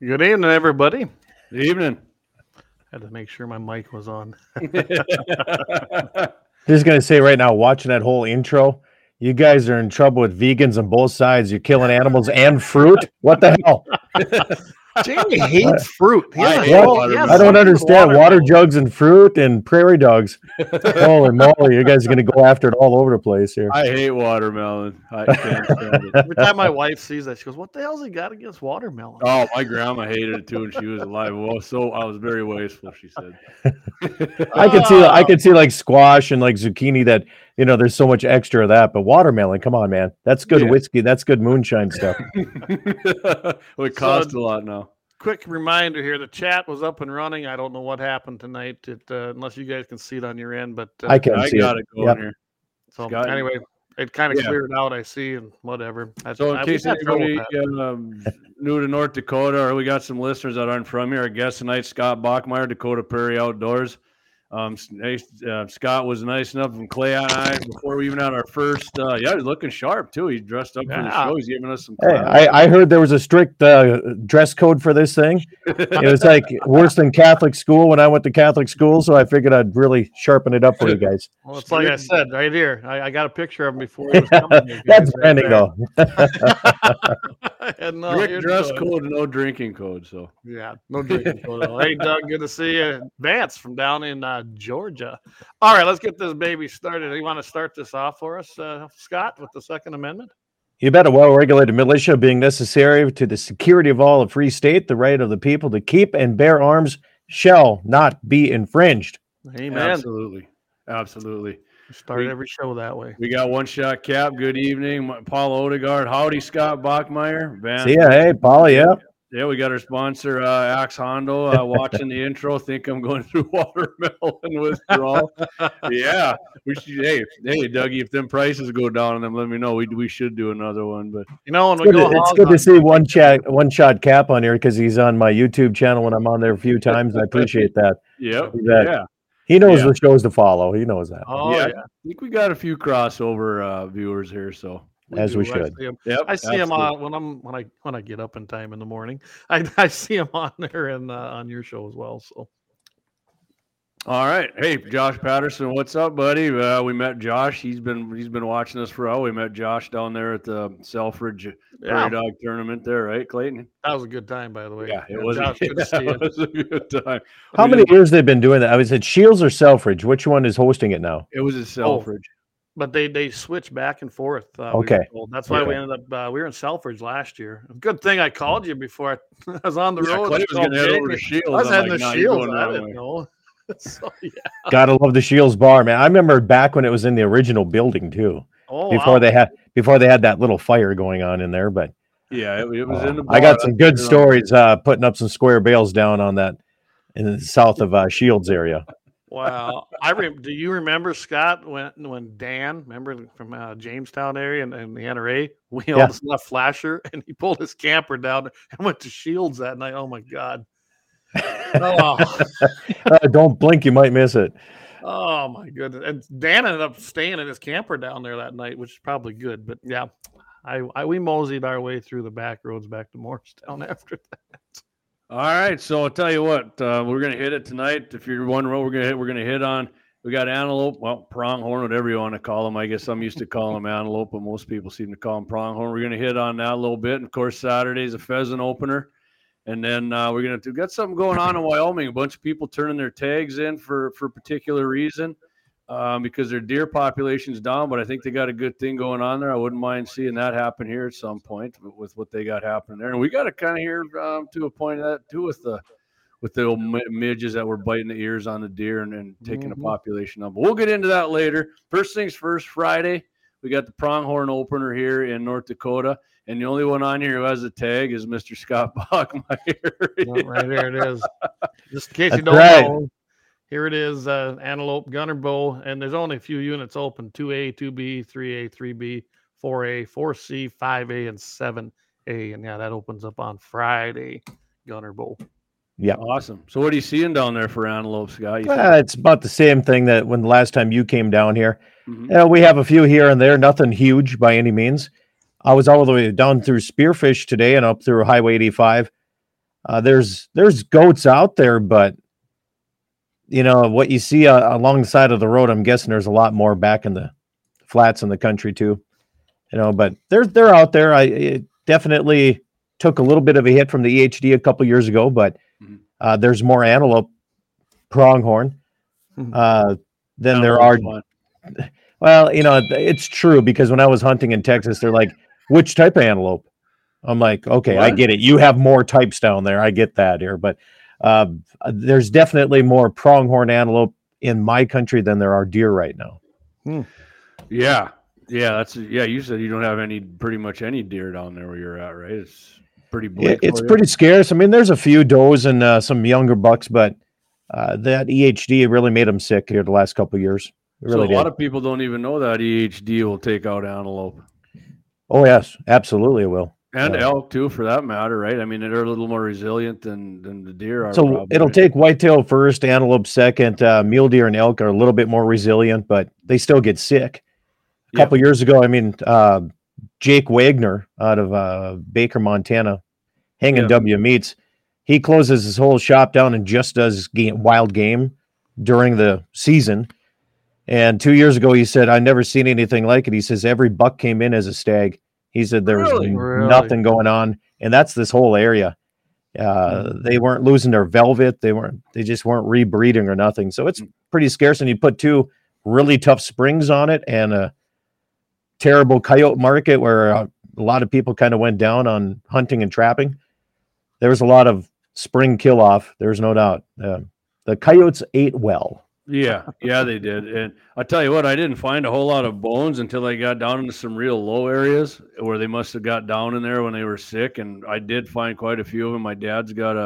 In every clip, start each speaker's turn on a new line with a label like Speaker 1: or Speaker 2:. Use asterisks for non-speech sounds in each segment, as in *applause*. Speaker 1: Good evening, everybody.
Speaker 2: Good evening.
Speaker 1: had to make sure my mic was on. *laughs*
Speaker 3: Just gonna say right now, watching that whole intro, you guys are in trouble with vegans on both sides. You're killing animals and fruit. What the hell?
Speaker 1: Jamie
Speaker 3: *laughs*
Speaker 1: hates fruit. He
Speaker 2: I
Speaker 1: has a
Speaker 2: hate
Speaker 1: whole-
Speaker 2: watermelon.
Speaker 1: he has
Speaker 3: I don't
Speaker 1: something
Speaker 3: understand
Speaker 1: with
Speaker 3: water jugs and fruit and prairie dogs. Holy moly, you guys are gonna go after it all over the place here.
Speaker 2: I hate watermelon. I can't stand it.
Speaker 1: Every time my wife sees that, she goes, "What the hell's he got against watermelon?"
Speaker 2: Oh, my grandma hated it too when she was alive. Well, so I was very wasteful,
Speaker 1: *laughs*
Speaker 2: she said.
Speaker 3: I could see, I could see like squash and like zucchini. That you know, there's so much extra of that. But watermelon, come on, man, that's good
Speaker 2: Yeah.
Speaker 3: whiskey. That's good moonshine stuff.
Speaker 2: well, it costs a lot now.
Speaker 1: Quick reminder here: the chat was up and running. I don't know what happened tonight, it, uh, unless you guys can see it on your end. But uh,
Speaker 3: I can
Speaker 2: I
Speaker 3: see
Speaker 2: got
Speaker 3: it.
Speaker 2: it going
Speaker 3: Yep.
Speaker 2: here.
Speaker 1: so
Speaker 2: Scott, you-
Speaker 1: anyway, it kind of
Speaker 2: Yeah.
Speaker 1: cleared out. I see, and whatever. I,
Speaker 2: So, in
Speaker 1: I- we
Speaker 2: case
Speaker 1: had trouble with
Speaker 2: anybody
Speaker 1: that.
Speaker 2: um, new to North Dakota, or we got some listeners that aren't from here, our guest tonight, Scott Bachmeyer, Dakota Prairie Outdoors. Um, s- nice- uh, Scott was nice enough, and Clay and I, before we even had our first, uh, yeah, he's looking sharp too. He dressed up for the
Speaker 1: Yeah.
Speaker 2: show. He's giving us some.
Speaker 3: Hey, I, I heard there was a strict uh, dress code for this thing. It was
Speaker 1: *laughs*
Speaker 3: like worse than Catholic school when I went to Catholic school, so I figured I'd really sharpen it up
Speaker 1: *laughs*
Speaker 3: for you guys.
Speaker 1: Well, it's like I
Speaker 2: Straight-
Speaker 1: said right here. I, I got a picture of him before he was coming. here,
Speaker 3: *laughs* That's
Speaker 1: guys, right
Speaker 3: branding,
Speaker 1: there. *laughs*
Speaker 3: though.
Speaker 1: and no,
Speaker 2: Rick
Speaker 1: Oh, you're
Speaker 2: dress
Speaker 1: good.
Speaker 2: code, no drinking code. So
Speaker 1: Yeah, no drinking photo. hey, Doug, good to see you. Vance from down in uh, Georgia. All right, let's get this baby started. You want to start this off for us, uh, Scott, with the Second Amendment?
Speaker 3: You bet a well regulated militia being necessary to the security of all a free state, the right of the people to keep and bear arms shall not be infringed.
Speaker 1: Amen.
Speaker 2: absolutely, absolutely.
Speaker 1: We Start
Speaker 2: We-
Speaker 1: every show that way.
Speaker 2: We got one shot cap. Good evening, M- Paul Odegaard. Howdy, Scott Bachmeyer. Van.
Speaker 3: See ya, hey, Paul, yeah.
Speaker 2: Yeah, we got our sponsor, uh, Axe Hondo. Uh, watching
Speaker 3: *laughs*
Speaker 2: the intro, think I'm going through *laughs* watermelon withdrawal. yeah, we should. Hey, hey, Dougie, if them prices go down on them, let me know. We we should do another one, but
Speaker 1: You know, when
Speaker 3: It's
Speaker 1: we
Speaker 3: good,
Speaker 1: go
Speaker 3: to, it's
Speaker 1: hog
Speaker 3: good to
Speaker 1: hunting-
Speaker 3: see one chat, one shot cap on here because he's on my YouTube channel when I'm on there
Speaker 1: *laughs*
Speaker 3: a few times. I appreciate that.
Speaker 2: yep,
Speaker 3: You bet.
Speaker 2: yeah.
Speaker 3: He knows
Speaker 2: Yeah.
Speaker 3: the shows to follow. He knows that.
Speaker 1: Oh,
Speaker 2: Yeah,
Speaker 1: yeah.
Speaker 2: I think we got a few crossover uh, viewers here, so
Speaker 3: As we
Speaker 1: do.
Speaker 3: should.
Speaker 1: I see 'em.
Speaker 2: yep,
Speaker 1: I see him
Speaker 2: absolutely.
Speaker 1: on when I'm when I when I get up in time in the morning. *laughs* I, I see him on there and uh, on your show as well. So
Speaker 2: All right. Hey, Josh Patterson, what's up, buddy? Uh, we met Josh. He's been he's been watching us for a while. We met Josh down there at the Selfridge
Speaker 1: yeah,
Speaker 2: Prairie Dog Tournament there, right, Clayton?
Speaker 1: that was a good time, by the way.
Speaker 2: Yeah, it was,
Speaker 1: Josh, good to see you.
Speaker 2: *laughs* it was a good time.
Speaker 3: How
Speaker 2: We
Speaker 3: many
Speaker 2: didn't-
Speaker 3: years they've been doing that? I was at Shields or Selfridge. Which one is hosting it now?
Speaker 2: It was at
Speaker 1: Oh,
Speaker 2: Selfridge.
Speaker 1: but they they switch back and forth. Uh, we were
Speaker 3: Okay.
Speaker 1: told. that's why we
Speaker 3: Okay. Hmm.
Speaker 1: ended up. Uh, we were in Selfridge last year. Good thing I called you before I, *laughs* I was on the
Speaker 2: Yeah,
Speaker 1: road.
Speaker 2: Clay
Speaker 1: I
Speaker 2: was going to head
Speaker 1: called
Speaker 2: over to
Speaker 1: Jamie.
Speaker 2: Shields.
Speaker 1: I was
Speaker 2: I'm
Speaker 1: heading
Speaker 2: like,
Speaker 1: to
Speaker 2: "Nah, you're
Speaker 1: Shields.
Speaker 2: going the
Speaker 1: I
Speaker 2: wrong
Speaker 1: didn't
Speaker 2: way."
Speaker 1: know. *laughs* so yeah.
Speaker 2: Uh,
Speaker 3: Gotta love the Shields bar, man. I remember back when it was in the original building too.
Speaker 1: Oh,
Speaker 3: *laughs* before
Speaker 1: wow.
Speaker 3: they had before they had that little fire going on in there. But
Speaker 2: Yeah, it, it was
Speaker 3: uh,
Speaker 2: in the.
Speaker 3: I
Speaker 2: bar,
Speaker 3: got some
Speaker 2: that's
Speaker 3: good
Speaker 2: for sure.
Speaker 3: stories uh, putting up some square bales down on that in the south of uh, Shields area.
Speaker 1: Wow. I rem do you remember Scott when when Dan, remember from uh, Jamestown area and, and the NRA, *laughs* we all
Speaker 3: Yeah.
Speaker 1: just left Flasher and he pulled his camper down and went to Shields that night. Oh my God.
Speaker 3: *laughs*
Speaker 1: Oh.
Speaker 3: Uh, don't blink, you might miss it.
Speaker 1: Oh my goodness! And Dan ended up staying in his camper down there that night, which is probably good. But yeah, I, I we moseyed our way through the back roads back to Morristown *laughs* after that.
Speaker 2: All right, so I'll tell you what, uh, we're gonna hit it tonight. If you're wondering what we're gonna hit, we're gonna hit on. We got antelope, well, pronghorn, whatever you want to call them. I guess I'm used to calling them antelope, but most people seem to call them pronghorn. We're gonna hit on that a little bit, and of course, Saturday's a pheasant opener, and then uh, we're gonna do, got something going on in Wyoming. A bunch of people turning their tags in for for a particular reason um, because their deer population's down. But I think they got a good thing going on there. I wouldn't mind seeing that happen here at some point with, with what they got happening there. And we got to kind of hear um, to a point of that too with the with the old mi- midges that were biting the ears on the deer and then taking
Speaker 1: Mhm.
Speaker 2: the population up. But we'll get into that later. First things first, Friday we got the pronghorn opener here in North Dakota. And the only one on here who has a tag is Mr. Scott *laughs*
Speaker 3: *laughs*
Speaker 2: Bachmeyer.
Speaker 1: Well, right here it is. Just in case you
Speaker 3: That's
Speaker 1: don't
Speaker 3: right.
Speaker 1: know, here it is: uh, antelope gunner bow, and there's only a few units open: two A, two B, three A, three B, four A, four C, five A, and seven A. And yeah, that opens up on Friday. Gunner bowl.
Speaker 2: awesome. So what are you seeing down there for antelope, Scott? You think-
Speaker 3: Uh, it's about the same thing that when the last time you came down here.
Speaker 2: Mhm.
Speaker 3: Yeah, we have a few here and there, nothing huge by any means. I was all the way down through Spearfish today and up through Highway 85. Uh, there's there's goats out there, but you know what you see uh, along the side of the road. I'm guessing there's a lot more back in the flats in the country too. You know, but they're they're out there. I it definitely took a little bit of a hit from the EHD a couple years ago, but
Speaker 2: Mhm.
Speaker 3: uh, there's more antelope pronghorn
Speaker 1: Mhm.
Speaker 3: uh, than there are
Speaker 2: Antelope's fun.
Speaker 3: well, you know, it- it's true because when I was hunting in Texas, they're like, which type of antelope? I'm like, okay, I
Speaker 2: What?
Speaker 3: get it. You have more types down there. I get that here, but uh, there's definitely more pronghorn antelope in my country than there are deer right now.
Speaker 2: Yeah, yeah, that's yeah. You said you don't have any, pretty much any deer down there where you're at, right? It's pretty. bleak
Speaker 3: It- it's
Speaker 2: for you.
Speaker 3: pretty scarce. I mean, there's a few does and uh, some younger bucks, but uh, that EHD really made them sick here the last couple of years. It
Speaker 2: So
Speaker 3: really
Speaker 2: a lot
Speaker 3: did.
Speaker 2: of people don't even know that EHD will take out antelope
Speaker 3: oh yes, absolutely, it will.
Speaker 2: and
Speaker 3: Yeah.
Speaker 2: elk too, for that matter, right? I mean, they're a little more resilient than than the deer are.
Speaker 3: So
Speaker 2: probably,
Speaker 3: it'll
Speaker 2: right?
Speaker 3: take whitetail first, antelope second. Uh, mule deer and elk are a little bit more resilient, but they still get sick. A
Speaker 2: Yeah.
Speaker 3: couple years ago, I mean, uh, Jake Wagner out of uh, Baker, Montana, hanging
Speaker 2: Yeah.
Speaker 3: W meats, he closes his whole shop down and just does game, wild game during the season. And two years ago, he said, "I never seen anything like it." He says every buck came in as a stag. He said there was
Speaker 2: Really?
Speaker 3: n-
Speaker 1: Really?
Speaker 3: nothing going on, and that's this whole area. Uh, they weren't losing their velvet. They weren't. They just weren't rebreeding or nothing. So it's pretty scarce. And you put two really tough springs on it, and a terrible coyote market where uh, a lot of people kind of went down on hunting and trapping. There was a lot of spring kill off. There's no doubt. Um, the coyotes ate well.
Speaker 2: Yeah, yeah, they did. And I tell you what, I didn't find a whole lot of bones until I got down into some real low areas where they must have got down in there when they were sick. And I did find quite a few of them. My dad's got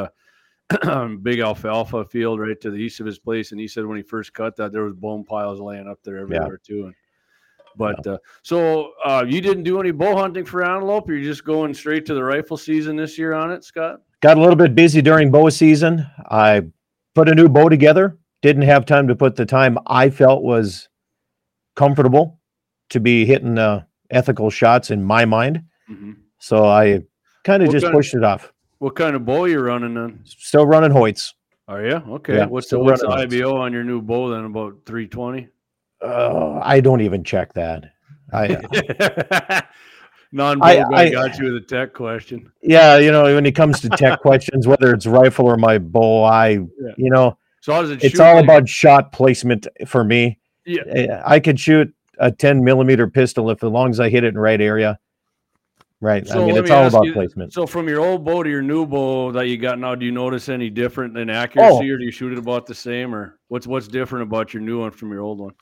Speaker 2: a *clears throat* big alfalfa field right to the east of his place, and he said when he first cut that, there was bone piles laying up there everywhere too. And but uh, so uh, you didn't do any bow hunting for antelope. You're just going straight to the rifle season this year on it, Scott.
Speaker 3: Got a little bit busy during bow season. I put a new bow together. Didn't have time to put the time I felt was comfortable to be hitting uh, ethical shots in my mind. So I kind of
Speaker 2: What
Speaker 3: just
Speaker 2: kind-
Speaker 3: pushed it off.
Speaker 2: What kind of bow you running then?
Speaker 3: Still running Hoyts.
Speaker 2: Are you okay?
Speaker 3: Yeah,
Speaker 2: what's the,
Speaker 3: still
Speaker 2: what's the
Speaker 3: running
Speaker 2: IBO on your new bow then? About three twenty.
Speaker 3: Uh, I don't even check that. I
Speaker 2: *laughs* Non bow
Speaker 3: I-
Speaker 2: guy
Speaker 3: I-
Speaker 2: got you with a tech question.
Speaker 3: yeah, you know, when it comes to tech questions, whether it's rifle or my bow, I you know,
Speaker 2: So how does it?
Speaker 3: it's
Speaker 2: shoot
Speaker 3: all
Speaker 2: then?
Speaker 3: about shot placement for me.
Speaker 2: Yeah.
Speaker 3: Uh, I could shoot a 10 millimeter pistol if as long as I hit it in the right area. Right.
Speaker 2: So
Speaker 3: I mean,
Speaker 2: let
Speaker 3: it's
Speaker 2: me
Speaker 3: all
Speaker 2: ask
Speaker 3: about
Speaker 2: you-
Speaker 3: placement.
Speaker 2: So from your old bow to your new bow that you got now, do you notice any different
Speaker 3: Oh.
Speaker 2: in accuracy, or do you shoot it about the same, or what's what's different about your new one from your old one?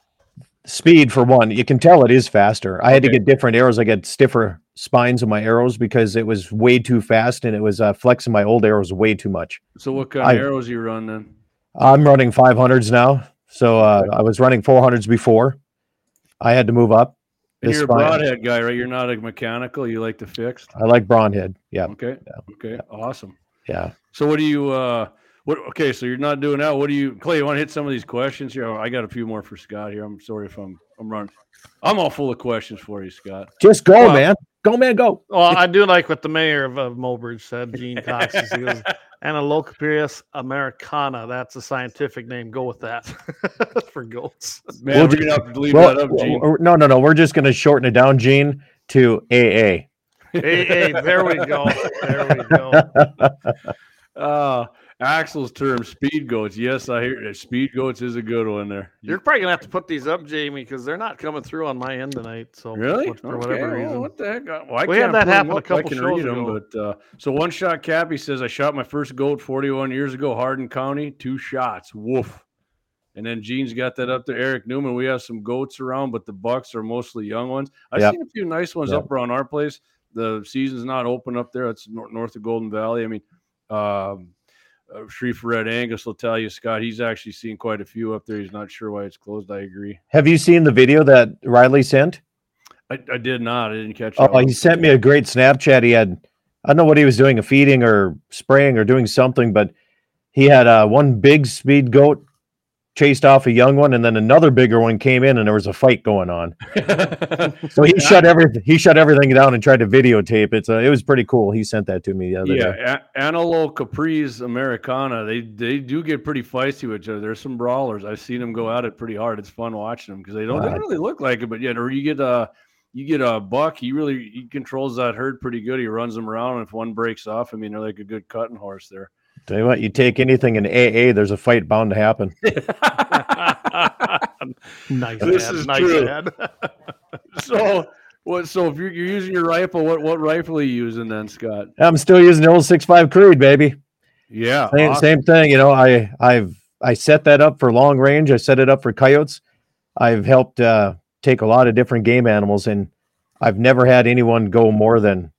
Speaker 3: Speed for one, you can tell it is faster. I had to
Speaker 2: Okay.
Speaker 3: get different arrows. I got stiffer spines on my arrows because it was way too fast and it was uh, flexing my old arrows way too much.
Speaker 2: So what kind
Speaker 3: I-
Speaker 2: of arrows you run then?
Speaker 3: I'm running 500s now. So uh, I was running 400s before. I had to move up.
Speaker 2: And
Speaker 3: the
Speaker 2: you're a
Speaker 3: spine.
Speaker 2: broadhead guy, right? You're not a mechanical. You like the fixed.
Speaker 3: I like brownhead. Yeah.
Speaker 2: Okay. Okay. Awesome.
Speaker 3: Yeah.
Speaker 2: So what do you uh what okay, so you're not doing that. What do you Clay, you want to hit some of these questions here? I got a few more for Scott here. I'm sorry if I'm I'm running. I'm all full of questions for you, Scott.
Speaker 3: Just go,
Speaker 1: Well-
Speaker 3: man. Go, man. Go.
Speaker 1: Well, I do like what the mayor of, of Mobridge said, Gene Cox. is He goes, Anilocopyrus americana. That's a scientific name. Go with that *laughs* for goats.
Speaker 2: Man,
Speaker 3: We'll
Speaker 2: we're
Speaker 3: just-
Speaker 2: gonna have to leave
Speaker 3: Well,
Speaker 2: that up,
Speaker 3: w-
Speaker 2: Gene.
Speaker 3: w- No, no, no. We're just going to shorten it down, Gene, to AA.
Speaker 1: Hey, hey, there we go. There we go.
Speaker 2: Uh Axel's term speed goats. Yes, I hear it. Speed goats is a good one there.
Speaker 1: You're probably gonna have to put these up, Jamie, because they're not coming through on my end tonight. So
Speaker 2: Really?
Speaker 1: what- for
Speaker 2: Okay,
Speaker 1: whatever
Speaker 2: well,
Speaker 1: reason.
Speaker 2: what the heck? I- Well, I
Speaker 1: We had
Speaker 2: can't
Speaker 1: that
Speaker 2: pull 'em
Speaker 1: happen a
Speaker 2: up. I
Speaker 1: couple
Speaker 2: can
Speaker 1: shows
Speaker 2: read 'em,
Speaker 1: ago.
Speaker 2: But uh, so one shot Cappy says I shot my first goat 41 years ago, Hardin County, two shots. Woof. And then Gene's got that up there. Eric Newman. We have some goats around, but the bucks are mostly young ones. I've
Speaker 3: Yep.
Speaker 2: seen a few nice ones
Speaker 3: Yep.
Speaker 2: up around our place. The season's not open up there. It's nor- north of Golden Valley. I mean, um, uh, Shreve Red Angus will tell you, Scott. He's actually seen quite a few up there. He's not sure why it's closed. I agree.
Speaker 3: Have you seen the video that Riley sent?
Speaker 2: I, I did not. I didn't catch. that
Speaker 3: Oh,
Speaker 2: one.
Speaker 3: he sent me a great Snapchat. He had, I don't know what he was doing, a feeding or spraying or doing something, but he had uh, one big speed goat, chased off a young one, and then another bigger one came in, and there was a fight going on.
Speaker 2: *laughs*
Speaker 3: So he shut everything. He shut everything down and tried to videotape it. So it was pretty cool. He sent that to me the other
Speaker 2: yeah,
Speaker 3: day.
Speaker 2: a- Antelope Capri's Americana. They they do get pretty feisty with each other. There's some brawlers. I've seen them go at it pretty hard. It's fun watching them because they don't, they
Speaker 3: Wow.
Speaker 2: don't really look like it, but yet, or you get a you get a buck. He really he controls that herd pretty good. He runs them around. And if one breaks off, I mean, they're like a good cutting horse there. *laughs*
Speaker 3: Tell you what, you take anything in AA, there's a fight bound to happen.
Speaker 1: nice.
Speaker 2: This
Speaker 1: Dad,
Speaker 2: is
Speaker 1: nice
Speaker 2: true.
Speaker 1: Dad.
Speaker 2: so what? So if you're, you're using your rifle, what what rifle are you using then, Scott?
Speaker 3: I'm still using the old six five Creed, baby.
Speaker 2: Yeah,
Speaker 3: Same,
Speaker 2: awesome.
Speaker 3: same thing. You know, I I've I set that up for long range. I set it up for coyotes. I've helped uh, take a lot of different game animals, and I've never had anyone go more than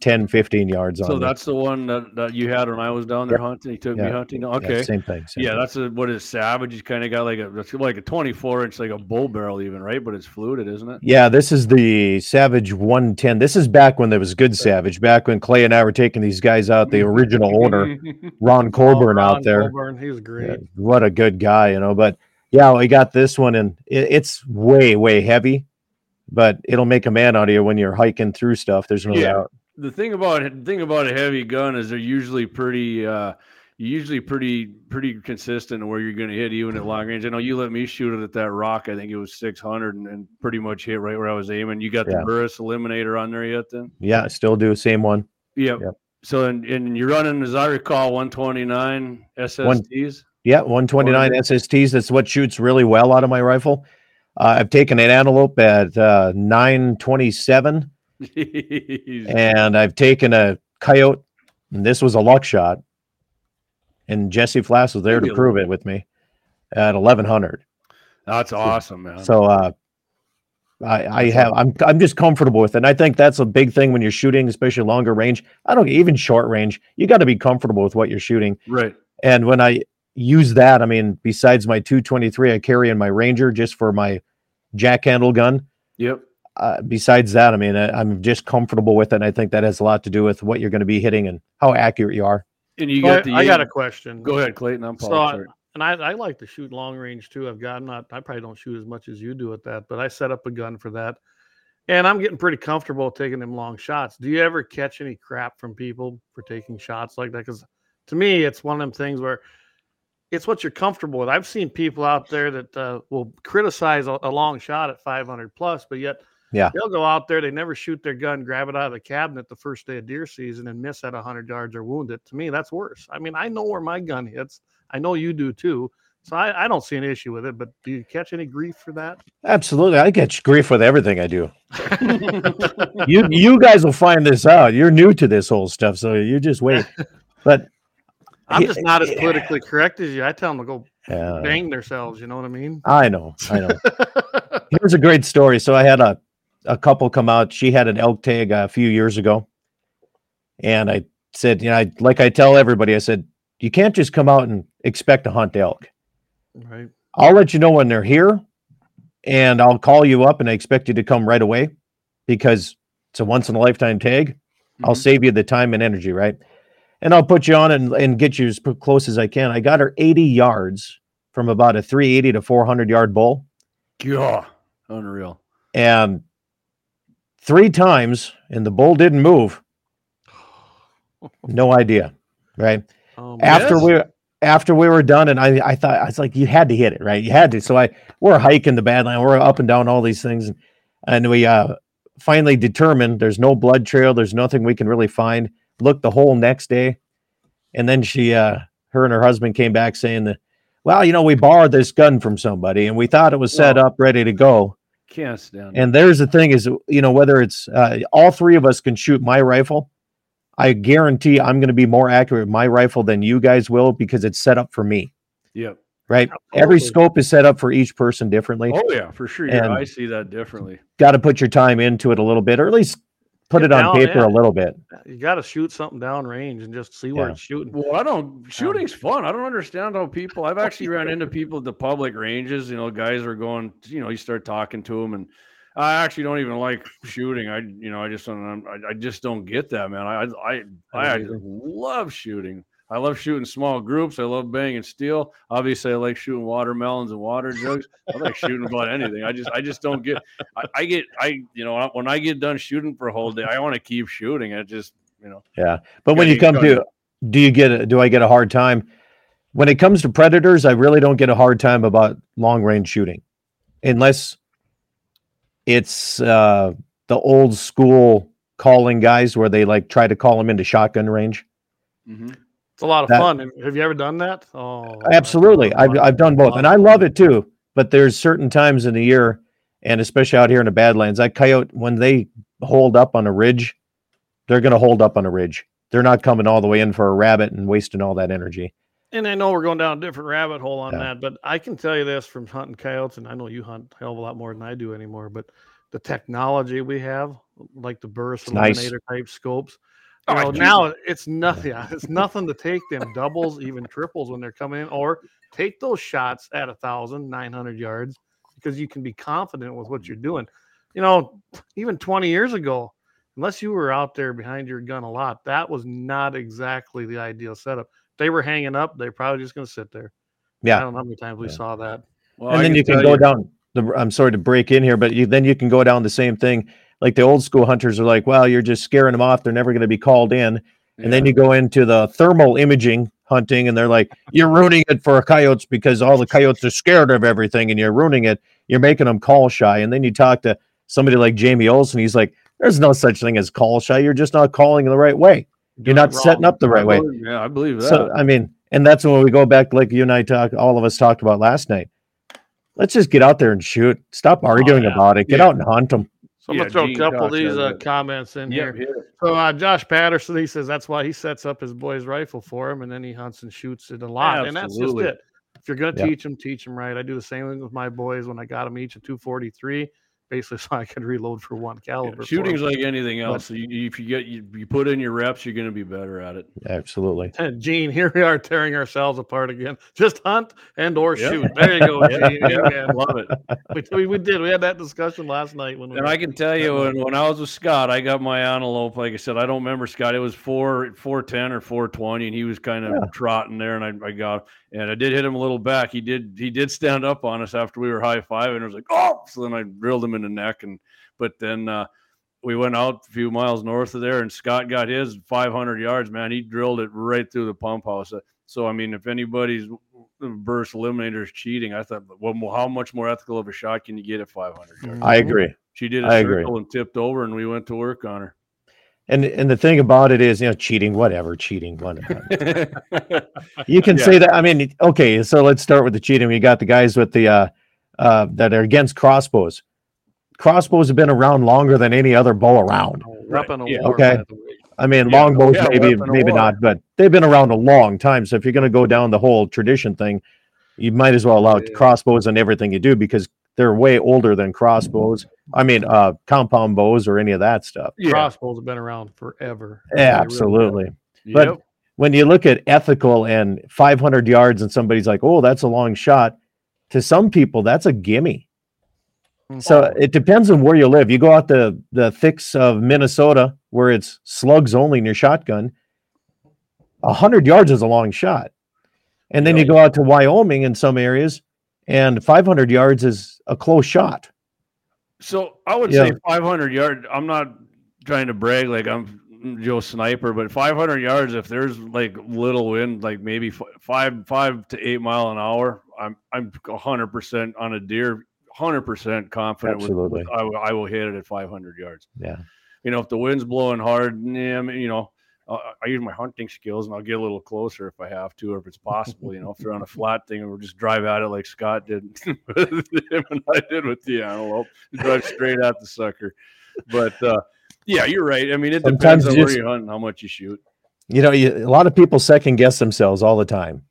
Speaker 3: 10, 15 yards on.
Speaker 2: So
Speaker 3: me.
Speaker 2: that's the one that, that you had when I was down there hunting. He took me
Speaker 3: Yeah.
Speaker 2: hunting.
Speaker 3: Yeah,
Speaker 2: Okay.
Speaker 3: same thing. same
Speaker 2: Yeah,
Speaker 3: thing.
Speaker 2: that's a, what is Savage. He's kind of got like a that's like a 24 inch, like a bull barrel, even right, but it's fluted, isn't it?
Speaker 3: Yeah, this is the Savage 110. This is back when there was good Savage, back when Clay and I were taking these guys out,
Speaker 2: Mm-hmm.
Speaker 3: the original owner, Ron
Speaker 2: Oh,
Speaker 3: Colburn,
Speaker 1: Ron
Speaker 3: out there.
Speaker 1: Colburn, he's great.
Speaker 3: Yeah, what a good guy, you know. But yeah, we got this one, and it, it's way, way heavy, but it'll make a man out of you when you're hiking through stuff. There's no
Speaker 2: Yeah.
Speaker 3: doubt.
Speaker 2: *laughs* the thing about the thing about a heavy gun is they're usually pretty uh usually pretty pretty consistent in where you're going to hit even at long range i know you let me shoot it at that rock i think it was 600 and, and pretty much hit right where i was aiming you got
Speaker 3: Yeah.
Speaker 2: the burris eliminator on there yet then
Speaker 3: Yeah, I still do same one.
Speaker 2: yep,
Speaker 3: Yep.
Speaker 2: so and, and you're running as i recall 129 *laughs* ssts
Speaker 3: Yeah, 129 SSTs. That's what shoots really well out of my rifle. Uh, I've taken an antelope at uh, 927,
Speaker 2: Jeez.
Speaker 3: and I've taken a coyote, and this was a luck shot. And Jesse Flass was there to
Speaker 2: Really?
Speaker 3: prove it with me at 1100.
Speaker 2: that's awesome man
Speaker 3: So uh, I, I have I'm I'm just comfortable with it. And I think that's a big thing when you're shooting, especially longer range. I don't even short range. You got to be comfortable with what you're shooting.
Speaker 2: right
Speaker 3: And when I use that, I mean, besides my 223, I carry in my Ranger just for my jack handle gun.
Speaker 2: yep
Speaker 3: Uh, besides that, I mean, I, I'm just comfortable with it. And I think that has a lot to do with what you're going to be hitting and how accurate you are.
Speaker 2: and you
Speaker 1: So I-
Speaker 2: got the
Speaker 1: I got a
Speaker 2: aim-
Speaker 1: question.
Speaker 2: go ahead clayton i'm
Speaker 1: So,
Speaker 2: Paul, sorry.
Speaker 1: and I, I like to shoot long range too. I've got I'm not I probably don't shoot as much as you do at that, but I set up a gun for that. And I'm getting pretty comfortable taking them long shots. Do you ever catch any crap from people for taking shots like that? Because to me, it's one of them things where it's what you're comfortable with. I've seen people out there that uh, will criticize a, a long shot at 500 plus, but yet
Speaker 3: Yeah.
Speaker 1: they'll go out there, they never shoot their gun, grab it out of the cabinet the first day of deer season and miss at 100 yards or wound it. To me, that's worse. I mean, I know where my gun hits. I know you do too. So I, I don't see an issue with it, but do you catch any grief for that?
Speaker 3: Absolutely. I get grief with everything I do. you you guys will find this out. You're new to this whole stuff, so you just wait. But
Speaker 1: I'm just not as
Speaker 3: Yeah.
Speaker 1: politically correct as you. I tell them to go
Speaker 3: uh,
Speaker 1: bang themselves. You know what I mean?
Speaker 3: I know, I know. Here's a great story. So I had a a couple come out. She had an elk tag a few years ago, and I said, you know, I, like I tell everybody, I said you can't just come out and expect to hunt elk.
Speaker 1: Right.
Speaker 3: I'll let you know when they're here, and I'll call you up, and I expect you to come right away because it's a once in a lifetime tag. I'll
Speaker 2: Mhm.
Speaker 3: save you the time and energy, right? And I'll put you on and, and get you as p- close as I can. I got her 80 yards from about a 380 to 400 yard bull.
Speaker 2: Yeah, unreal.
Speaker 3: And three times, and the bull didn't move. No idea, right?
Speaker 1: Um,
Speaker 3: After
Speaker 2: Yes.
Speaker 3: we after we were done, and I, I thought I was like, you had to hit it, right? You had to. So I we're hiking the Badland, we're up and down all these things, and, and we uh, finally determined there's no blood trail, there's nothing we can really find. Looked the whole next day, and then she, uh, her and her husband came back saying that, well, you know, we borrowed this gun from somebody, and we thought it was set
Speaker 2: Wow.
Speaker 3: up, ready to go.
Speaker 2: Can't stand it.
Speaker 3: And there's the thing is, you know, whether it's uh, all three of us can shoot my rifle, I guarantee I'm going to be more accurate with my rifle than you guys will because it's set up for me,
Speaker 2: Yep.
Speaker 3: right? Every
Speaker 1: Absolutely.
Speaker 3: scope is set up for each person differently.
Speaker 2: Oh yeah, for sure. Yeah,
Speaker 3: And-
Speaker 2: I see that differently.
Speaker 3: Got to put your time into it a little bit, or at least put
Speaker 1: Get
Speaker 3: it on
Speaker 1: down,
Speaker 3: paper
Speaker 1: yeah.
Speaker 3: a little bit.
Speaker 1: you got to shoot something down range and just see where
Speaker 3: Yeah.
Speaker 1: it's shooting.
Speaker 2: Well, I don't. Shooting's
Speaker 3: Um,
Speaker 2: fun. I don't understand how people. I've actually ran into people at the public ranges. You know, guys are going. You know, you start talking to them, and I actually don't even like shooting. I, you know, I just don't. I, I just don't get that, man. I, I, I,
Speaker 1: I
Speaker 2: I
Speaker 1: don't either.
Speaker 2: love shooting. I love shooting small groups. I love banging steel. Obviously, I like shooting watermelons and water jugs. I like shooting about anything. I just, I just don't get. I, I get, I, you know, when I get done shooting for a whole day, I want to keep shooting. I just, you know,
Speaker 3: Yeah. But when you
Speaker 2: Gotta
Speaker 3: come
Speaker 2: get
Speaker 3: to, do you get, a, do I get a hard time? When it comes to predators, I really don't get a hard time about long range shooting unless it's uh, the old school calling guys where they like try to call them into shotgun range. Mm-hmm.
Speaker 2: Mhm.
Speaker 1: It's a lot of
Speaker 3: That-
Speaker 1: fun. Have- Have you ever done that? Oh,
Speaker 3: Absolutely.
Speaker 1: that's a lot
Speaker 3: I've,
Speaker 1: of
Speaker 3: I've
Speaker 1: fun.
Speaker 3: done both and I love it too. But there's certain times in the year, and especially out here in the Badlands, that coyote, when they hold up on a ridge, they're going to hold up on a ridge. They're not coming all the way in for a rabbit and wasting all that energy.
Speaker 1: And I know we're going down a different rabbit hole on
Speaker 3: Yeah.
Speaker 1: that, but I can tell you this from hunting coyotes, and I know you hunt a hell of a lot more than I do anymore, but the technology we have, like the burst
Speaker 3: It's nice.
Speaker 1: illuminator type scopes.
Speaker 2: Oh,
Speaker 1: You
Speaker 2: I
Speaker 1: know,
Speaker 2: do.
Speaker 1: now it's nothing. It's nothing to take them doubles, even triples when they're coming in, or take those shots at a thousand, nine hundred yards because you can be confident with what you're doing. You know, even 20 years ago, unless you were out there behind your gun a lot, that was not exactly the ideal setup. If they were hanging up, they're probably just going to sit there. I
Speaker 3: Yeah.
Speaker 1: don't know how many times we
Speaker 3: Yeah.
Speaker 1: saw that.
Speaker 2: Well,
Speaker 3: and
Speaker 2: I
Speaker 3: then you can
Speaker 2: tell
Speaker 3: go down the, I'm sorry to break in here, but you, then you can go down the same thing. Like the old school hunters are like, well, you're just scaring them off. They're never going to be called in. And then you go into the thermal imaging hunting, and they're like, "You're ruining it for coyotes because all the coyotes are scared of everything, and you're ruining it. You're making them call shy." And then you talk to somebody like Jamie Olson. He's like, "There's no such thing as call shy. You're just not calling the right way. You're
Speaker 1: Doing it
Speaker 3: not setting
Speaker 1: wrong.
Speaker 3: up the right way."
Speaker 2: Yeah, I believe that.
Speaker 3: So uh, I mean, and that's when we go back, like you and I talk, all of us talked about last night. Let's just get out there and shoot. Stop arguing
Speaker 1: yeah.
Speaker 3: about it. Get
Speaker 2: Oh, Yeah.
Speaker 3: out and hunt them.
Speaker 1: So I'm
Speaker 2: Yeah,
Speaker 1: going to throw
Speaker 2: Gene
Speaker 1: a couple
Speaker 2: Cox
Speaker 1: of these
Speaker 2: has
Speaker 1: uh,
Speaker 2: it.
Speaker 1: comments in
Speaker 2: yeah,
Speaker 1: here.
Speaker 2: yeah.
Speaker 1: So uh, Josh Patterson, he says that's why he sets up his boy's rifle for him, and then he hunts and shoots it a lot.
Speaker 2: Absolutely.
Speaker 1: And that's just it. If you're going to
Speaker 3: Yeah.
Speaker 1: teach them, teach them right. I do the same thing with my boys when I got them each at 243, basically *laughs* so I could reload for one
Speaker 2: Yeah,
Speaker 1: caliber. for 'em. *laughs*
Speaker 2: Shooting's like anything else. You- you- if you get you, you put in your reps, you're going to be better at
Speaker 3: *laughs*
Speaker 2: it.
Speaker 3: Absolutely.
Speaker 1: And Gene, here we are tearing ourselves apart again. Just hunt and or
Speaker 2: Yeah.
Speaker 1: shoot. There you go, Gene. *laughs* Yeah, man.
Speaker 2: Love it.
Speaker 1: We, we, we did. We had that discussion last night when we
Speaker 2: And
Speaker 1: were-
Speaker 2: I can tell you, when, when I was with Scott, I got my antelope. Like I said, I don't remember Scott. It was four four ten or four twenty, and he was kind of trotting there, and I, I got and I did hit him a little back. He did he did stand up on us after we were high five, and it was like oh. So then I drilled him in the neck, and but then uh, we went out a few miles north of there, and Scott got his five hundred yards. Man, he drilled it right through the pump house. Uh, So I mean, if anybody's burst eliminator is cheating, I thought, well, how much more ethical of a shot can you get at five hundred yards?
Speaker 3: I
Speaker 1: Mhm.
Speaker 3: agree.
Speaker 2: She did a
Speaker 3: I agree.
Speaker 2: circle and tipped over, and we went to work on her.
Speaker 3: And and the thing about it is, you know, cheating, whatever, cheating, whatever. *laughs*
Speaker 2: yeah,
Speaker 3: you can
Speaker 2: *laughs* Yeah.
Speaker 3: say that. I mean, okay, so let's start with the cheating. We got the guys with the uh, uh, that are against crossbows. Crossbows have been around longer than any other bow around.
Speaker 2: Right,
Speaker 1: Weapon of
Speaker 2: yeah.
Speaker 1: war,
Speaker 3: Okay.
Speaker 1: by the way.
Speaker 3: I mean,
Speaker 2: Yeah,
Speaker 3: longbows
Speaker 2: yeah,
Speaker 3: maybe
Speaker 2: weapon of
Speaker 3: maybe
Speaker 2: war.
Speaker 3: not, but they've been around a long time. So if you're going to go down the whole tradition thing, you might as well allow
Speaker 1: Yeah.
Speaker 3: crossbows on everything you do because they're way older than crossbows. I mean, uh, compound bows or any of that stuff.
Speaker 1: Crossbows have been around forever. They really
Speaker 3: Yeah,
Speaker 1: have.
Speaker 3: absolutely.
Speaker 2: but
Speaker 3: But when you look at ethical and 500 yards, and somebody's like, "Oh, that's a long shot," to some people, that's a gimme. So it depends on where you live. You go out the the thicks of Minnesota, where it's slugs only in your shotgun. A hundred yards is a long shot, and then you
Speaker 2: Yeah.
Speaker 3: go out to Wyoming in some areas, and 500 yards is a close shot.
Speaker 2: so I would
Speaker 3: Yeah.
Speaker 2: say 500 yard. I'm not trying to brag like I'm Joe Sniper, but 500 yards. If there's like little wind, like maybe fi- five five to eight mile an hour, I'm I'm 100 percent on a deer. 100% confident with,
Speaker 3: Absolutely.
Speaker 2: with I, will- I will hit it at 500 yards.
Speaker 3: Yeah.
Speaker 2: You know, if the wind's blowing hard, yeah, I mean, you know, I, I use my hunting skills and I'll get a little closer if I have to, or if it's possible. You know, if they're on a flat thing, or just drive at it like Scott did *laughs* with him and I did with the antelope, drive straight at the sucker. But uh, yeah, you're right. I mean, it
Speaker 3: Sometimes
Speaker 2: depends on
Speaker 3: you
Speaker 2: where
Speaker 3: just-
Speaker 2: you hunt and how much you shoot.
Speaker 3: You know, you, a lot of people second guess themselves all the time.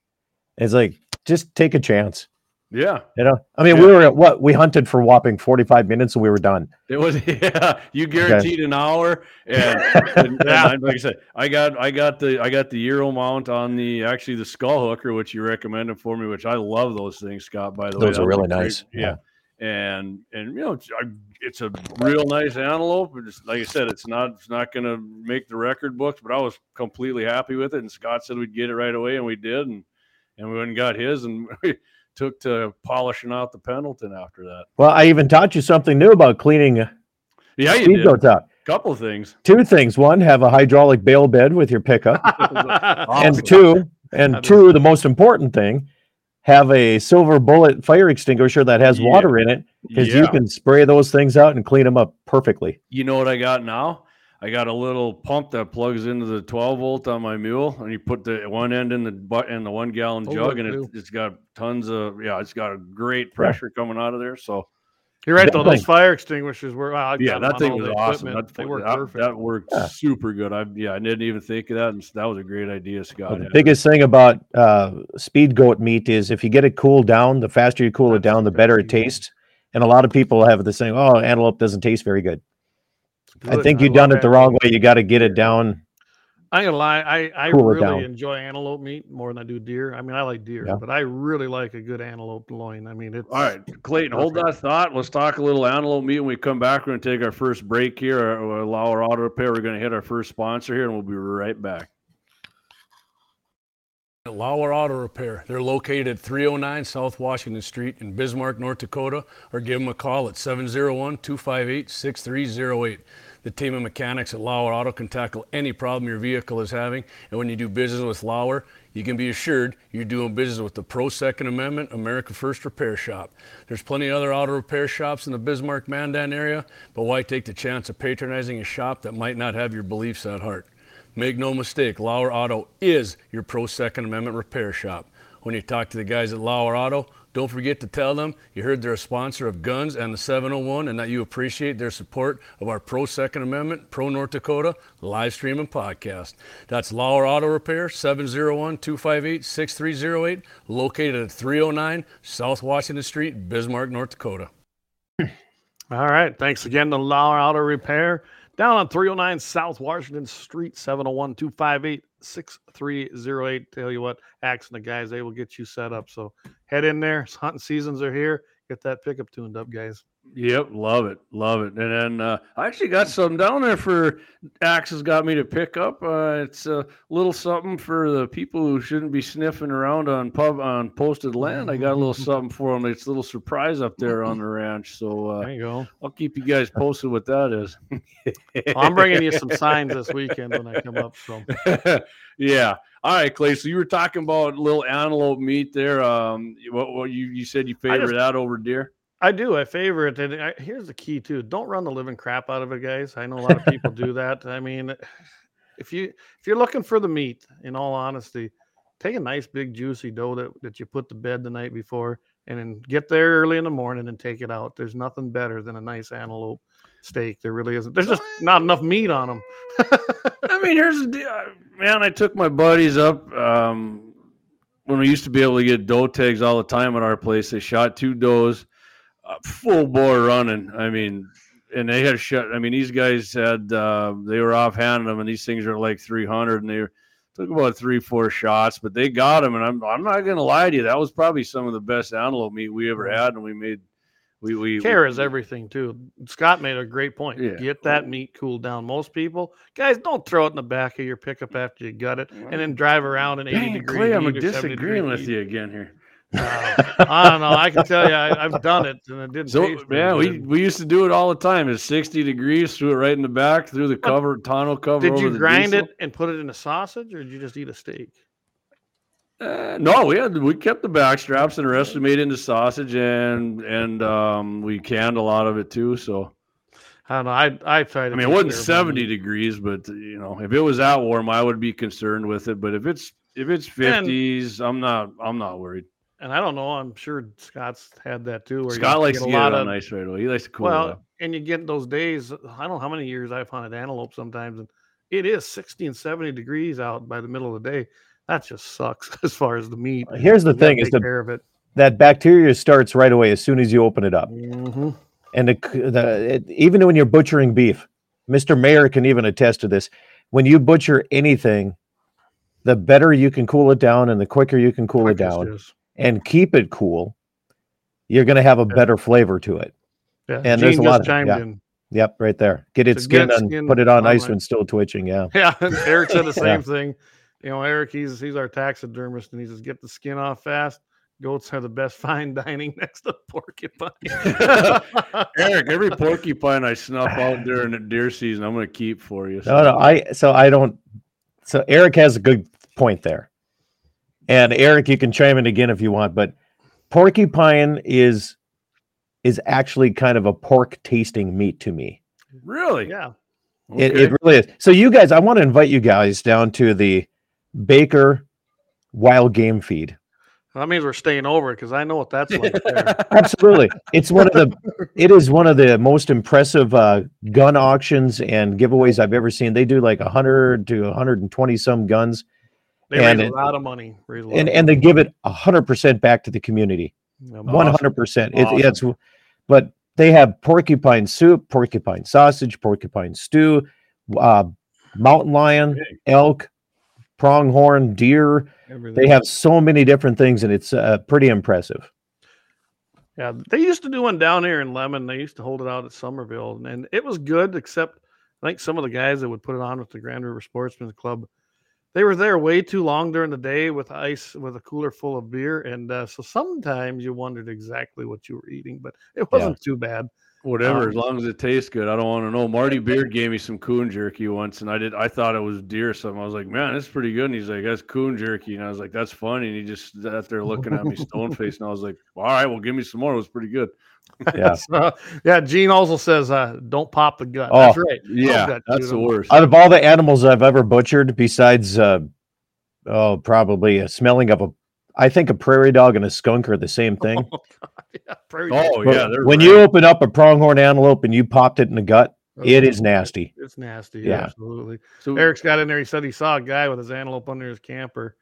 Speaker 3: It's like just take a chance.
Speaker 2: Yeah,
Speaker 3: You know, I mean, we were at what we hunted for whopping 45 minutes and we were done.
Speaker 2: it was. *laughs* Yeah, you guaranteed an hour,
Speaker 3: *laughs*
Speaker 2: and, and- and I- like I said, I got I got the I got the Euro mount on the actually the skull hooker, which you recommended for me, which I love those things, Scott. By the way,
Speaker 3: Those
Speaker 2: That
Speaker 3: are
Speaker 2: was a
Speaker 3: really
Speaker 2: great-
Speaker 3: nice,
Speaker 2: yeah.
Speaker 3: yeah.
Speaker 2: and and you know it's, I- it's a real nice antelope. And It's, like I said, it's not it's not going to make the record books, but I was completely happy with it. And Scott said we'd get it right away, and we did, and and we went and got his, and *laughs* we took to polishing out the Pendleton after that.
Speaker 3: Well, I even taught you something new about cleaning a
Speaker 2: Yeah, you
Speaker 3: speed
Speaker 2: did a
Speaker 3: goat up.
Speaker 2: couple of things.
Speaker 3: Two things: one, have a hydraulic bale bed with your pickup,
Speaker 2: *laughs* Awesome.
Speaker 3: and two, and
Speaker 1: That is-
Speaker 3: two, the most important thing, have a silver bullet fire extinguisher that has
Speaker 2: Yeah.
Speaker 3: water in it because
Speaker 2: yeah.
Speaker 3: you can spray those things out and clean them up perfectly.
Speaker 2: you know what I got now? I got a little pump that plugs into the 12 volt on my mule, and you put the one end in the butt in the one gallon
Speaker 1: Oh,
Speaker 2: jug,
Speaker 1: look,
Speaker 2: and it,
Speaker 1: Lou.
Speaker 2: it's got tons of yeah, it's got a great pressure coming out of there. So
Speaker 1: You're right
Speaker 3: That
Speaker 1: though.
Speaker 3: thing-
Speaker 1: Those fire extinguishers were wow. I've
Speaker 2: yeah,
Speaker 1: got 'em
Speaker 2: that
Speaker 1: on
Speaker 2: thing
Speaker 1: all
Speaker 2: was
Speaker 1: the
Speaker 2: awesome.
Speaker 1: equipment.
Speaker 2: That,
Speaker 1: They worked
Speaker 2: that,
Speaker 1: perfect.
Speaker 2: that worked
Speaker 3: Yeah.
Speaker 2: super good. I yeah, I didn't even think of that, and s- that was a great idea, Scott.
Speaker 3: Well, the
Speaker 2: had.
Speaker 3: biggest thing about uh, speed goat meat is if you get it cooled down, the faster you cool it down, the better it
Speaker 1: Absolutely.
Speaker 3: tastes. And a lot of people have the saying, "Oh, antelope doesn't taste very good."
Speaker 1: It's
Speaker 3: I
Speaker 1: good.
Speaker 3: think you've
Speaker 1: love
Speaker 3: done it the
Speaker 1: that.
Speaker 3: wrong way. You got to get it down.
Speaker 1: I ain't gonna lie, I, I
Speaker 3: Cool it down.
Speaker 1: really enjoy antelope meat more than I do deer. I mean, I like deer,
Speaker 3: Yeah.
Speaker 1: but I really like a good antelope loin. I mean, it's
Speaker 2: All right, Clayton, hold that thought. Let's talk a little antelope meat when we come back. We're going to take our first break here. Our- We'll allow our auto repair. We're going to hit our first sponsor here, and we'll be right back.
Speaker 4: At Lauer Auto Repair. They're located at 309 South Washington Street in Bismarck, North Dakota, or give them a call at 701 258 6308. The team of mechanics at Lauer Auto can tackle any problem your vehicle is having, and when you do business with Lauer, you can be assured you're doing business with the Pro Second Amendment America First Repair Shop. There's plenty of other auto repair shops in the Bismarck Mandan area, but why take the chance of patronizing a shop that might not have your beliefs at heart? Make no mistake, Lauer Auto is your pro Second Amendment repair shop. When you talk to the guys at Lauer Auto, don't forget to tell them you heard they're a sponsor of Guns and the 701 and that you appreciate their support of our pro Second Amendment, pro North Dakota live stream and podcast. That's Lauer Auto Repair, 701 258 6308, located at 309 South Washington Street, Bismarck, North Dakota.
Speaker 1: All right. Thanks again to Lauer Auto Repair down on 309 South Washington Street, 701 258 6308. Tell you what, Axe and the guys, they will get you set up. So head in there. It's Hunting seasons are here. Get that pickup tuned up, guys.
Speaker 2: Yep, love it, love it. And then uh, I actually got some down there for Axe has got me to pick up. Uh, it's a little something for the people who shouldn't be sniffing around on pub on posted land. I got a little something for them. It's a little surprise up there on the ranch. So uh,
Speaker 1: There you go.
Speaker 2: I'll keep you guys posted what that is. *laughs*
Speaker 1: Well, I'm bringing *laughs* you some signs this weekend when I come up. So
Speaker 2: yeah. All right, Clay. So you were talking about little antelope meat there. Um, what, what you you said you
Speaker 1: I
Speaker 2: favor
Speaker 1: just-
Speaker 2: that over deer?
Speaker 1: I do. I favor it. And I, here's the key too: don't run the living crap out of it, guys. I know a lot of people do that. I mean, if you if you're looking for the meat, in all honesty, take a nice big juicy dough that that you put to bed the night before, and then get there early in the morning and take it out. There's nothing better than a nice antelope steak. There really isn't. There's just not enough meat on them.
Speaker 2: I mean, here's the deal. I- Man, I took my buddies up um, when we used to be able to get doe tags all the time at our place. They shot two does, uh, full bore running. I mean, and they had shot. I mean, these guys had uh, they were offhanding them, and these things are like 300, and they were- took about three, four shots, but they got them. And I'm I'm not gonna lie to you, that was probably some of the best antelope meat we ever had, and we made. We, we
Speaker 1: Care is
Speaker 2: we-
Speaker 1: everything too. Scott made a great point.
Speaker 2: Yeah.
Speaker 1: Get that meat cooled down. Most people, guys, don't throw it in the back of your pickup after you gut it, and then drive around in eighty
Speaker 2: Dang,
Speaker 1: degree
Speaker 2: Clay, I'm
Speaker 1: heat or 70 degree
Speaker 2: disagreeing with
Speaker 1: heat.
Speaker 2: you again here.
Speaker 1: Uh,
Speaker 2: *laughs*
Speaker 1: I don't know. I can tell you, I, I've done it, and it didn't.
Speaker 2: So
Speaker 1: taste very
Speaker 2: yeah, we,
Speaker 1: good.
Speaker 2: we used to do it all the time. It's sixty degrees, threw it right in the back, through the cover, tonneau cover.
Speaker 1: did
Speaker 2: over
Speaker 1: you
Speaker 2: the
Speaker 1: grind
Speaker 2: diesel.
Speaker 1: it and put it in a sausage, or did you just eat a steak?
Speaker 2: Uh, no, we had we kept the back straps and the rest we made into sausage and and um, we canned a lot of it too. So
Speaker 1: I don't know. I I tried.
Speaker 2: I
Speaker 1: to
Speaker 2: mean, it
Speaker 1: take
Speaker 2: wasn't
Speaker 1: care of my
Speaker 2: seventy
Speaker 1: meat.
Speaker 2: degrees, but you know, if it was that warm, I would be concerned with it. But if it's if it's fifties, I'm not I'm not worried.
Speaker 1: and I don't know. I'm sure Scott's had that too. Where you
Speaker 2: Scott likes
Speaker 1: get
Speaker 2: to
Speaker 1: a
Speaker 2: get
Speaker 1: lot
Speaker 2: it on
Speaker 1: of
Speaker 2: ice right away. He likes to cool it
Speaker 1: well,
Speaker 2: up.
Speaker 1: and you get those days. I don't know how many years I've hunted antelope sometimes, and it is 60 and 70 degrees out by the middle of the day. That just sucks *laughs* as far as the meat.
Speaker 3: Here's the
Speaker 1: You gotta
Speaker 3: thing: is
Speaker 1: take
Speaker 3: the,
Speaker 1: care of it.
Speaker 3: that bacteria starts right away as soon as you open it up,
Speaker 1: Mhm.
Speaker 3: and the, c- the it, even when you're butchering beef, Mister Mayor can even attest to this. When you butcher anything, the better you can cool it down, and the quicker you can cool it
Speaker 1: Quickest
Speaker 3: down
Speaker 1: is.
Speaker 3: and keep it cool. you're going to have a better flavor to it.
Speaker 1: Yeah.
Speaker 3: And there's a lot of-
Speaker 1: chimed
Speaker 3: yeah.
Speaker 1: in.
Speaker 3: Yep, right there. Get it
Speaker 1: So
Speaker 3: skinned
Speaker 1: get
Speaker 3: and
Speaker 1: skin
Speaker 3: put it on
Speaker 1: on
Speaker 3: ice
Speaker 1: it.
Speaker 3: when still twitching. Yeah.
Speaker 1: *laughs* Yeah, and Eric said the same
Speaker 3: *laughs* Yeah.
Speaker 1: thing. You know, Eric, he's he's our taxidermist, and he says, "Get the skin off fast. Goats are the best *laughs* fine dining next to porcupine."
Speaker 3: *laughs*
Speaker 2: Eric, every *laughs* porcupine I snuff out during the deer season, I'm going to keep for you.
Speaker 3: No, no, I so I don't. So Eric has a good point there, and Eric, you can chime in again if you want. But porcupine is is actually kind of a pork tasting meat to me.
Speaker 2: really?
Speaker 1: *laughs* yeah,
Speaker 3: It,
Speaker 2: Okay.
Speaker 3: it really is. So you guys, I want to invite you guys down to the Baker Wild Game Feed.
Speaker 1: that means we're staying over because I know what that's like.
Speaker 3: *laughs*
Speaker 1: There.
Speaker 3: Absolutely, it's one of the it is one of the most impressive uh, gun auctions and giveaways I've ever seen. They do like hundred to hundred and twenty some guns.
Speaker 1: They
Speaker 3: And
Speaker 1: raise
Speaker 3: it-
Speaker 1: a lot of money. raise a lot
Speaker 3: and
Speaker 1: of
Speaker 3: and
Speaker 1: money.
Speaker 3: they give it hundred percent back to the community.
Speaker 1: Yeah,
Speaker 3: One hundred percent. It's but they have porcupine soup, porcupine sausage, porcupine stew, uh, mountain lion, elk, pronghorn, deer.
Speaker 1: everything.
Speaker 3: They have so many different things, and it's uh, pretty impressive.
Speaker 1: Yeah, they used to do one down here in Lemon. They used to hold it out at Somerville, and- and it was good. Except, I think some of the guys that would put it on with the Grand River Sportsman's Club, they were there way too long during the day with ice, with a cooler full of beer, and uh, so sometimes you wondered exactly what you were eating. But it wasn't too bad.
Speaker 2: Whatever,
Speaker 1: Um,
Speaker 2: as long as it tastes good. I don't want to know. Marty Beard gave me some coon jerky once, and I did. I thought it was deer. or Something. I was like, man, that's pretty good. And he's like, that's coon jerky, and I was like, that's funny. And he just sat there looking at me stone faced, and I was like, all right, well, give me some more. It was pretty good.
Speaker 3: Yeah.
Speaker 1: *laughs* So, yeah, Gene also says, uh, "Don't pop the gun." That's
Speaker 3: Oh,
Speaker 1: right. *laughs*
Speaker 2: Yeah,
Speaker 1: got
Speaker 2: that's
Speaker 1: you.
Speaker 2: the worst.
Speaker 3: Out of all the animals I've ever butchered, besides uh, oh, probably a smelling of a, I think a prairie dog and a skunk are the same thing.
Speaker 2: *laughs*
Speaker 1: Yeah, prairie
Speaker 2: oh
Speaker 1: dog.
Speaker 3: But
Speaker 2: yeah, they're
Speaker 3: when
Speaker 2: rad.
Speaker 3: you open up a pronghorn antelope and you popped it in the gut, it is nasty.
Speaker 1: It's nasty.
Speaker 3: Yeah.
Speaker 1: Absolutely.
Speaker 2: So-
Speaker 1: Eric's got in there. He said he saw a guy with his antelope under his camper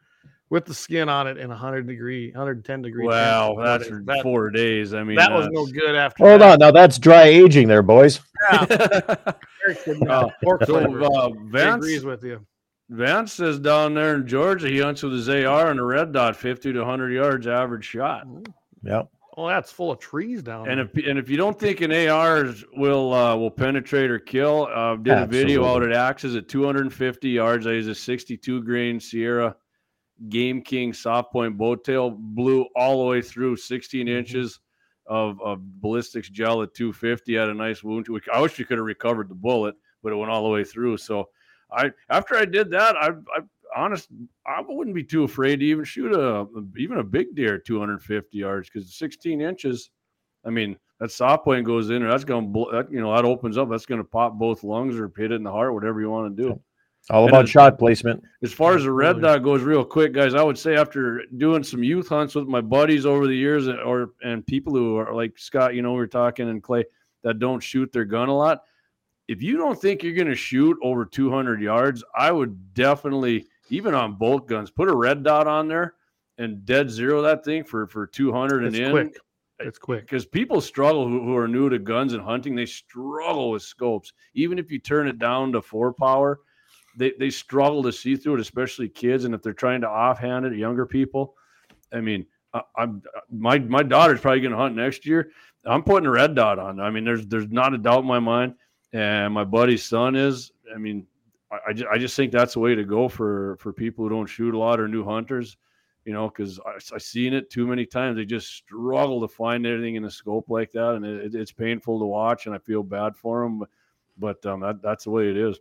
Speaker 1: with the skin on it in 100 degree, 110 degree.
Speaker 2: Wow,
Speaker 1: temperatures. That
Speaker 2: that's for
Speaker 1: is- that,
Speaker 2: four days. I mean,
Speaker 1: that was no
Speaker 2: that's-
Speaker 1: good after
Speaker 3: Hold
Speaker 1: that.
Speaker 3: on, now that's dry aging there, boys.
Speaker 2: *laughs*
Speaker 1: Eric did not. Pork
Speaker 2: Oh, So
Speaker 1: flavor.
Speaker 2: uh,
Speaker 1: He agrees
Speaker 2: Vance,
Speaker 1: with you.
Speaker 2: Vance says down there in Georgia, he hunts with his AR and a red dot, fifty to hundred yards average shot.
Speaker 3: Yep.
Speaker 1: Oh, that's full of trees down
Speaker 2: And
Speaker 1: there.
Speaker 2: if and if you don't think an AR is- will uh, will penetrate or kill, uh, did a video out at Axes at 250 yards. I used a 62 grain Sierra Game King soft point bowtail, blew all the way through 16 inches of, of ballistics gel at 250. Had a nice wound. to it. I wish we could have recovered the bullet, but it went all the way through. So I after I did that, I, I honest, I wouldn't be too afraid to even shoot a even a big deer at 250 yards because 16 inches. I mean, that soft point goes in there. That's going to, bl- that, you know, that opens up. That's going to pop both lungs or hit it in the heart, whatever you want to do.
Speaker 3: All
Speaker 2: And
Speaker 3: about
Speaker 2: it-
Speaker 3: shot placement.
Speaker 2: As far as the red
Speaker 1: Absolutely.
Speaker 2: dot goes, real quick, guys, I would say after doing some youth hunts with my buddies over the years, and- or and people who are like Scott, you know, we were talking and Clay that don't shoot their gun a lot. If you don't think you're going to shoot over 200 yards, I would definitely, even on bolt guns, put a red dot on there and dead zero that thing for for 200
Speaker 1: It's
Speaker 2: and in eh,
Speaker 1: quick. It's quick.
Speaker 2: because people struggle who, who are new to guns and hunting they struggle with scopes even if you turn it down to four power they, they struggle to see through it especially kids and if they're trying to offhand it younger people i mean I, i'm my my daughter's probably going to hunt next year i'm putting a red dot on i mean there's there's not a doubt in my mind and my buddy's son is i mean i, I, just, I just think that's the way to go for for people who don't shoot a lot or new hunters you know, because I've seen it too many times. They just struggle to find anything in a scope like that, and it, it's painful to watch, and I feel bad for them. But um, that, that's the way it is.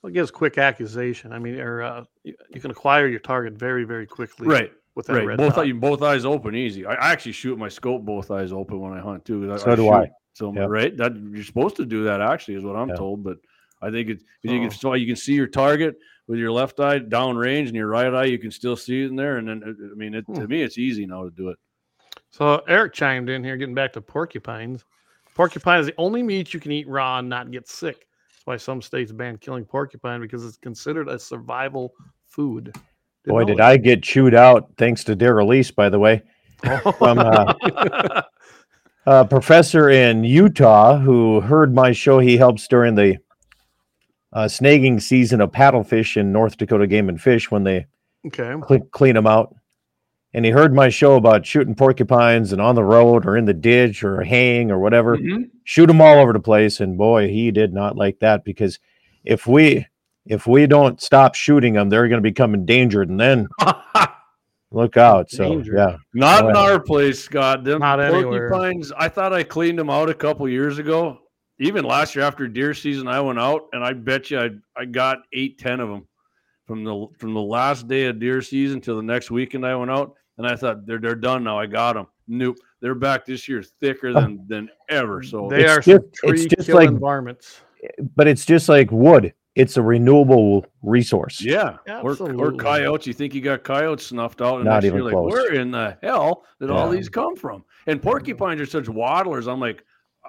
Speaker 1: Well, it gives quick accusation. I mean, or uh, you, you can acquire your target very, very quickly. With that red
Speaker 2: Both
Speaker 1: dot.
Speaker 2: you both eyes open, easy. I, I actually shoot my scope both eyes open when I hunt too. 'cause
Speaker 3: So do
Speaker 2: shoot.
Speaker 3: I.
Speaker 2: So
Speaker 3: Yep.
Speaker 2: right, that you're supposed to do that actually is what I'm
Speaker 3: Yeah.
Speaker 2: told. But I think it's 'cause you can
Speaker 1: Oh.
Speaker 2: so you can see your target with your left eye downrange, and your right eye you can still see it in there. And then uh, I mean, it, to
Speaker 1: Hmm.
Speaker 2: me, it's easy now to do it.
Speaker 1: So Eric chimed in here, getting back to porcupines. Porcupine is the only meat you can eat raw and not get sick. That's why some states ban killing porcupine because it's considered a survival food. Didn't
Speaker 3: Boy,
Speaker 1: know
Speaker 3: did
Speaker 1: that.
Speaker 3: I get chewed out thanks to their release, by the way.
Speaker 1: *laughs*
Speaker 3: From uh, a Uh, professor in Utah who heard my show, he helps during the uh, snagging season of paddlefish in North Dakota Game and Fish when they
Speaker 1: okay.
Speaker 3: clean, clean them out. and he heard my show about shooting porcupines and on the road or in the ditch or hang or whatever,
Speaker 2: Mhm.
Speaker 3: shoot them all over the place. And boy, he did not like that because if we if we don't stop shooting them, they're going to become endangered, and then
Speaker 2: Mm-hmm. *laughs*
Speaker 3: look out. So
Speaker 1: Endangered.
Speaker 3: yeah,
Speaker 2: Not in
Speaker 3: Well.
Speaker 2: our place, Scott. Them
Speaker 1: Not anywhere.
Speaker 2: porcupines. I thought I cleaned them out a couple years ago. Even last year after deer season, I went out and I bet you I I got eight, ten of them from the from the last day of deer season till the next weekend. I went out and I thought they're they're done now. I got them. Nope, they're back this year thicker than than ever. So
Speaker 1: Oh. They
Speaker 3: It's
Speaker 1: are
Speaker 3: just-
Speaker 1: some
Speaker 3: it's
Speaker 1: tree
Speaker 3: just
Speaker 1: killing
Speaker 3: like-
Speaker 1: varmints. *laughs*
Speaker 3: but it's just like wood. It's a renewable resource.
Speaker 2: yeah, or, or
Speaker 1: Absolutely.
Speaker 2: coyotes. You think you got coyotes snuffed out? And
Speaker 3: Not
Speaker 2: next year
Speaker 3: even
Speaker 2: you're
Speaker 3: close.
Speaker 2: Like, Where in the hell did all
Speaker 3: Yeah.
Speaker 2: these come from? And porcupines are such waddlers. I'm like, "Oh,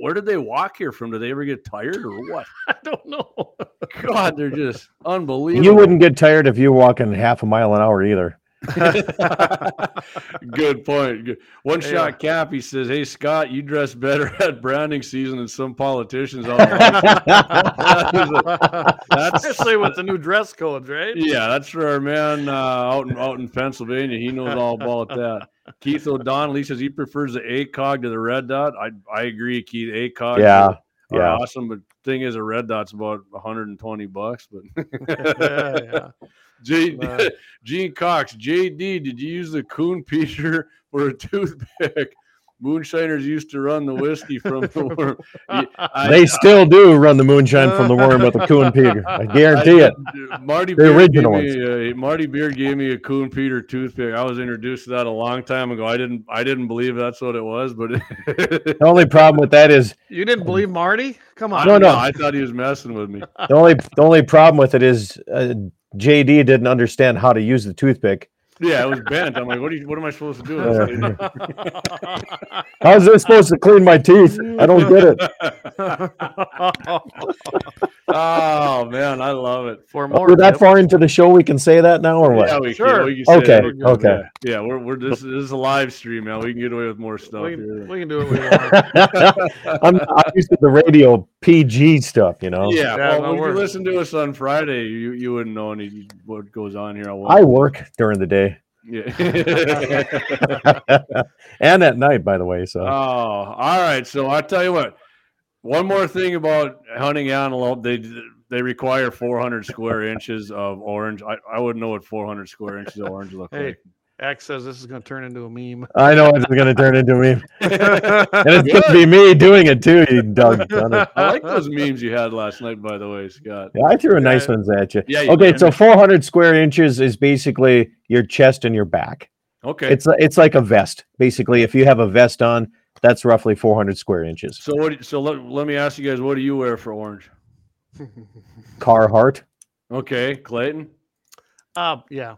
Speaker 2: where did they walk here from? Do they ever get tired or what?
Speaker 1: I don't
Speaker 3: *laughs*
Speaker 1: know. *laughs*
Speaker 2: God, they're just unbelievable.
Speaker 3: You wouldn't get tired if you walking half a mile an hour either.
Speaker 2: *laughs* Good point. Good. One
Speaker 1: Yeah.
Speaker 2: shot cap. He says, "Hey Scott, you dress better *laughs* at branding season than some politicians."
Speaker 1: *laughs*
Speaker 2: on the that's
Speaker 1: Especially with the new dress codes, right?
Speaker 2: Yeah, that's for our man uh, out in out in Pennsylvania. He knows all about that. Keith O'Donnell, he says he prefers the ACOG to the red dot. I I agree, Keith. ACOG
Speaker 3: Yeah,
Speaker 2: are
Speaker 3: yeah.
Speaker 2: awesome, but thing is, a red dot's about 120 bucks. But *laughs*
Speaker 1: yeah, yeah.
Speaker 2: Gene,
Speaker 1: Uh,
Speaker 2: *laughs* Gene Cox, JD, did you use the coon peter *laughs* for a toothpick? Moonshiners used to run the whiskey from the
Speaker 3: *laughs*
Speaker 2: worm. Yeah, *laughs* I-
Speaker 3: they still do run the moonshine from the worm with a coon pig. I guarantee it.
Speaker 2: I- Marty
Speaker 3: The
Speaker 2: Beard
Speaker 3: original
Speaker 2: gave me, uh, Marty Beard gave me a Coon Peter toothpick. I was introduced to that a long time ago. I didn't I didn't believe that's what it was, but *laughs*
Speaker 3: The only problem with that is
Speaker 1: you didn't believe Marty? Come on.
Speaker 3: No, no.
Speaker 2: I thought he was messing with me.
Speaker 3: the only the only problem with it is uh, JD didn't understand how to use the toothpick.
Speaker 2: Yeah, it was bent. I'm like, what do you, what am I supposed to do? with this thing?
Speaker 3: How's this supposed to clean my teeth? I don't get it.
Speaker 2: *laughs* oh man, I love it.
Speaker 1: *laughs* For more,
Speaker 3: We're that
Speaker 1: tips-
Speaker 3: far into the show, we can say that now, or what?
Speaker 2: Yeah, we
Speaker 1: Sure.
Speaker 2: can. We can say
Speaker 3: Okay,
Speaker 2: we're good.
Speaker 3: okay.
Speaker 2: Yeah, yeah, we're, we're this, this is a live stream now. We can get away with more stuff.
Speaker 1: we,
Speaker 2: here.
Speaker 1: can, we can do what we
Speaker 3: *laughs*
Speaker 1: want.
Speaker 3: I'm not used to the radio PG stuff, you know.
Speaker 1: Yeah,
Speaker 2: Yeah, well,
Speaker 1: no,
Speaker 2: when you
Speaker 1: we're-
Speaker 2: listen to us on Friday, you, you wouldn't know any what goes on here. wouldn't.
Speaker 3: I work during the day *laughs*
Speaker 2: *laughs* Yeah.
Speaker 3: and at night, by the way. So
Speaker 2: oh, all right. So I tell you what. One more thing about hunting antelope, they they require 400 square inches of orange. I, I wouldn't know what 400 square inches of orange look
Speaker 1: Hey.
Speaker 2: like.
Speaker 1: X says this is going to turn into a meme.
Speaker 3: I know it's going to turn
Speaker 2: *laughs*
Speaker 3: into me, and it's going to be me doing it too. You dog.
Speaker 2: *laughs* I
Speaker 1: *laughs*
Speaker 2: like those memes you had last night, by the way, Scott.
Speaker 3: Yeah, I threw a nice
Speaker 1: Yeah.
Speaker 3: ones at you.
Speaker 2: Yeah, you
Speaker 3: Okay,
Speaker 2: did.
Speaker 3: so 400 square inches is basically your chest and your back.
Speaker 2: Okay.
Speaker 3: It's it's like a vest. Basically, if you have a vest on, that's roughly 400 square inches.
Speaker 2: so what? So let, let me ask you guys, what do you wear for orange?
Speaker 3: Carhartt.
Speaker 2: Okay, Clayton.
Speaker 1: Uh, yeah.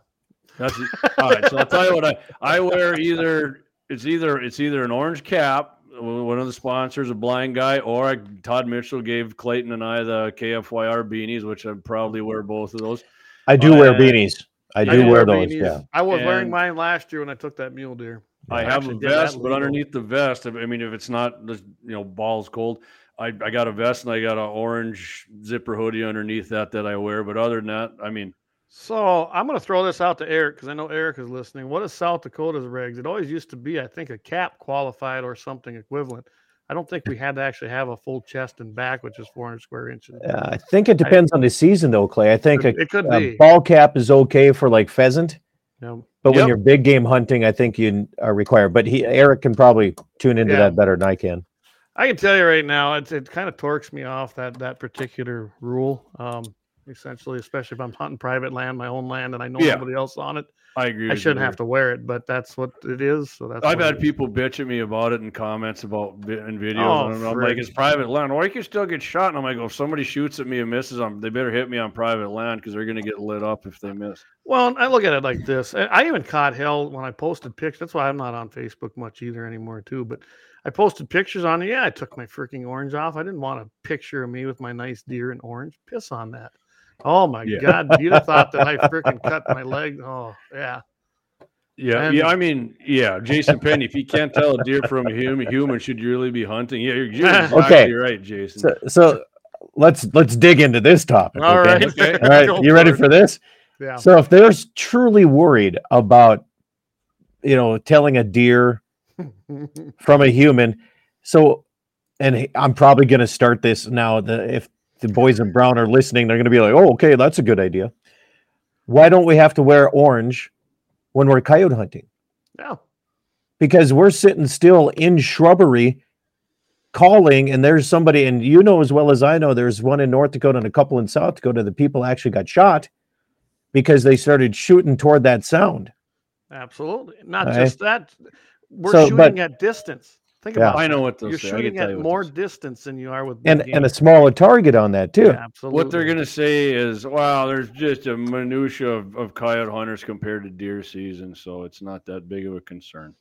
Speaker 2: That's all right. So I'll tell you what I, I wear either it's either it's either an orange cap, w- one of the sponsors, a blind guy, or I, Todd Mitchell gave Clayton and I the KFYR beanies, which I probably wear both of those.
Speaker 3: I do wear
Speaker 2: Uh,
Speaker 3: beanies. I
Speaker 1: I
Speaker 3: do wear those.
Speaker 1: beanies.
Speaker 3: Yeah.
Speaker 1: I was wearing
Speaker 2: And-
Speaker 1: mine last year when I took that mule deer.
Speaker 2: I
Speaker 1: Yeah.
Speaker 2: have a
Speaker 1: Actually did that
Speaker 2: vest, but
Speaker 1: legal.
Speaker 2: underneath the vest, if- I mean, if it's not just, you know balls cold, I, I got a vest and I got an orange zipper hoodie underneath that that I wear. But other than that, I mean,
Speaker 1: So I'm going to throw this out to Eric because I know Eric is listening. What is South Dakota's regs? It always used to be, I think, a cap qualified or something equivalent. I don't think we had to actually have a full chest and back, which is 400 square inches.
Speaker 3: Uh, I think it depends on the season, though, Clay. I think a,
Speaker 1: it could
Speaker 3: a
Speaker 1: be.
Speaker 3: ball cap is okay for like pheasant,
Speaker 1: Yeah.
Speaker 3: but when
Speaker 2: Yep.
Speaker 3: you're big game hunting, I think you are required. But he Eric can probably tune into
Speaker 1: Yeah.
Speaker 3: that better than I can.
Speaker 1: I can tell you right now, it's, it kind of torques me off that that particular rule. Um, essentially, especially if I'm hunting private land, my own land, and I know
Speaker 2: Yeah.
Speaker 1: nobody else on it,
Speaker 2: I agree.
Speaker 1: I
Speaker 2: with you
Speaker 1: shouldn't
Speaker 2: there.
Speaker 1: have to wear it. But that's what it is. So that's
Speaker 2: I've
Speaker 1: what it
Speaker 2: had
Speaker 1: is.
Speaker 2: people bitch at me about it in comments about vi- in videos.
Speaker 1: Oh,
Speaker 2: and I'm- I'm
Speaker 1: frick.
Speaker 2: like, it's private land, or you can still get shot. And I'm like, oh, if somebody shoots at me and misses, i they better hit me on private land because they're gonna get lit up if they miss.
Speaker 1: Well, and I look at it like this. I- I even caught hell when I posted pictures. That's why I'm not on Facebook much either anymore, too. But I posted pictures on. Yeah, I took my freaking orange off. I didn't want a picture of me with my nice deer in orange. Piss on that. Oh my
Speaker 2: Yeah.
Speaker 1: God, Vita thought that
Speaker 2: *laughs*
Speaker 1: I freaking cut my leg. Oh yeah,
Speaker 2: Yeah,
Speaker 1: And-
Speaker 2: *laughs* yeah. I mean, yeah, Jason Penny. if you can't tell a deer from a human, human should you really be hunting? Yeah, you're, *laughs* you're exactly
Speaker 3: Okay.
Speaker 2: right, Jason.
Speaker 3: So, uh, so let's let's dig into this topic.
Speaker 1: All
Speaker 3: okay?
Speaker 1: right. *laughs*
Speaker 2: Okay.
Speaker 3: All right,
Speaker 1: Go
Speaker 3: you ready
Speaker 1: it.
Speaker 3: for this?
Speaker 1: Yeah.
Speaker 3: So if they're s- truly worried about you know, telling a deer from a human. So, and he- I'm probably going to start this now. The, if the boys in brown are listening, they're going to be like, oh, okay, that's a good idea. Why don't we have to wear orange when we're coyote hunting?
Speaker 1: *laughs* Yeah.
Speaker 3: Because we're sitting still in shrubbery calling, and there's somebody, and you know as well as I know, there's one in North Dakota and a couple in South Dakota. The people actually got shot because they started shooting toward that sound.
Speaker 1: Absolutely. Not
Speaker 3: All right.
Speaker 1: just that. We're
Speaker 3: So,
Speaker 1: shooting
Speaker 3: but-
Speaker 1: at distance. Think
Speaker 3: Yeah.
Speaker 1: about
Speaker 2: I
Speaker 1: it.
Speaker 2: know what those
Speaker 1: You're
Speaker 2: say. I can
Speaker 1: shooting
Speaker 2: tell
Speaker 1: at
Speaker 2: you what
Speaker 1: more
Speaker 2: those-
Speaker 1: distance than you are with big
Speaker 3: And,
Speaker 1: game.
Speaker 3: and a smaller target on that, too.
Speaker 1: Absolutely.
Speaker 2: What they're gonna say is, "Wow, there's just a minutia of, of coyote hunters compared to deer season, so it's not that big of a concern."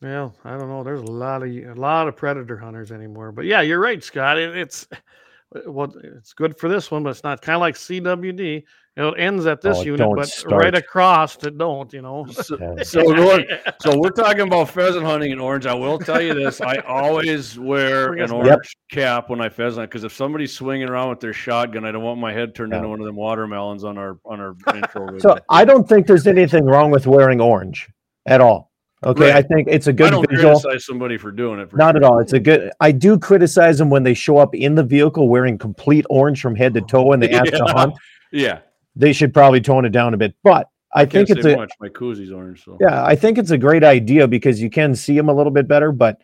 Speaker 1: Yeah, I don't know. There's a lot of a lot of predator hunters anymore, but yeah, you're right, Scott. It, it's *laughs* well, it's good for this one, but it's not kind of like CWD. You know, it ends at this
Speaker 3: Oh,
Speaker 1: unit,
Speaker 3: don't
Speaker 1: but
Speaker 3: start.
Speaker 1: right across to don't. You know,
Speaker 2: So,
Speaker 3: Yeah.
Speaker 2: so going, so we're talking about pheasant hunting in orange. I will tell you this: I always
Speaker 3: *laughs*
Speaker 2: wear
Speaker 1: Bring
Speaker 2: an
Speaker 1: us
Speaker 2: orange
Speaker 1: back.
Speaker 2: cap when I pheasant because if somebody's swinging around with their shotgun, I don't want my head turned
Speaker 3: Yeah.
Speaker 2: into one of them watermelons on our on
Speaker 3: *laughs*
Speaker 2: our intro. video.
Speaker 3: So I don't think there's anything wrong with wearing orange at all. Okay,
Speaker 2: Right.
Speaker 3: I think it's a
Speaker 2: I
Speaker 3: good
Speaker 2: don't
Speaker 3: visual.
Speaker 2: criticize somebody for doing it. For
Speaker 3: Not
Speaker 2: sure.
Speaker 3: at all. It's a good. I do criticize them when they show up in the vehicle wearing complete orange from head to
Speaker 2: *laughs*
Speaker 3: toe and they ask to
Speaker 2: Oh. Yeah.
Speaker 3: hunt.
Speaker 2: Yeah,
Speaker 3: They should probably tone it down a bit. But I,
Speaker 2: can't
Speaker 3: think it's
Speaker 2: say
Speaker 3: a
Speaker 2: much. My koozie's orange, so
Speaker 3: yeah. I think it's a great idea because you can see them a little bit better. But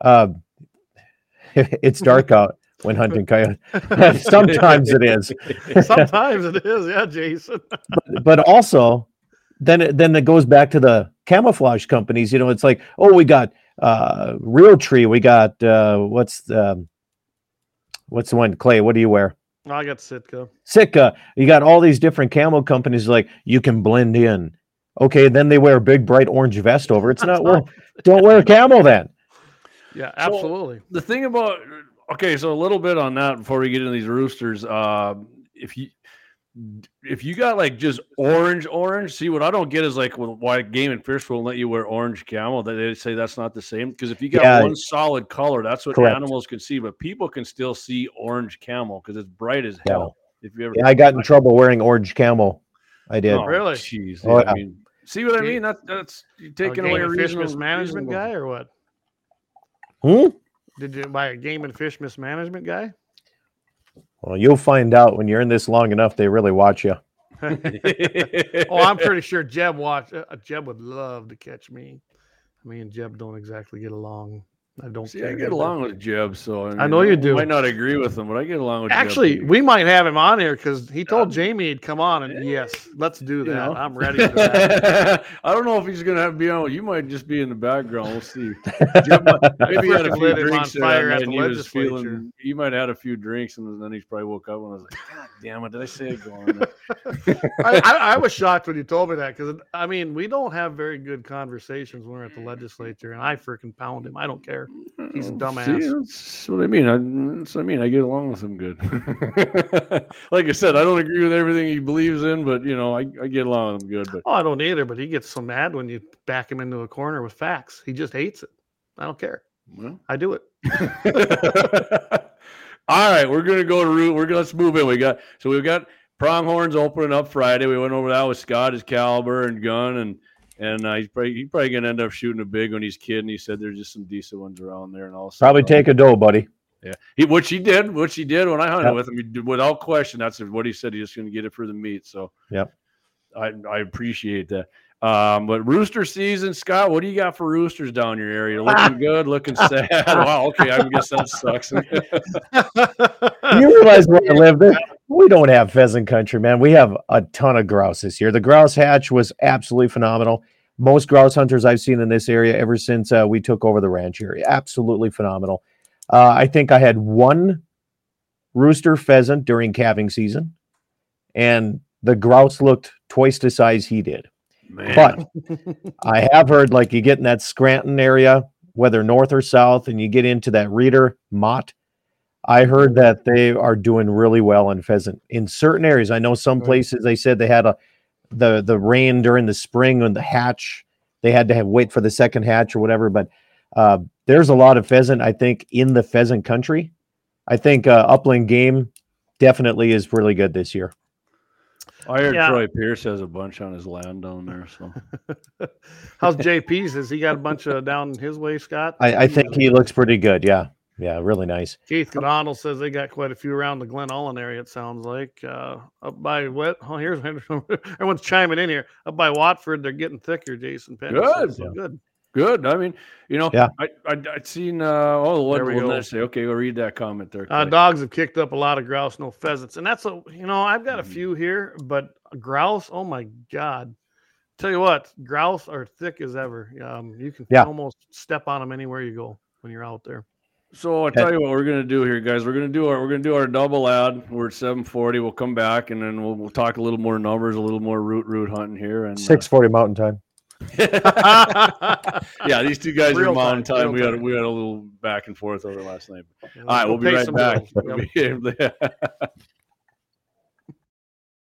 Speaker 3: uh, *laughs* it's dark out when hunting coyote. *laughs* Sometimes it is.
Speaker 1: *laughs* sometimes it is. Yeah, Jason.
Speaker 3: but also then it, then it goes back to the camouflage companies you know it's like oh we got uh real tree we got uh what's the um, what's the one clay what do you wear
Speaker 1: I got Sitka.
Speaker 3: sitka you got all these different camo companies like you can blend in okay then they wear a big bright orange vest over it's not well don't wear camel then
Speaker 1: Yeah,
Speaker 2: So-
Speaker 1: absolutely.
Speaker 2: the thing about okay, so a little bit on that before we get into these roosters. Uh, if you if you got like just orange, orange, see what I don't get is like well, why Game and Fish won't let you wear orange camel. That they say that's not the same because if you got
Speaker 3: Yeah.
Speaker 2: one solid color, that's what
Speaker 3: Correct.
Speaker 2: animals can see, but people can still see orange camel because it's bright as
Speaker 3: Yeah.
Speaker 2: hell. If you ever,
Speaker 3: yeah, i got in trouble wering orange camel i did
Speaker 2: Oh,
Speaker 1: Really?
Speaker 2: Jeez,
Speaker 3: Oh,
Speaker 2: yeah, I
Speaker 3: yeah.
Speaker 2: mean, see what I
Speaker 1: Ga-
Speaker 2: mean? That, that's you're
Speaker 1: A
Speaker 2: taking
Speaker 1: game
Speaker 2: away a
Speaker 1: and fish
Speaker 2: reasonable-
Speaker 1: mismanagement
Speaker 2: reasonable-
Speaker 1: guy or what?
Speaker 3: Hmm?
Speaker 1: Did you buy a game and fish mismanagement guy?
Speaker 3: well you'll find out when you're in this long enough they really watch you
Speaker 1: *laughs* *laughs*
Speaker 2: *laughs*
Speaker 1: Oh, I'm pretty sure Jeb watch. Uh, Jeb would love to catch me. Me and Jeb don't exactly get along. I don't.
Speaker 2: See, I
Speaker 1: care
Speaker 2: get
Speaker 1: either.
Speaker 2: along with Jeb, so
Speaker 1: I know you do.
Speaker 2: Might not agree with him, but I get along with. Jeb
Speaker 1: Actually,
Speaker 2: pretty
Speaker 1: we might have him on here because he told
Speaker 2: Um,
Speaker 1: Jamie he'd come on, and yes, let's do
Speaker 2: you
Speaker 1: that.
Speaker 2: know.
Speaker 1: I'm ready for
Speaker 2: *laughs*
Speaker 1: that.
Speaker 2: good. I don't know if he's gonna have to be on. You might just be in the background.
Speaker 1: *laughs*
Speaker 2: We'll see. Jeb might, maybe he had
Speaker 1: freaking
Speaker 2: a few
Speaker 1: lit him on
Speaker 2: drinks there
Speaker 1: fire
Speaker 2: that
Speaker 1: at
Speaker 2: night and
Speaker 1: the
Speaker 2: he was
Speaker 1: legislature.
Speaker 2: feeling. He might have had a few drinks, and then he probably woke up and was like, "God damn it! Did I say
Speaker 1: *laughs*
Speaker 2: it going?"
Speaker 1: I, I, I was shocked when you told me that because I mean we don't have very good conversations when we're
Speaker 2: Mm.
Speaker 1: at the legislature, and I freaking pound him. I don't care. He's a dumbass.
Speaker 2: Oh, See, that's what I mean. I, that's what I mean. I get along with him good. *laughs* like I said, I don't agree with everything he believes in, but you know, I, I get along with him good. But
Speaker 1: Oh, I don't either. But he gets so mad when you back him into a corner with facts. He just hates it. I don't care.
Speaker 2: well.
Speaker 1: I do it.
Speaker 2: *laughs* All right, we're gonna go to root. We're gonna let's move in. We got so we've got pronghorns opening up Friday. We went over that with Scott, his caliber and gun, and and uh, he's probably he's probably gonna end up shooting a big when he's kidding. He said there's just some decent ones around there, and all that
Speaker 3: probably
Speaker 2: stuff.
Speaker 3: take a doe buddy
Speaker 2: yeah. He which he did, which he did when I hunted
Speaker 3: Yep.
Speaker 2: with him, he did- without question. That's what he said. He's just gonna get it for the meat. So
Speaker 3: Yep.
Speaker 2: I I appreciate that. Um, but rooster season, Scott. What do you got for roosters down your area?
Speaker 3: *laughs*
Speaker 2: Looking good, looking sad. Wow. Okay, I guess that sucks.
Speaker 3: *laughs* you realize where I live? There, we don't have pheasant country, man. We have a ton of grouse this year. The grouse hatch was absolutely phenomenal. Most grouse hunters I've seen in this area ever since uh, we took over the ranch area, absolutely phenomenal. Uh, I think I had one rooster pheasant during calving season, and the grouse looked twice the size he did.
Speaker 2: Man.
Speaker 3: But I have heard like you get in that Scranton area, whether north or south, and you get into that Reader Mott. I heard that they are doing really well in pheasant in certain areas. I know some
Speaker 1: Good.
Speaker 3: places they said they had a the the rain during the spring on the hatch. They had to have wait for the second hatch or whatever. But uh, there's a lot of pheasant. I think in the pheasant country, I think uh, Upland Game definitely is really good this year.
Speaker 2: I heard
Speaker 1: Yeah.
Speaker 2: Troy Pierce has a bunch on his land down there. So
Speaker 1: *laughs* How's JP's? Has he got a bunch of down his way, Scott?
Speaker 3: I, I think he looks pretty good. Yeah. Yeah. Really nice.
Speaker 1: Keith O'Donnell says they got quite a few around the Glen Olin area. It sounds like uh, up by what? Oh, here's *laughs* everyone's chiming in here. Up by Watford, they're getting thicker. Jason Penn,
Speaker 2: Good.
Speaker 1: so good.
Speaker 2: good. I mean, you know,
Speaker 3: Yeah.
Speaker 2: I, I I'd seen. Uh, oh, what
Speaker 1: There we
Speaker 2: what did
Speaker 1: go.
Speaker 2: I say? Okay, go read that comment there.
Speaker 1: Uh,
Speaker 2: Clay.
Speaker 1: dogs have kicked up a lot of grouse, no pheasants, and that's a you know I've got a
Speaker 2: Mhm.
Speaker 1: few here, but grouse, oh my god! Tell you what, grouse are thick as ever. Um, you can
Speaker 3: Yeah.
Speaker 1: almost step on them anywhere you go when you're out there.
Speaker 2: So I tell you what we're gonna do here, guys. We're gonna do our we're gonna do our double ad. We're at seven forty. We'll come back and then we'll, we'll talk a little more numbers, a little more root root hunting here. And uh,
Speaker 3: 640 Mountain Time.
Speaker 2: *laughs* yeah, these two guys are
Speaker 1: Real
Speaker 2: mountain
Speaker 1: time,
Speaker 2: time.
Speaker 1: real
Speaker 2: We had
Speaker 1: time.
Speaker 2: we had a little back and forth over last night. All right, we'll be
Speaker 1: Pay
Speaker 2: right
Speaker 1: some
Speaker 2: *laughs* back.
Speaker 1: bills. Yep.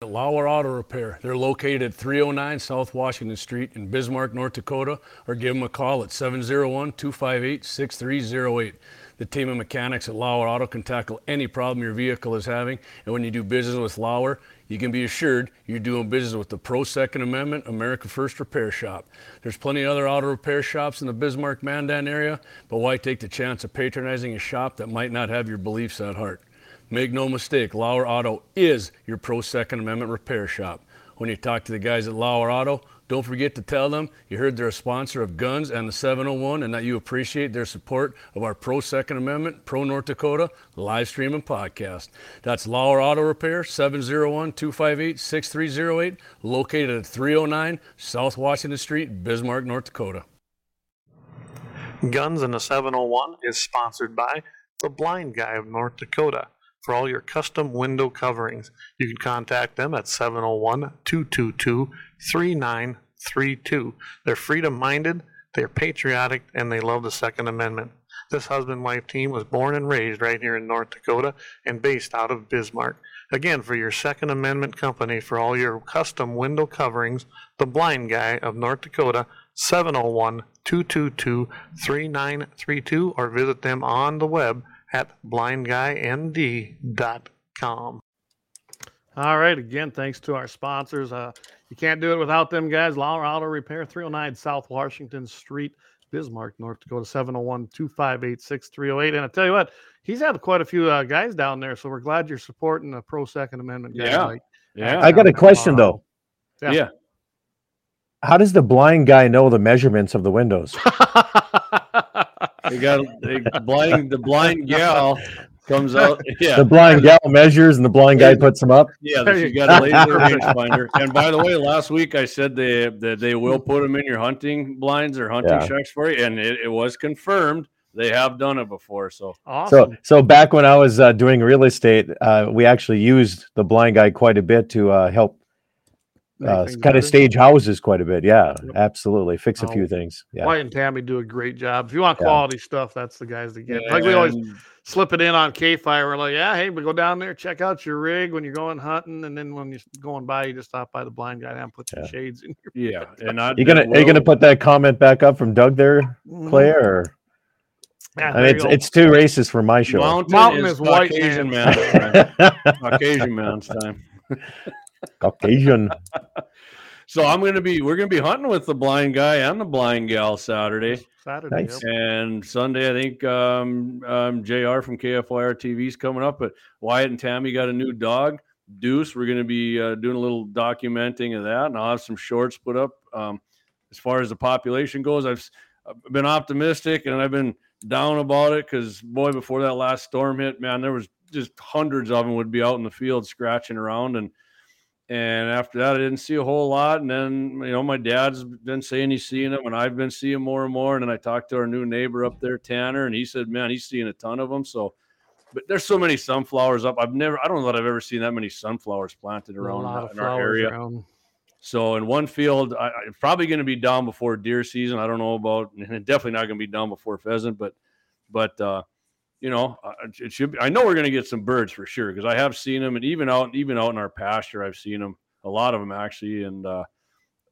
Speaker 4: Lauer Auto Repair. They're located at 309 South Washington Street in Bismarck, North Dakota, or give them a call at 701 258 6308. The team of mechanics at Lauer Auto can tackle any problem your vehicle is having, and when you do business with Lauer, you can be assured you're doing business with the Pro Second Amendment America First Repair Shop. There's plenty of other auto repair shops in the Bismarck Mandan area, but why take the chance of patronizing a shop that might not have your beliefs at heart? Make no mistake, Lauer Auto is your pro Second Amendment repair shop. When you talk to the guys at Lauer Auto, don't forget to tell them you heard they're a sponsor of Guns and the 701 and that you appreciate their support of our pro Second Amendment, pro North Dakota live stream and podcast. That's Lauer Auto Repair, 701 258 6308, located at 309 South Washington Street, Bismarck, North Dakota.
Speaker 5: Guns in a 701 is sponsored by The Blind Guy of North Dakota for all your custom window coverings. You can contact them at 701 222 3932. They're freedom minded, they're patriotic, and they love the Second Amendment. This husband wife team was born and raised right here in North Dakota and based out of Bismarck. Again, for your Second Amendment company for all your custom window coverings, The Blind Guy of North Dakota 701 222 3932 or visit them on the web at blindguymd.com.
Speaker 1: All right. Again, thanks to our sponsors. Uh, you can't do it without them guys. Lauer Auto Repair, 309 South Washington Street, Bismarck, North Dakota, 701 258 6308. And I tell you what, he's had quite a few uh, guys down there. So we're glad you're supporting the pro Second Amendment guys.
Speaker 2: Yeah.
Speaker 1: Mike.
Speaker 2: yeah,
Speaker 3: I got a question, though.
Speaker 1: Oh, Yeah.
Speaker 2: Yeah.
Speaker 3: How does the blind guy know the measurements of the windows?
Speaker 2: they got they, blind the blind gal
Speaker 4: *laughs*
Speaker 2: comes out. Yeah,
Speaker 3: The blind gal measures and the blind guy puts them up.
Speaker 2: yeah, she
Speaker 1: *laughs*
Speaker 2: got a laser range finder. And by the way, last week I said they that they will put them in your hunting blinds or hunting
Speaker 3: Yeah.
Speaker 2: shacks for you, and it, it was confirmed. They have done it before, so
Speaker 1: awesome.
Speaker 3: So, so back when I was uh, doing real estate, uh, we actually used the blind guy quite a bit to uh, help
Speaker 1: Make
Speaker 3: uh,
Speaker 1: things
Speaker 3: kind
Speaker 1: better.
Speaker 3: of stage houses quite a bit. Yeah,
Speaker 1: Yep.
Speaker 3: absolutely. Fix a
Speaker 1: Oh.
Speaker 3: few things. Yeah.
Speaker 1: Wyatt and Tammy do a great job. If you want
Speaker 3: Yeah.
Speaker 1: quality stuff, that's the guys to get. Like we always
Speaker 2: And-
Speaker 1: slip it in on K Fire. We're like, yeah, hey, but go down there, check out your rig when you're going hunting, and then when you're going by, you just stop by the blind guy and put some
Speaker 3: Yeah.
Speaker 1: shades in. Your
Speaker 2: yeah, and I
Speaker 3: You gonna are you gonna put that comment back up from Doug there, Clay? Or
Speaker 1: Mm-hmm. Yeah,
Speaker 3: I
Speaker 1: there
Speaker 3: mean,
Speaker 1: you
Speaker 3: it's,
Speaker 1: go.
Speaker 3: it's too racist for my
Speaker 1: *laughs*
Speaker 3: show.
Speaker 2: Mountain,
Speaker 1: Mountain
Speaker 2: is,
Speaker 1: is white
Speaker 2: Caucasian
Speaker 1: man.
Speaker 2: man.
Speaker 1: *laughs*
Speaker 2: man Caucasian man's time.
Speaker 3: *laughs* Caucasian.
Speaker 2: So I'm gonna be we're gonna be hunting with the blind guy and the blind gal Saturday
Speaker 1: Saturday.
Speaker 3: Nice.
Speaker 1: yep.
Speaker 2: and Sunday. I think um, um, Jr. from KFYR TV is coming up, but Wyatt and Tammy got a new dog, Deuce. We're gonna be uh, doing a little documenting of that, and I'll have some shorts put up. Um, as far as the population goes, I've, s- I've been optimistic and I've been down about it because boy, before that last storm hit, man, there was just hundreds of them would be out in the field scratching around and and after that, I didn't see a whole lot. And then, you know, my dad's been saying he's seeing them, and I've been seeing more and more. And then I talked to our new neighbor up there, Tanner, and he said, "Man, he's seeing a ton of them." So, but there's so many sunflowers up. I've never, I don't know that I've ever seen that many sunflowers planted
Speaker 1: A
Speaker 2: around
Speaker 1: lot of
Speaker 2: in our
Speaker 1: flowers
Speaker 2: area.
Speaker 3: *laughs*
Speaker 1: around.
Speaker 2: So in one field, I, I'm probably going to be down before deer season. I don't know about, *laughs* and it definitely not going to be down before pheasant. But, but uh, you know, uh, it- it should. Be, I know we're going to get some birds for sure because I have seen them, and even out, even out in our pasture, I've seen them. A lot of them actually, and uh,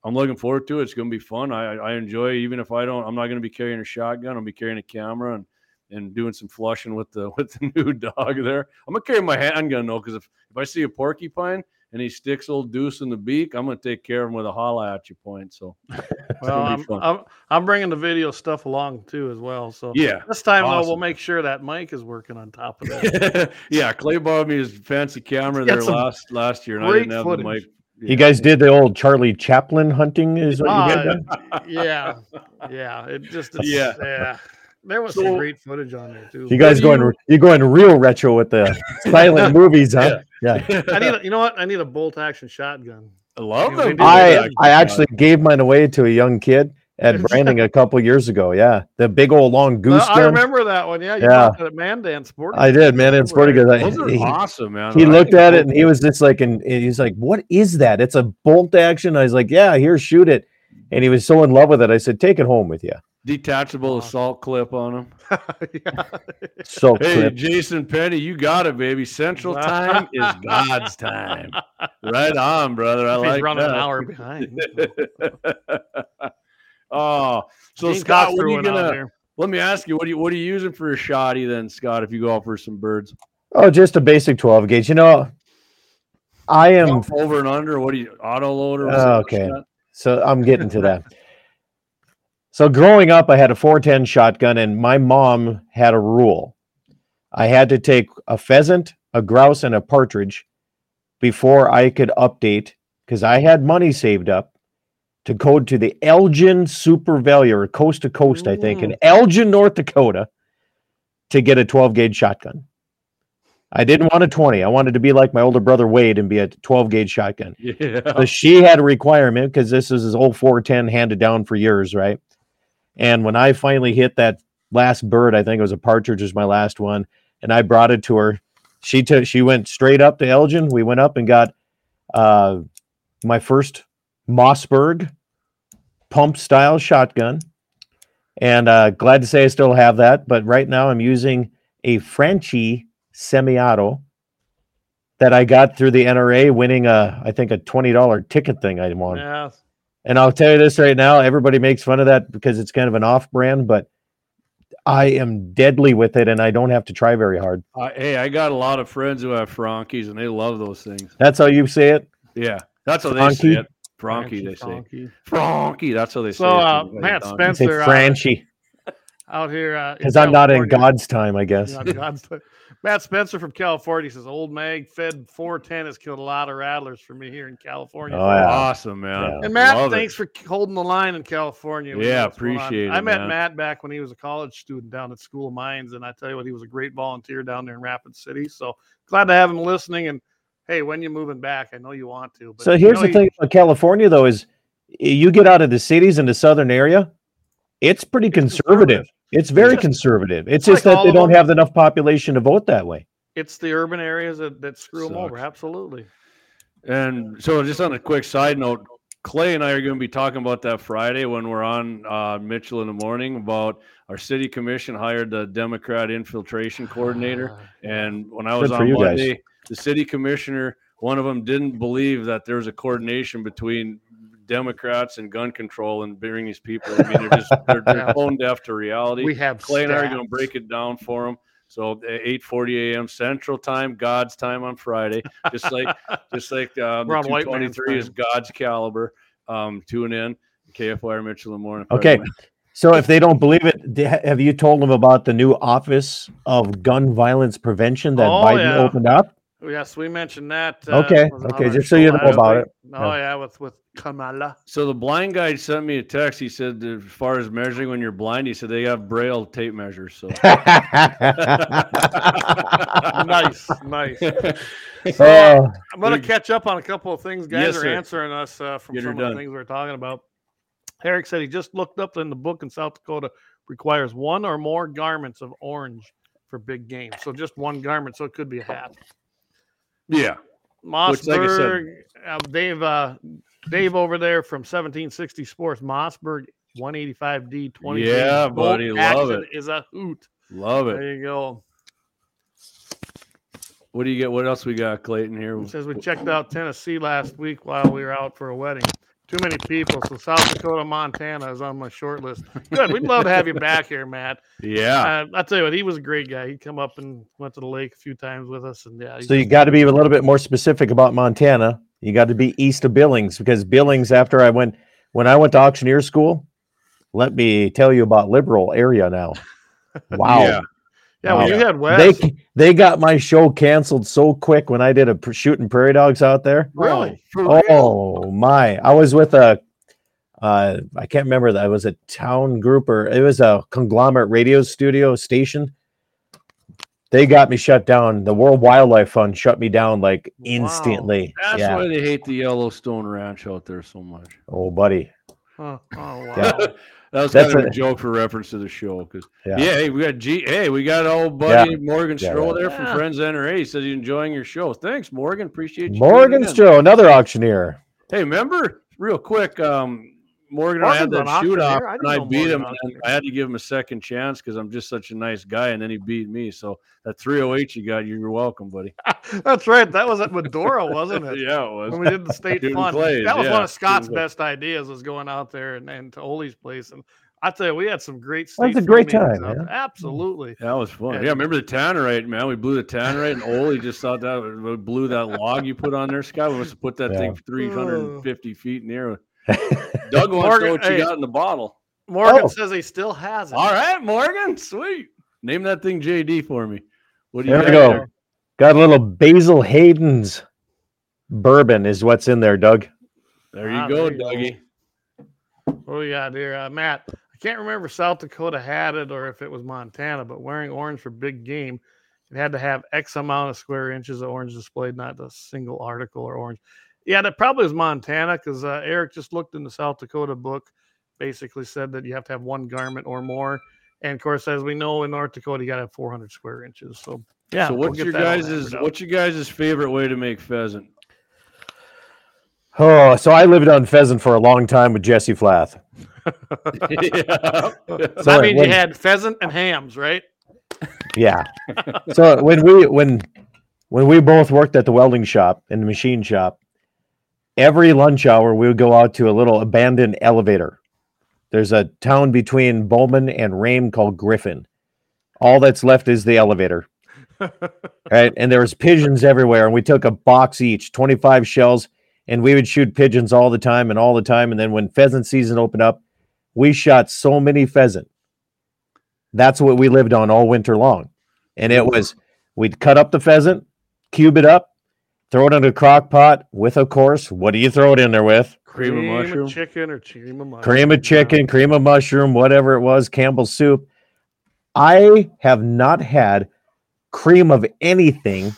Speaker 2: I'm looking forward to it. It's going to be fun. I, I I enjoy, even if I don't. I'm not going to be carrying a shotgun. I'll be carrying a camera and and doing some *laughs* flushing with the with the new dog there. I'm gonna carry my handgun though because if if I see a porcupine and he sticks old Deuce in the beak, I'm going to take care of him with a holla at you point. So,
Speaker 1: Well,
Speaker 2: gonna be
Speaker 1: I'm,
Speaker 2: fun.
Speaker 1: I'm I'm bringing the video stuff along too as well. So
Speaker 2: *laughs* yeah.
Speaker 1: this time though, we'll
Speaker 2: awesome.
Speaker 1: make sure that mic is working on top
Speaker 3: *laughs*
Speaker 1: of that.
Speaker 2: yeah, Clay bought me his fancy camera
Speaker 1: Got
Speaker 2: there
Speaker 1: some
Speaker 2: last last year, and I
Speaker 1: great
Speaker 2: didn't have the
Speaker 1: footage.
Speaker 2: mic.
Speaker 3: You guys did the old Charlie Chaplin hunting, is what you did?
Speaker 1: Ah,
Speaker 3: then?
Speaker 1: yeah,
Speaker 2: *laughs*
Speaker 1: yeah. It just it's-
Speaker 2: Yeah.
Speaker 1: yeah. There was
Speaker 2: So-
Speaker 1: some great footage on there too.
Speaker 3: You guys
Speaker 2: do
Speaker 3: going?
Speaker 2: you-
Speaker 3: You're going real retro with the silent movies, huh? Yeah.
Speaker 1: I need a, you know what? I need a bolt action shotgun.
Speaker 2: I love
Speaker 1: Yeah, we
Speaker 2: them.
Speaker 1: did
Speaker 3: I I actually gave mine away to a young kid at Branding a couple years ago. Yeah, the big old long
Speaker 1: No,
Speaker 3: goose
Speaker 1: I
Speaker 3: gun.
Speaker 1: remember that one. Yeah, you
Speaker 3: Yeah.
Speaker 1: bought that at Mandan Sporting.
Speaker 3: I did, man. It's pretty
Speaker 2: *laughs*
Speaker 3: good.
Speaker 2: Those are
Speaker 3: *laughs* he,
Speaker 2: awesome, man.
Speaker 3: he
Speaker 2: I
Speaker 3: looked
Speaker 2: think
Speaker 3: at
Speaker 2: those-
Speaker 3: it and he was just like, and he's like, "What is that? It's a bolt action." I was like, "Yeah, here, shoot it." And he was so in love with it. I said, "Take it home with you."
Speaker 2: detachable assault clip on him.
Speaker 1: *laughs*
Speaker 2: *laughs*
Speaker 1: Yeah.
Speaker 3: So
Speaker 2: Hey,
Speaker 3: clip.
Speaker 2: Jason Penny, you got it, baby. *laughs* Central time is God's time. Right on, brother. I
Speaker 1: He's
Speaker 2: like
Speaker 1: running
Speaker 2: that.
Speaker 1: an
Speaker 2: *laughs*
Speaker 1: hour behind.
Speaker 2: oh, so
Speaker 1: Gene
Speaker 2: Scott,
Speaker 1: Cox
Speaker 2: what are
Speaker 1: threw
Speaker 2: you
Speaker 1: one out
Speaker 2: gonna?
Speaker 1: there.
Speaker 2: Let me ask you, what are you what are you using for a shoddy then, Scott? If you go out for some birds,
Speaker 3: Oh, just a basic 12 gauge. You know, I am *laughs*
Speaker 2: over and under. What do you auto loader?
Speaker 3: Oh, okay. so I'm getting to that. So growing up, I had a 410 shotgun, and my mom had a rule. I had to take a pheasant, a grouse, and a partridge before I could update because I had money saved up to go to the Elgin Super Value or Coast to Coast, I think, in Elgin, North Dakota, to get a 12 gauge shotgun. I didn't want a 20. I wanted to be like my older brother Wade and be a 12 gauge shotgun.
Speaker 2: *laughs* Yeah.
Speaker 3: So she had a requirement because this is his old 410 handed down for years, right? And when I finally hit that last bird, I think it was a partridge was my last one, and I brought it to her. She took she went straight up to Elgin. We went up and got uh my first Mossberg pump style shotgun. And uh glad to say I still have that, but right now I'm using a Franchi semi-auto that I got through the NRA winning a I think a $20 ticket thing I won.
Speaker 1: Yeah.
Speaker 3: And I'll tell you this right now, everybody makes fun of that because it's kind of an off brand, but I am deadly with it and I don't have to try very hard.
Speaker 2: I, hey, I got a lot of friends who have Frankies, and they love those things.
Speaker 3: That's how you say it.
Speaker 2: Yeah, that's how they
Speaker 3: Frankie?
Speaker 2: say it. Frankie, they say.
Speaker 1: Frankie.
Speaker 2: Frankie, that's how they say
Speaker 1: So,
Speaker 2: it.
Speaker 1: uh,
Speaker 2: Like
Speaker 1: Matt
Speaker 2: Don-
Speaker 1: Spencer-
Speaker 3: Say
Speaker 1: Spencer, uh,
Speaker 3: Franchi
Speaker 1: Out here, uh,
Speaker 3: because I'm not in
Speaker 1: California.
Speaker 3: God's time, I guess.
Speaker 1: Yeah, God's- Matt Spencer from California says old mag fed 410 has killed a lot of rattlers for me here in California.
Speaker 3: Oh, yeah.
Speaker 2: Awesome, man.
Speaker 3: Yeah.
Speaker 1: And Matt,
Speaker 2: Love it.
Speaker 1: thanks for holding the line in California. We know
Speaker 2: Yeah,
Speaker 1: what's going on.
Speaker 2: appreciate it,
Speaker 1: I met
Speaker 2: man.
Speaker 1: Matt back when he was a college student down at School of Mines, and I tell you what, he was a great volunteer down there in Rapid City. So glad to have him listening. And hey, when you moving back, I know you want to. But
Speaker 3: So
Speaker 1: you
Speaker 3: here's
Speaker 1: know
Speaker 3: the
Speaker 1: he-
Speaker 3: thing about California, though, is you get out of the cities in the southern area, it's pretty
Speaker 1: It's
Speaker 3: conservative. It's very
Speaker 1: just-
Speaker 3: conservative. It's
Speaker 1: like
Speaker 3: just that
Speaker 1: all
Speaker 3: they
Speaker 1: of
Speaker 3: don't
Speaker 1: them.
Speaker 3: have enough population to vote that way.
Speaker 1: It's the urban areas that, that screw him over.
Speaker 2: Sucks.
Speaker 1: Absolutely.
Speaker 2: And so, just on a quick side note, Clay and I are going to be talking about that Friday when we're on uh, Mitchell in the morning about our city commission hired the Democrat infiltration coordinator.
Speaker 1: Ah,
Speaker 2: And when I was
Speaker 3: Good for
Speaker 2: on
Speaker 3: you guys.
Speaker 2: Monday, the city commissioner, one of them didn't believe that there was a coordination between Democrats and gun control and bringing these people. I mean,
Speaker 3: *laughs*
Speaker 2: they're just they're, they're
Speaker 1: Yeah.
Speaker 2: tone deaf to reality.
Speaker 1: We have
Speaker 2: Clay and I are
Speaker 1: stats.
Speaker 2: going to break it down for them. So eh, at 8:40 a.m. Central Time, God's time on Friday, just
Speaker 1: *laughs*
Speaker 2: like just like um,
Speaker 1: We're on white man's
Speaker 2: 223 is
Speaker 1: time.
Speaker 2: God's caliber. Um, tune in, KFYR Mitchell in the morning.
Speaker 3: Okay. So if they don't believe it, they- have you told them about the new Office of Gun Violence Prevention that
Speaker 1: Oh,
Speaker 3: Biden
Speaker 1: yeah. *laughs*
Speaker 3: opened up? *laughs*
Speaker 1: Oh, Yes, we mentioned that. uh,
Speaker 3: Okay,
Speaker 1: was on
Speaker 3: okay,
Speaker 1: our
Speaker 3: just so you
Speaker 1: show
Speaker 3: know
Speaker 1: last
Speaker 3: about
Speaker 1: week.
Speaker 3: it.
Speaker 1: Oh yeah, with with Kamala.
Speaker 2: *laughs* So the blind guy sent me a text. He said, that as far as measuring when you're blind, he said they have braille tape measures.
Speaker 3: *laughs*
Speaker 2: So *laughs*
Speaker 1: nice, nice.
Speaker 3: oh,
Speaker 1: I'm gonna
Speaker 2: Big-
Speaker 1: catch up on a couple of things guys
Speaker 2: Yes,
Speaker 1: are
Speaker 2: sir.
Speaker 1: answering us uh, from
Speaker 2: Get her
Speaker 1: some of the
Speaker 2: done.
Speaker 1: things we are talking about. Eric said he just looked up in the book in South Dakota requires one or more garments of orange for big game. So just one garment, so it could be a hat.
Speaker 2: yeah, Which, like I said-
Speaker 1: Mossberg, uh, Dave, uh, Dave over there from 1760 Sports, Mossberg 185D 20.
Speaker 2: Yeah, buddy, love
Speaker 1: action Is a hoot.
Speaker 2: love it.
Speaker 1: There you go.
Speaker 2: What do you get? What else we got, Clayton? Here
Speaker 3: Mm.
Speaker 1: It says we checked out Tennessee last week while we were out for a wedding. Too many people. So South Dakota, Montana is on my short list. Good. We'd love to
Speaker 3: *laughs*
Speaker 1: have you back here, Matt.
Speaker 2: Yeah.
Speaker 3: Ah.
Speaker 1: Uh, I'll tell you what, he was a great guy. He'd come up and went to the lake a few times with us. And yeah, he's
Speaker 3: So you got to be a little bit more specific about Montana. You got to be east of Billings because Billings, after I went when I went to auctioneer school, let me tell you about liberal area now. Wow,
Speaker 2: Yeah.
Speaker 1: yeah, well,
Speaker 3: wow.
Speaker 1: you had Wes.
Speaker 3: Oh, they they got my show canceled so quick when I did a pr- shooting prairie dogs out there.
Speaker 1: really?
Speaker 3: Oh my! I was with a, uh, I can't remember that. It was a town group or it was a conglomerate radio studio station. They got me shut down. The World Wildlife Fund shut me down like
Speaker 1: Wow.
Speaker 3: instantly.
Speaker 2: That's
Speaker 3: yeah.
Speaker 2: why they hate the Yellowstone Ranch out there so much.
Speaker 3: Oh, buddy.
Speaker 1: Huh. Oh, wow.
Speaker 2: *laughs* that was
Speaker 3: That's
Speaker 2: kind of a,
Speaker 3: a-
Speaker 2: joke for reference to the show because yeah.
Speaker 3: Yeah.
Speaker 2: hey, we got G. Hey, we got old buddy Morgan
Speaker 3: Yeah,
Speaker 2: Stroll there
Speaker 1: Yeah.
Speaker 2: from Friends NRA. He says he's enjoying your show. Thanks, Morgan. Appreciate you. tuning
Speaker 3: Morgan
Speaker 2: in.
Speaker 3: Stroh, another auctioneer.
Speaker 2: Hey, remember real quick, um, Morgan and I had
Speaker 1: Morgan's
Speaker 2: that
Speaker 1: an
Speaker 2: shoot off,
Speaker 1: auctioneer. I
Speaker 2: and
Speaker 1: didn't
Speaker 2: I
Speaker 1: know
Speaker 2: beat
Speaker 1: Morgan
Speaker 2: him. and
Speaker 1: auctioneer.
Speaker 2: I had to give him a second chance because I'm just such a nice guy, and then he beat me. So that 308 you got, you're
Speaker 1: *laughs*
Speaker 2: welcome, buddy.
Speaker 1: That's right. That was at Medora, wasn't
Speaker 3: *laughs*
Speaker 1: it?
Speaker 2: yeah, it was.
Speaker 1: When we did the state
Speaker 2: Shooting
Speaker 1: fun,
Speaker 2: plays,
Speaker 1: that was
Speaker 2: yeah,
Speaker 1: one of Scott's
Speaker 2: shooting plays.
Speaker 1: best ideas was going out there and, and to Ole's place. And I tell you, we had some great.
Speaker 3: That was
Speaker 1: state
Speaker 3: a great
Speaker 1: fun meetings
Speaker 3: time, Mm.
Speaker 1: out
Speaker 3: yeah.
Speaker 1: there. Absolutely.
Speaker 2: That was fun.
Speaker 1: Yeah.
Speaker 2: Yeah, remember the tannerite, man? We blew the tannerite, and Ole just thought that we blew that log you put on there, Scott. We must have put that
Speaker 3: Yeah.
Speaker 2: thing 350 feet in the
Speaker 3: *laughs*
Speaker 2: air. Doug wants to
Speaker 1: Morgan,
Speaker 2: know what you
Speaker 1: hey.
Speaker 2: got in the bottle.
Speaker 1: Morgan
Speaker 3: Oh.
Speaker 1: says he still has it.
Speaker 2: All right, Morgan, sweet. Name that thing JD for me. What do you
Speaker 3: There we
Speaker 2: got
Speaker 3: go. Got a little Basil Hayden's bourbon is what's in there, Doug.
Speaker 2: There you
Speaker 1: Ah,
Speaker 2: go,
Speaker 1: there you go.
Speaker 2: Dougie.
Speaker 1: What do we got here, uh, Matt? I can't remember if South Dakota had it or if it was Montana, but wearing orange for big game, it had to have X amount of square inches of orange displayed, not a single article or orange. Yeah, that probably was Montana because uh, Eric just looked in the South Dakota book, basically said that you have to have one garment or more. And of course, as we know in North Dakota, you got to have 400 square inches. So, yeah.
Speaker 2: so
Speaker 1: we'll
Speaker 2: what's
Speaker 1: get
Speaker 2: your
Speaker 1: that all
Speaker 2: guys'
Speaker 1: hammered out.
Speaker 2: what's your guys' favorite way to
Speaker 1: *laughs*
Speaker 2: make pheasant? *laughs*
Speaker 3: Oh, so I lived on pheasant for a long time with Jesse Flath.
Speaker 2: yeah.
Speaker 3: So
Speaker 1: that
Speaker 3: it
Speaker 1: means you
Speaker 3: wasn't-
Speaker 1: had pheasant and hams, right?
Speaker 3: Yeah. so when we when when we both worked at the welding shop and the machine shop, every lunch hour we would go out to a little abandoned elevator. There's a town between Bowman and Rame called Griffin. All that's left is the elevator. right? And there was pigeons everywhere and we took a box each, 25 shells and we would shoot pigeons all the time and all the time and then when pheasant season opened up, we shot so many pheasant. That's what we lived on all winter long. And
Speaker 1: Mm-hmm.
Speaker 3: it was we'd cut up the pheasant, cube it up, throw it in a crock pot with, of course, what do you throw it in there with?
Speaker 2: Cream
Speaker 1: of
Speaker 2: of mushroom.
Speaker 1: chicken or cream of mushroom.
Speaker 3: Cream of chicken, cream of mushroom, whatever it was, Campbell's soup. I have not had cream of
Speaker 1: *laughs*
Speaker 3: anything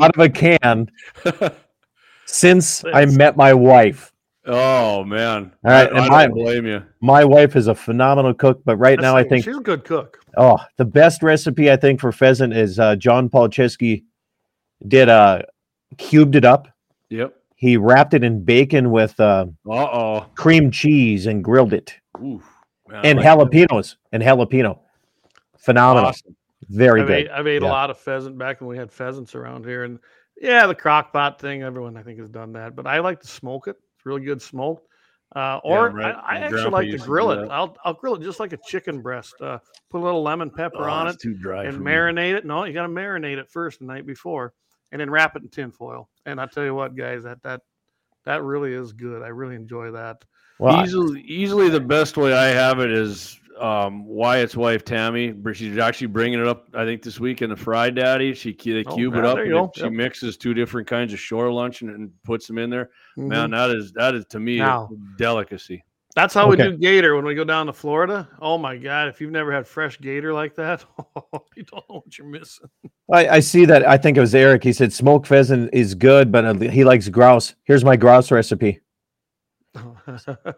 Speaker 3: out of a can since I
Speaker 1: Since.
Speaker 3: met my wife.
Speaker 2: *laughs* oh man.
Speaker 3: All right,
Speaker 2: I,
Speaker 3: and
Speaker 2: I
Speaker 3: my-
Speaker 2: don't blame you.
Speaker 3: My wife is a phenomenal cook, but right now I
Speaker 1: That's-
Speaker 3: think
Speaker 1: she's a good cook.
Speaker 3: Oh, the best recipe I think for pheasant is uh, John Palczewski did uh cubed it up.
Speaker 2: Yep.
Speaker 3: He wrapped it in bacon with uh,
Speaker 2: Uh oh.
Speaker 3: cream cheese and grilled it,
Speaker 2: Ooh, man, I
Speaker 3: and
Speaker 2: like
Speaker 3: jalapenos and jalapeno.
Speaker 2: that.
Speaker 3: Phenomenal,
Speaker 2: Awesome.
Speaker 3: very
Speaker 1: I've
Speaker 3: good.
Speaker 1: ate, I've ate a
Speaker 3: Yeah.
Speaker 1: lot of pheasant back when we had pheasants around here, and yeah, the crock pot thing. Everyone I think has done that, but I like to smoke it. It's really good smoked. Uh, or
Speaker 2: right.
Speaker 1: I, I
Speaker 2: My
Speaker 1: actually
Speaker 2: grandpa
Speaker 1: like to
Speaker 2: used to
Speaker 1: grill
Speaker 2: do
Speaker 1: it.
Speaker 2: that.
Speaker 1: I'll I'll grill it just like a chicken breast. Uh, put a little lemon pepper
Speaker 2: Oh,
Speaker 1: on
Speaker 2: it's
Speaker 1: it
Speaker 2: too dry.
Speaker 1: and
Speaker 2: for me.
Speaker 1: marinate it. No, you got to marinate it first the night before, and then wrap it in tin foil. And I tell you what, guys, that that that really is good. I really enjoy that.
Speaker 3: Well, I-
Speaker 2: easily, easily the best way I have it is um, Wyatt's wife Tammy. br- She's actually bringing it up. I think this week in the Fry Daddy, she cu- they
Speaker 1: Oh,
Speaker 2: cube it
Speaker 1: yeah,
Speaker 2: up.
Speaker 1: there
Speaker 2: And
Speaker 1: you
Speaker 2: it-
Speaker 1: go.
Speaker 2: she
Speaker 1: Yep.
Speaker 2: mixes two different kinds of shore lunch and, and puts them in there.
Speaker 1: Mhm.
Speaker 2: Man, that is that is to me
Speaker 1: Now-
Speaker 2: a delicacy.
Speaker 1: That's how
Speaker 3: Okay.
Speaker 1: we do gator when we go down to Florida. Oh my God! If you've never had fresh gator like that, *laughs* oh, you don't know what you're
Speaker 3: *laughs*
Speaker 1: missing.
Speaker 3: I, I see that. I think it was Eric. He said smoked pheasant is good, but uh, he likes grouse. Here's my grouse recipe:
Speaker 1: I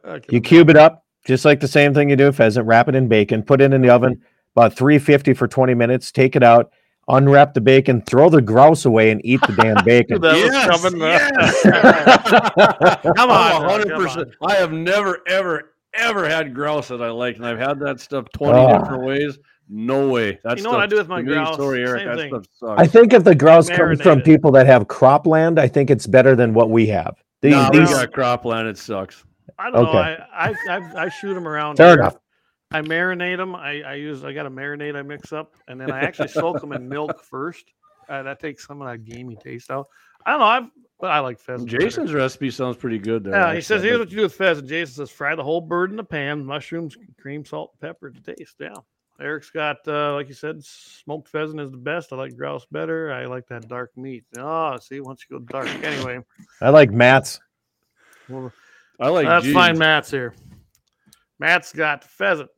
Speaker 1: can
Speaker 3: you cube it up, just like the same thing you do pheasant. Wrap it in bacon, put it in the oven about 350 for 20 minutes. Take it out, unwrap the bacon, throw the grouse away, and eat the
Speaker 1: *laughs*
Speaker 3: damn bacon.
Speaker 1: imagine that was
Speaker 2: Yes,
Speaker 1: coming up.
Speaker 2: yes.
Speaker 1: *laughs*
Speaker 3: *laughs*
Speaker 1: Come
Speaker 2: I'm
Speaker 1: on,
Speaker 2: a
Speaker 1: Doug,
Speaker 2: hundred
Speaker 1: come
Speaker 2: percent.
Speaker 1: on.
Speaker 2: I have never, ever, ever had grouse that I liked, and I've had that stuff twenty
Speaker 3: Oh.
Speaker 2: different ways. No way. That's
Speaker 1: You know what I do with my grouse?
Speaker 2: Sorry, Eric.
Speaker 1: Same
Speaker 2: that
Speaker 1: thing.
Speaker 2: stuff sucks.
Speaker 3: I think if the grouse comes from
Speaker 1: Marinated.
Speaker 3: people that have cropland, I think it's better than what we have. These,
Speaker 2: No, we
Speaker 3: these,
Speaker 2: got cropland. It sucks.
Speaker 1: I don't
Speaker 3: Okay.
Speaker 1: know. I, I I I shoot them around.
Speaker 3: fair
Speaker 1: here.
Speaker 3: enough.
Speaker 1: I marinate them. I, I use I got a marinade I mix up, and then I actually soak them in
Speaker 3: *laughs*
Speaker 1: milk first. Uh, that takes some of that gamey taste out. I don't know. I've but I like pheasant. better.
Speaker 2: Jason's recipe sounds pretty good there.
Speaker 1: Yeah, he says
Speaker 2: actually.
Speaker 1: here's what you do with pheasant. Jason says fry the whole bird in the pan, mushrooms, cream, salt, pepper to taste. Yeah. Eric's got uh, like you said, smoked pheasant is the best. I like grouse better. I like that dark meat. Oh, see, once you go dark.
Speaker 3: *laughs*
Speaker 1: Anyway,
Speaker 3: I like Matt's.
Speaker 1: well,
Speaker 2: I like
Speaker 1: Let's
Speaker 2: G's.
Speaker 1: find Matt's here. Matt's got pheasant,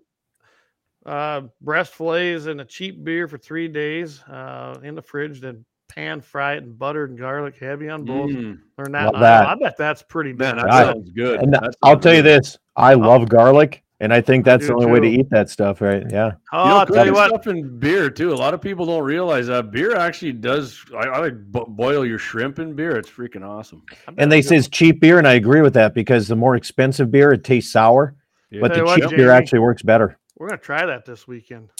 Speaker 1: uh, breast fillets, and a cheap beer for three days uh, in the fridge. Then pan fry it in butter and garlic, heavy on both.
Speaker 2: Mm,
Speaker 1: Learn that.
Speaker 3: Love
Speaker 1: in Iowa.
Speaker 3: that.
Speaker 1: I bet that's pretty.
Speaker 2: man, that
Speaker 3: I-
Speaker 2: sounds good.
Speaker 3: And uh,
Speaker 2: That sounds
Speaker 3: I'll tell you
Speaker 2: good.
Speaker 3: this: I love garlic, and I think that's the
Speaker 1: do
Speaker 3: only way to
Speaker 1: too.
Speaker 3: eat that stuff. Right? Yeah.
Speaker 1: Oh,
Speaker 2: You know,
Speaker 1: I'll tell you
Speaker 2: cooking
Speaker 1: what.
Speaker 2: Stuff in beer too. A lot of people don't realize that beer actually does. I, I like bo- boil your shrimp in beer. It's freaking awesome.
Speaker 1: I bet
Speaker 3: And they
Speaker 1: that's
Speaker 3: says cheap beer, and I agree with that because the more expensive beer, it tastes sour,
Speaker 2: Yeah.
Speaker 3: but
Speaker 1: Tell you
Speaker 3: the
Speaker 1: what,
Speaker 3: cheap beer
Speaker 1: Jamie.
Speaker 3: actually works better.
Speaker 1: good. we're gonna try that this weekend.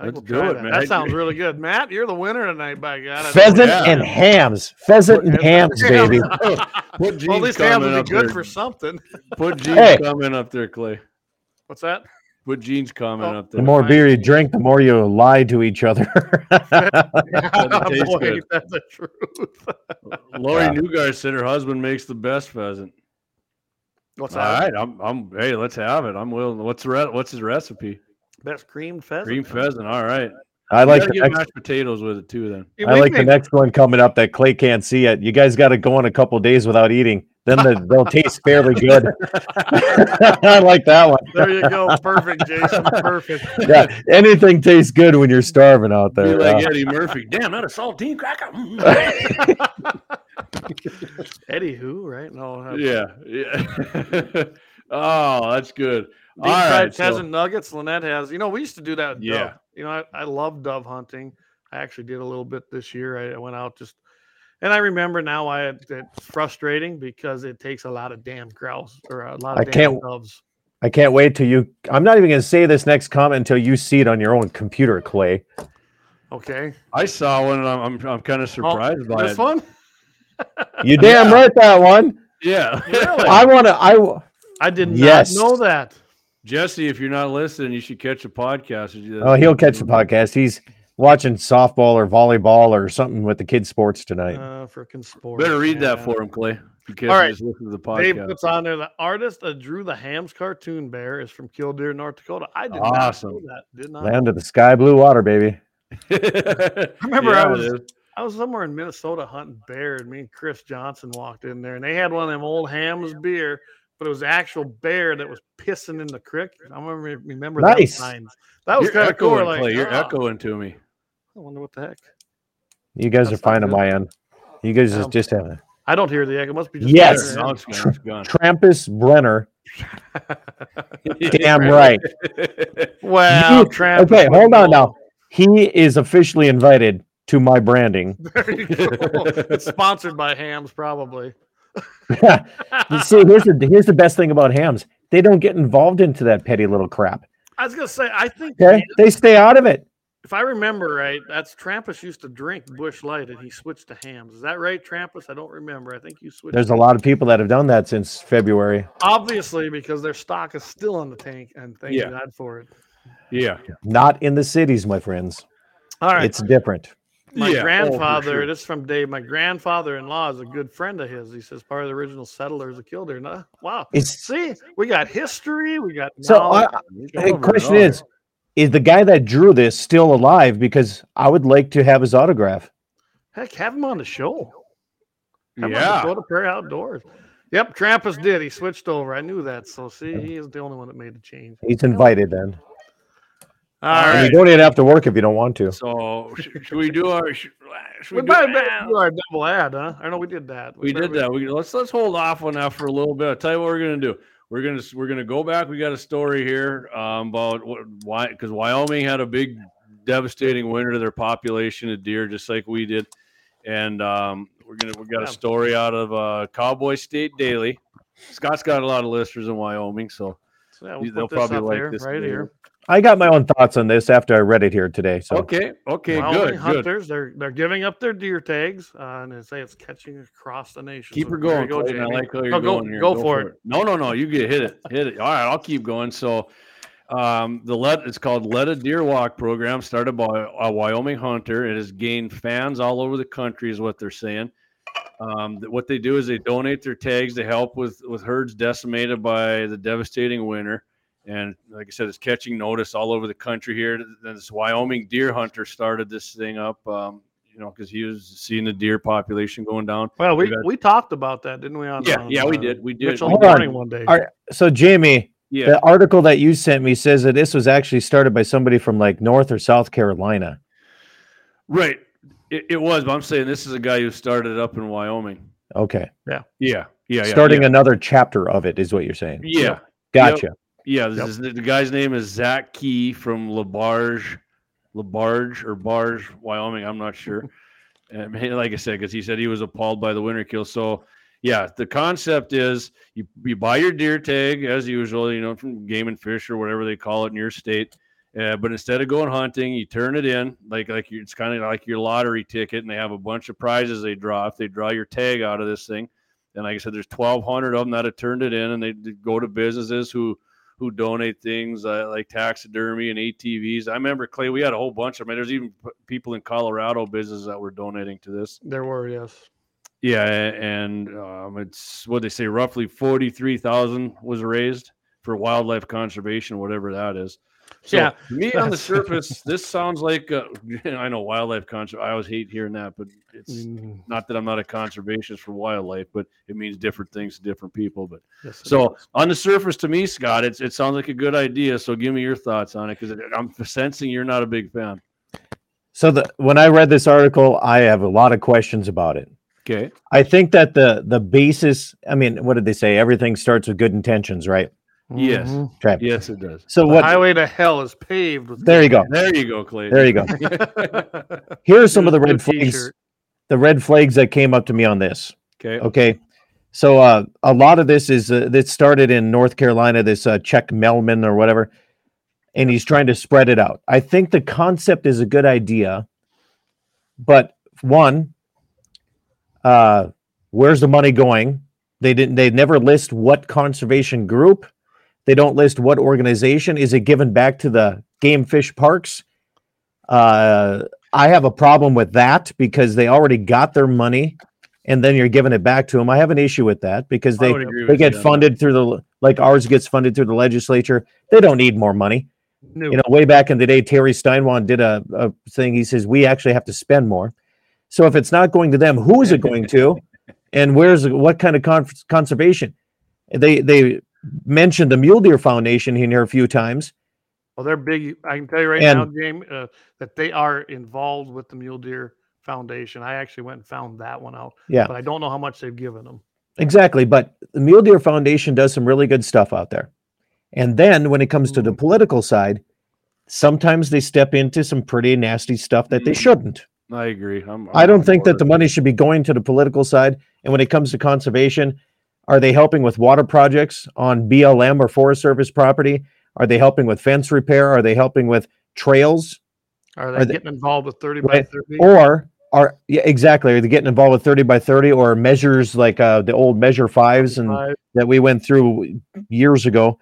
Speaker 1: I think
Speaker 2: Let's
Speaker 1: we'll try
Speaker 2: do it,
Speaker 1: that.
Speaker 2: man.
Speaker 1: That sounds really good, Matt. You're the winner tonight, by God. I
Speaker 3: Pheasant
Speaker 1: know.
Speaker 3: and hams, pheasant and hams,
Speaker 1: *laughs*
Speaker 3: baby.
Speaker 2: Put
Speaker 1: well, at
Speaker 2: Gene's
Speaker 1: least hams
Speaker 2: comment
Speaker 1: would
Speaker 2: up
Speaker 1: be good
Speaker 2: there.
Speaker 1: for something. *laughs*
Speaker 2: Put Gene's
Speaker 3: Hey.
Speaker 2: comment up there, Clay.
Speaker 1: What's
Speaker 2: *laughs*
Speaker 1: that?
Speaker 2: Put Gene's comment
Speaker 1: Oh.
Speaker 2: up
Speaker 3: The
Speaker 2: there.
Speaker 3: more
Speaker 1: I
Speaker 3: beer you
Speaker 1: see.
Speaker 3: drink, the more you lie to each other. *laughs*
Speaker 1: *laughs*
Speaker 2: Doesn't taste
Speaker 1: Boy,
Speaker 2: good.
Speaker 1: that's the truth.
Speaker 2: Lori
Speaker 3: Yeah.
Speaker 2: Newgar said her husband makes the best pheasant.
Speaker 1: What's
Speaker 2: All
Speaker 1: that?
Speaker 2: right, I'm, I'm. Hey, let's have it. I'm willing. What's the re- What's his recipe?
Speaker 1: Best creamed pheasant.
Speaker 2: Cream
Speaker 1: huh?
Speaker 2: pheasant. All right.
Speaker 3: I like
Speaker 2: to
Speaker 3: the
Speaker 2: get
Speaker 3: next,
Speaker 2: mashed potatoes with it too. Then
Speaker 1: Hey,
Speaker 3: I
Speaker 1: we
Speaker 3: like the
Speaker 1: made-
Speaker 3: next one coming up that Clay can't see yet. You guys got to go on a couple days without eating. Then the, they'll taste fairly good. *laughs* I like that one.
Speaker 1: There you
Speaker 3: *laughs*
Speaker 1: go. Perfect, Jason. Perfect.
Speaker 3: Yeah, anything tastes good when you're starving out
Speaker 2: be
Speaker 3: there. Uh,
Speaker 2: like
Speaker 3: yeah.
Speaker 1: *laughs*
Speaker 2: Eddie Murphy. Damn, not a saltine cracker. Mm.
Speaker 1: Mm-hmm.
Speaker 3: *laughs*
Speaker 1: Eddie who, right? No. uh,
Speaker 2: *laughs* yeah, yeah. *laughs* oh, that's good.
Speaker 1: Deep
Speaker 2: All
Speaker 1: fried
Speaker 2: right, so-
Speaker 1: pheasant nuggets. Lynette has. You know, we used to do that. With
Speaker 2: Yeah.
Speaker 1: Dove. You know, I, I love dove hunting. I actually did a little bit this year. I, I went out just, and I remember now why it, it's frustrating because it takes a lot of damn grouse or a lot of
Speaker 3: I
Speaker 1: damn
Speaker 3: can't-
Speaker 1: doves.
Speaker 3: I can't wait till you. I'm not even going to say this next comment until you see it on your own computer, Clay.
Speaker 1: Okay.
Speaker 2: I saw one, and I'm I'm, I'm kind of surprised by
Speaker 1: This
Speaker 2: it.
Speaker 1: one?
Speaker 3: You damn right that one.
Speaker 2: Yeah, *laughs*
Speaker 1: Really?
Speaker 3: I want to. I w-
Speaker 1: I did not
Speaker 3: Yes.
Speaker 1: know that.
Speaker 2: Jesse, if you're not listening, you should catch a podcast.
Speaker 3: oh, he'll catch the podcast. He's watching softball or volleyball or something with the kids' sports tonight.
Speaker 1: Uh, freaking sport.
Speaker 2: Better read that
Speaker 1: Yeah.
Speaker 2: for him, Clay. Because
Speaker 1: All right.
Speaker 2: just listen to the
Speaker 1: Dave
Speaker 2: podcast.
Speaker 1: puts
Speaker 2: *laughs*
Speaker 1: on there the artist that drew the Hams cartoon bear is from Killdeer, North Dakota. I did
Speaker 2: Awesome.
Speaker 1: not know that. Did not. know.
Speaker 3: Land of the sky blue water, baby.
Speaker 1: remember I
Speaker 2: it
Speaker 1: was-
Speaker 2: is.
Speaker 1: I was somewhere in Minnesota hunting bear, and me and Chris Johnson walked in there, and they had one of them old Hams beer, but it was actual bear that was pissing in the creek. I remember remember
Speaker 3: Nice.
Speaker 1: that sign. That was
Speaker 2: You're
Speaker 1: kind of cool.
Speaker 2: echoing,
Speaker 1: We're Like,
Speaker 2: Clay. You're
Speaker 1: "Ah,
Speaker 2: echoing to me.
Speaker 1: I wonder what the heck.
Speaker 3: You guys
Speaker 1: That's
Speaker 3: are
Speaker 1: not
Speaker 3: fine on
Speaker 1: good.
Speaker 3: my end. You guys
Speaker 1: Um,
Speaker 3: just, just have a
Speaker 1: I don't hear the echo. It must be just
Speaker 3: Yes.
Speaker 1: there.
Speaker 2: Now it's gone. It's gone.
Speaker 3: Trampus Brenner. *laughs* Damn right.
Speaker 1: Wow.
Speaker 3: You-
Speaker 1: Tramp is
Speaker 3: Okay,
Speaker 1: what
Speaker 3: hold
Speaker 1: you
Speaker 3: on
Speaker 1: know.
Speaker 3: now. He is officially invited to my branding. *laughs*
Speaker 1: *laughs* There you go. it's sponsored by Hams, probably. *laughs*
Speaker 3: You See, here's the here's the best thing about hams. They don't get involved into that petty little crap.
Speaker 1: I was gonna say, I think
Speaker 3: Okay, they stay out of it.
Speaker 1: if I remember right, that's Trampas used to drink Bush Light and he switched to hams. Is that right, Trampas? I don't remember. I think you switched.
Speaker 3: There's a lot of people that have done that since February.
Speaker 1: obviously because their stock is still on the tank, and thank
Speaker 2: Yeah.
Speaker 1: God for it.
Speaker 2: *laughs* yeah.
Speaker 3: Not in the cities, my friends.
Speaker 1: All right,
Speaker 3: It's different.
Speaker 1: my
Speaker 2: Yeah. Oh, for
Speaker 1: grandfather.
Speaker 2: sure.
Speaker 1: This is from Dave. My grandfather-in-law is a good friend of his. He says part of the original settlers of Kildare. Nah, wow.
Speaker 3: It's
Speaker 1: See, we got history. We got
Speaker 3: so.
Speaker 1: knowledge.
Speaker 3: I,
Speaker 2: Go
Speaker 3: the
Speaker 2: over it
Speaker 3: question
Speaker 2: all.
Speaker 3: is, is the guy that drew this still alive? Because I would like to have his autograph.
Speaker 1: Heck, have him on the show. Have
Speaker 2: yeah.
Speaker 1: Go to Prairie Outdoors. Yep, Trampas did. He switched over. I knew that. So see, he is the only one that made the change.
Speaker 3: He's invited then.
Speaker 1: All
Speaker 3: And
Speaker 1: right.
Speaker 3: You don't even have to work if you don't want to.
Speaker 2: So sh- should we do our? Sh- should
Speaker 1: We
Speaker 2: we, do
Speaker 1: might
Speaker 2: it
Speaker 1: better
Speaker 2: now?
Speaker 1: do our double ad, huh? I know we did that.
Speaker 2: We
Speaker 1: better
Speaker 2: did that. We let's let's hold off on that for a little bit. I'll tell you what we're gonna do. We're gonna s- we're gonna go back. We got a story here um, about what, why because Wyoming had a big devastating winter to their population of deer, just like we did. And um, we're gonna we got
Speaker 1: Yeah.
Speaker 2: a story out of uh, Cowboy State Daily. Scott's got a lot of listeners in Wyoming, so
Speaker 1: So yeah, we'll
Speaker 2: You- They'll
Speaker 1: put this
Speaker 2: probably
Speaker 1: up
Speaker 2: like
Speaker 1: there,
Speaker 2: this
Speaker 1: right
Speaker 2: video.
Speaker 1: here.
Speaker 3: I got my own thoughts on this after I read it here today. So
Speaker 2: Okay. Okay.
Speaker 1: Wyoming
Speaker 2: good. Good.
Speaker 1: hunters, they're they're giving up their deer tags, uh, and they say it's catching across the nation.
Speaker 2: Keep
Speaker 1: So
Speaker 2: her
Speaker 1: there
Speaker 2: going.
Speaker 1: you go,
Speaker 2: Clayton. I
Speaker 1: Jamie.
Speaker 2: like how you're
Speaker 1: No, go-
Speaker 2: going here.
Speaker 1: Go, for it.
Speaker 2: No, no, no. You get hit it. Hit it. All right, I'll keep going. So um, the let it's called Let a Deer Walk program started by a Wyoming hunter. It has gained fans all over the country, is what they're saying. Um, th- what they do is they donate their tags to help with with herds decimated by the devastating winter. And like I said, it's catching notice all over the country here. This Wyoming deer hunter started this thing up, um, you know, because he was seeing the deer population going down.
Speaker 1: Well, we,
Speaker 2: We got-
Speaker 1: we talked about that, didn't we? On
Speaker 2: Yeah,
Speaker 1: on,
Speaker 2: yeah, we
Speaker 1: uh,
Speaker 2: did. We did.
Speaker 1: Mitchell
Speaker 2: We-
Speaker 3: Hold on.
Speaker 1: morning one day.
Speaker 3: Are- so Jamie,
Speaker 2: yeah.
Speaker 3: the article that you sent me says that this was actually started by somebody from like North or South Carolina.
Speaker 2: Right. It, it was, but I'm saying this is a guy who started up in Wyoming.
Speaker 3: Okay,
Speaker 2: Yeah. Yeah. yeah
Speaker 3: starting
Speaker 2: yeah.
Speaker 3: another chapter of it is what you're saying.
Speaker 2: Yeah.
Speaker 3: Gotcha.
Speaker 2: Yeah. This
Speaker 1: Yep.
Speaker 2: is, the guy's name is Zach Key from LaBarge, LaBarge or Barge, Wyoming. I'm not sure. And he- like I said, because he said he was appalled by the winter kill. So, yeah, the concept is you, you buy your deer tag as usual, you know, from Game and Fish or whatever they call it in your state. Uh, but instead of going hunting, you turn it in like like you, it's kind of like your lottery ticket, and they have a bunch of prizes they draw. If they draw your tag out of this thing, and like I said, there's 1,200 of them that have turned it in, and they d- go to businesses who who donate things uh, like taxidermy and ATVs. I remember Clay, we had a whole bunch of them. and There's even p- people in Colorado business that were donating to this.
Speaker 1: there were yes.
Speaker 2: Yeah, a- and um, it's what they say roughly forty three thousand was raised for wildlife conservation, whatever that is.
Speaker 1: Yeah,
Speaker 2: to me
Speaker 1: *laughs*
Speaker 2: on the
Speaker 1: that's-
Speaker 2: surface, this sounds like uh, *laughs* I know wildlife conservation. I always hate hearing that, but it's
Speaker 1: Mm,
Speaker 2: not that I'm not a conservationist for wildlife, but it means different things to different people. But
Speaker 1: yes, it
Speaker 2: so
Speaker 1: is.
Speaker 2: on the surface, to me, Scott, it's, it sounds like a good idea. So give me your thoughts on it because I'm sensing you're not a big fan.
Speaker 3: So the when I read this article, I have a lot of questions about it.
Speaker 2: Okay.
Speaker 3: I think that the the basis, I mean, what did they say? Everything starts with good intentions, right?
Speaker 2: yes.
Speaker 1: Mhm.
Speaker 3: Okay.
Speaker 2: Yes, it does.
Speaker 3: So
Speaker 1: The
Speaker 3: what
Speaker 1: highway to hell is paved with.
Speaker 3: there you go.
Speaker 2: There you go, Clay.
Speaker 3: There
Speaker 1: *laughs*
Speaker 3: you go.
Speaker 2: *laughs* okay.
Speaker 3: Here are some of the
Speaker 1: New- new
Speaker 3: red flags.
Speaker 1: t-shirt.
Speaker 3: The red flags that came up to me on this. Okay. So uh, a lot of this is uh, this started in North Carolina, this uh, Czech Melman or whatever, and he's trying to spread it out. I think the concept is a good idea, but one, uh, where's the money going? They didn't. They never list what conservation group. They don't list what organization. Is it given back to the game fish parks? Uh, I have a problem with that because they already got their money and then you're giving it back to them. I have an issue with that because
Speaker 2: I
Speaker 3: they
Speaker 2: would agree
Speaker 3: they
Speaker 2: with you
Speaker 3: get
Speaker 2: on that.
Speaker 3: funded through the like ours gets funded through the legislature. They don't need more money.
Speaker 1: New.
Speaker 3: You know, way back in the day, Terry Steinwan did a, a thing. He says we actually have to spend more. So if it's not going to them, who is it going to? And where's what kind of con- conservation? They they mentioned the Mule Deer Foundation in here a few times.
Speaker 1: Well, they're big. I can tell you right now,
Speaker 3: And-
Speaker 1: Jamie, uh, that they are involved with the Mule Deer Foundation. I actually went and found that one out.
Speaker 3: Yeah.
Speaker 1: but I don't know how much they've given them.
Speaker 3: Exactly, but the Mule Deer Foundation does some really good stuff out there. And then when it comes to the political side, sometimes they step into some pretty nasty stuff that they
Speaker 2: Mhm.
Speaker 3: shouldn't.
Speaker 2: I agree. I'm, I'm
Speaker 3: I don't
Speaker 2: on
Speaker 3: think that
Speaker 2: board.
Speaker 3: the money should be going to the political side. And when it comes to conservation, are they helping with water projects on BLM or Forest Service property? Are they helping with fence repair? Are they helping with trails?
Speaker 1: Are they,
Speaker 3: Are they-
Speaker 1: getting involved with thirty by
Speaker 3: Right.
Speaker 1: thirty?
Speaker 3: Or are yeah, exactly are they getting involved with 30 by 30 or measures like uh, the old measure fives and
Speaker 1: Five.
Speaker 3: that we went through years ago,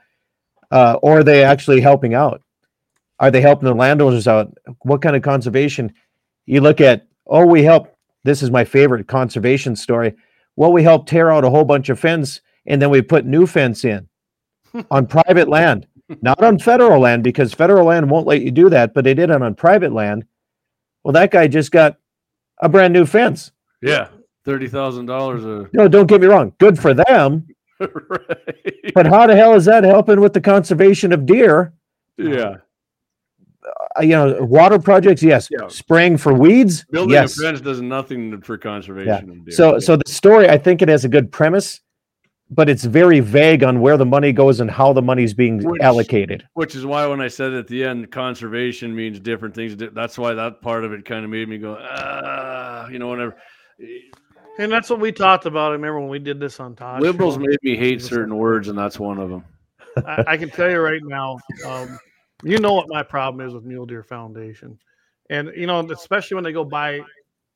Speaker 3: uh, or are they actually helping out? Are they helping the landowners out? What kind of conservation? You look at, oh, we help. This is my favorite conservation story. Well, we helped tear out a whole bunch of fence and then we put new fence in on private land, not on federal land because federal land won't let you do that, but they did it on private land. Well, that guy just got a brand new fence.
Speaker 2: Yeah. Thirty thousand dollars a
Speaker 3: No, don't get me wrong. Good for them.
Speaker 2: *laughs*
Speaker 3: *laughs*
Speaker 2: right.
Speaker 3: But how the hell is that helping with the conservation of deer?
Speaker 2: yeah.
Speaker 3: Uh, you know, water projects, yes.
Speaker 2: Yeah.
Speaker 3: Spraying for weeds,
Speaker 2: Building
Speaker 3: yes.
Speaker 2: a fence does nothing for conservation of deer.
Speaker 3: So,
Speaker 2: Yeah.
Speaker 3: so the story, I think it has a good premise, but it's very vague on where the money goes and how the money's being
Speaker 2: Which-
Speaker 3: allocated.
Speaker 2: Which is why when I said at the end, conservation means different things. di- That's why that part of it kind of made me go, ah, you know, whenever
Speaker 1: And that's what we talked about. I remember when we did this on Todd.
Speaker 2: liberals made me hate certain words, and that's one of them.
Speaker 1: I, I can tell you right now, um, you know what my problem is with Mule Deer Foundation, and you know especially when they go buy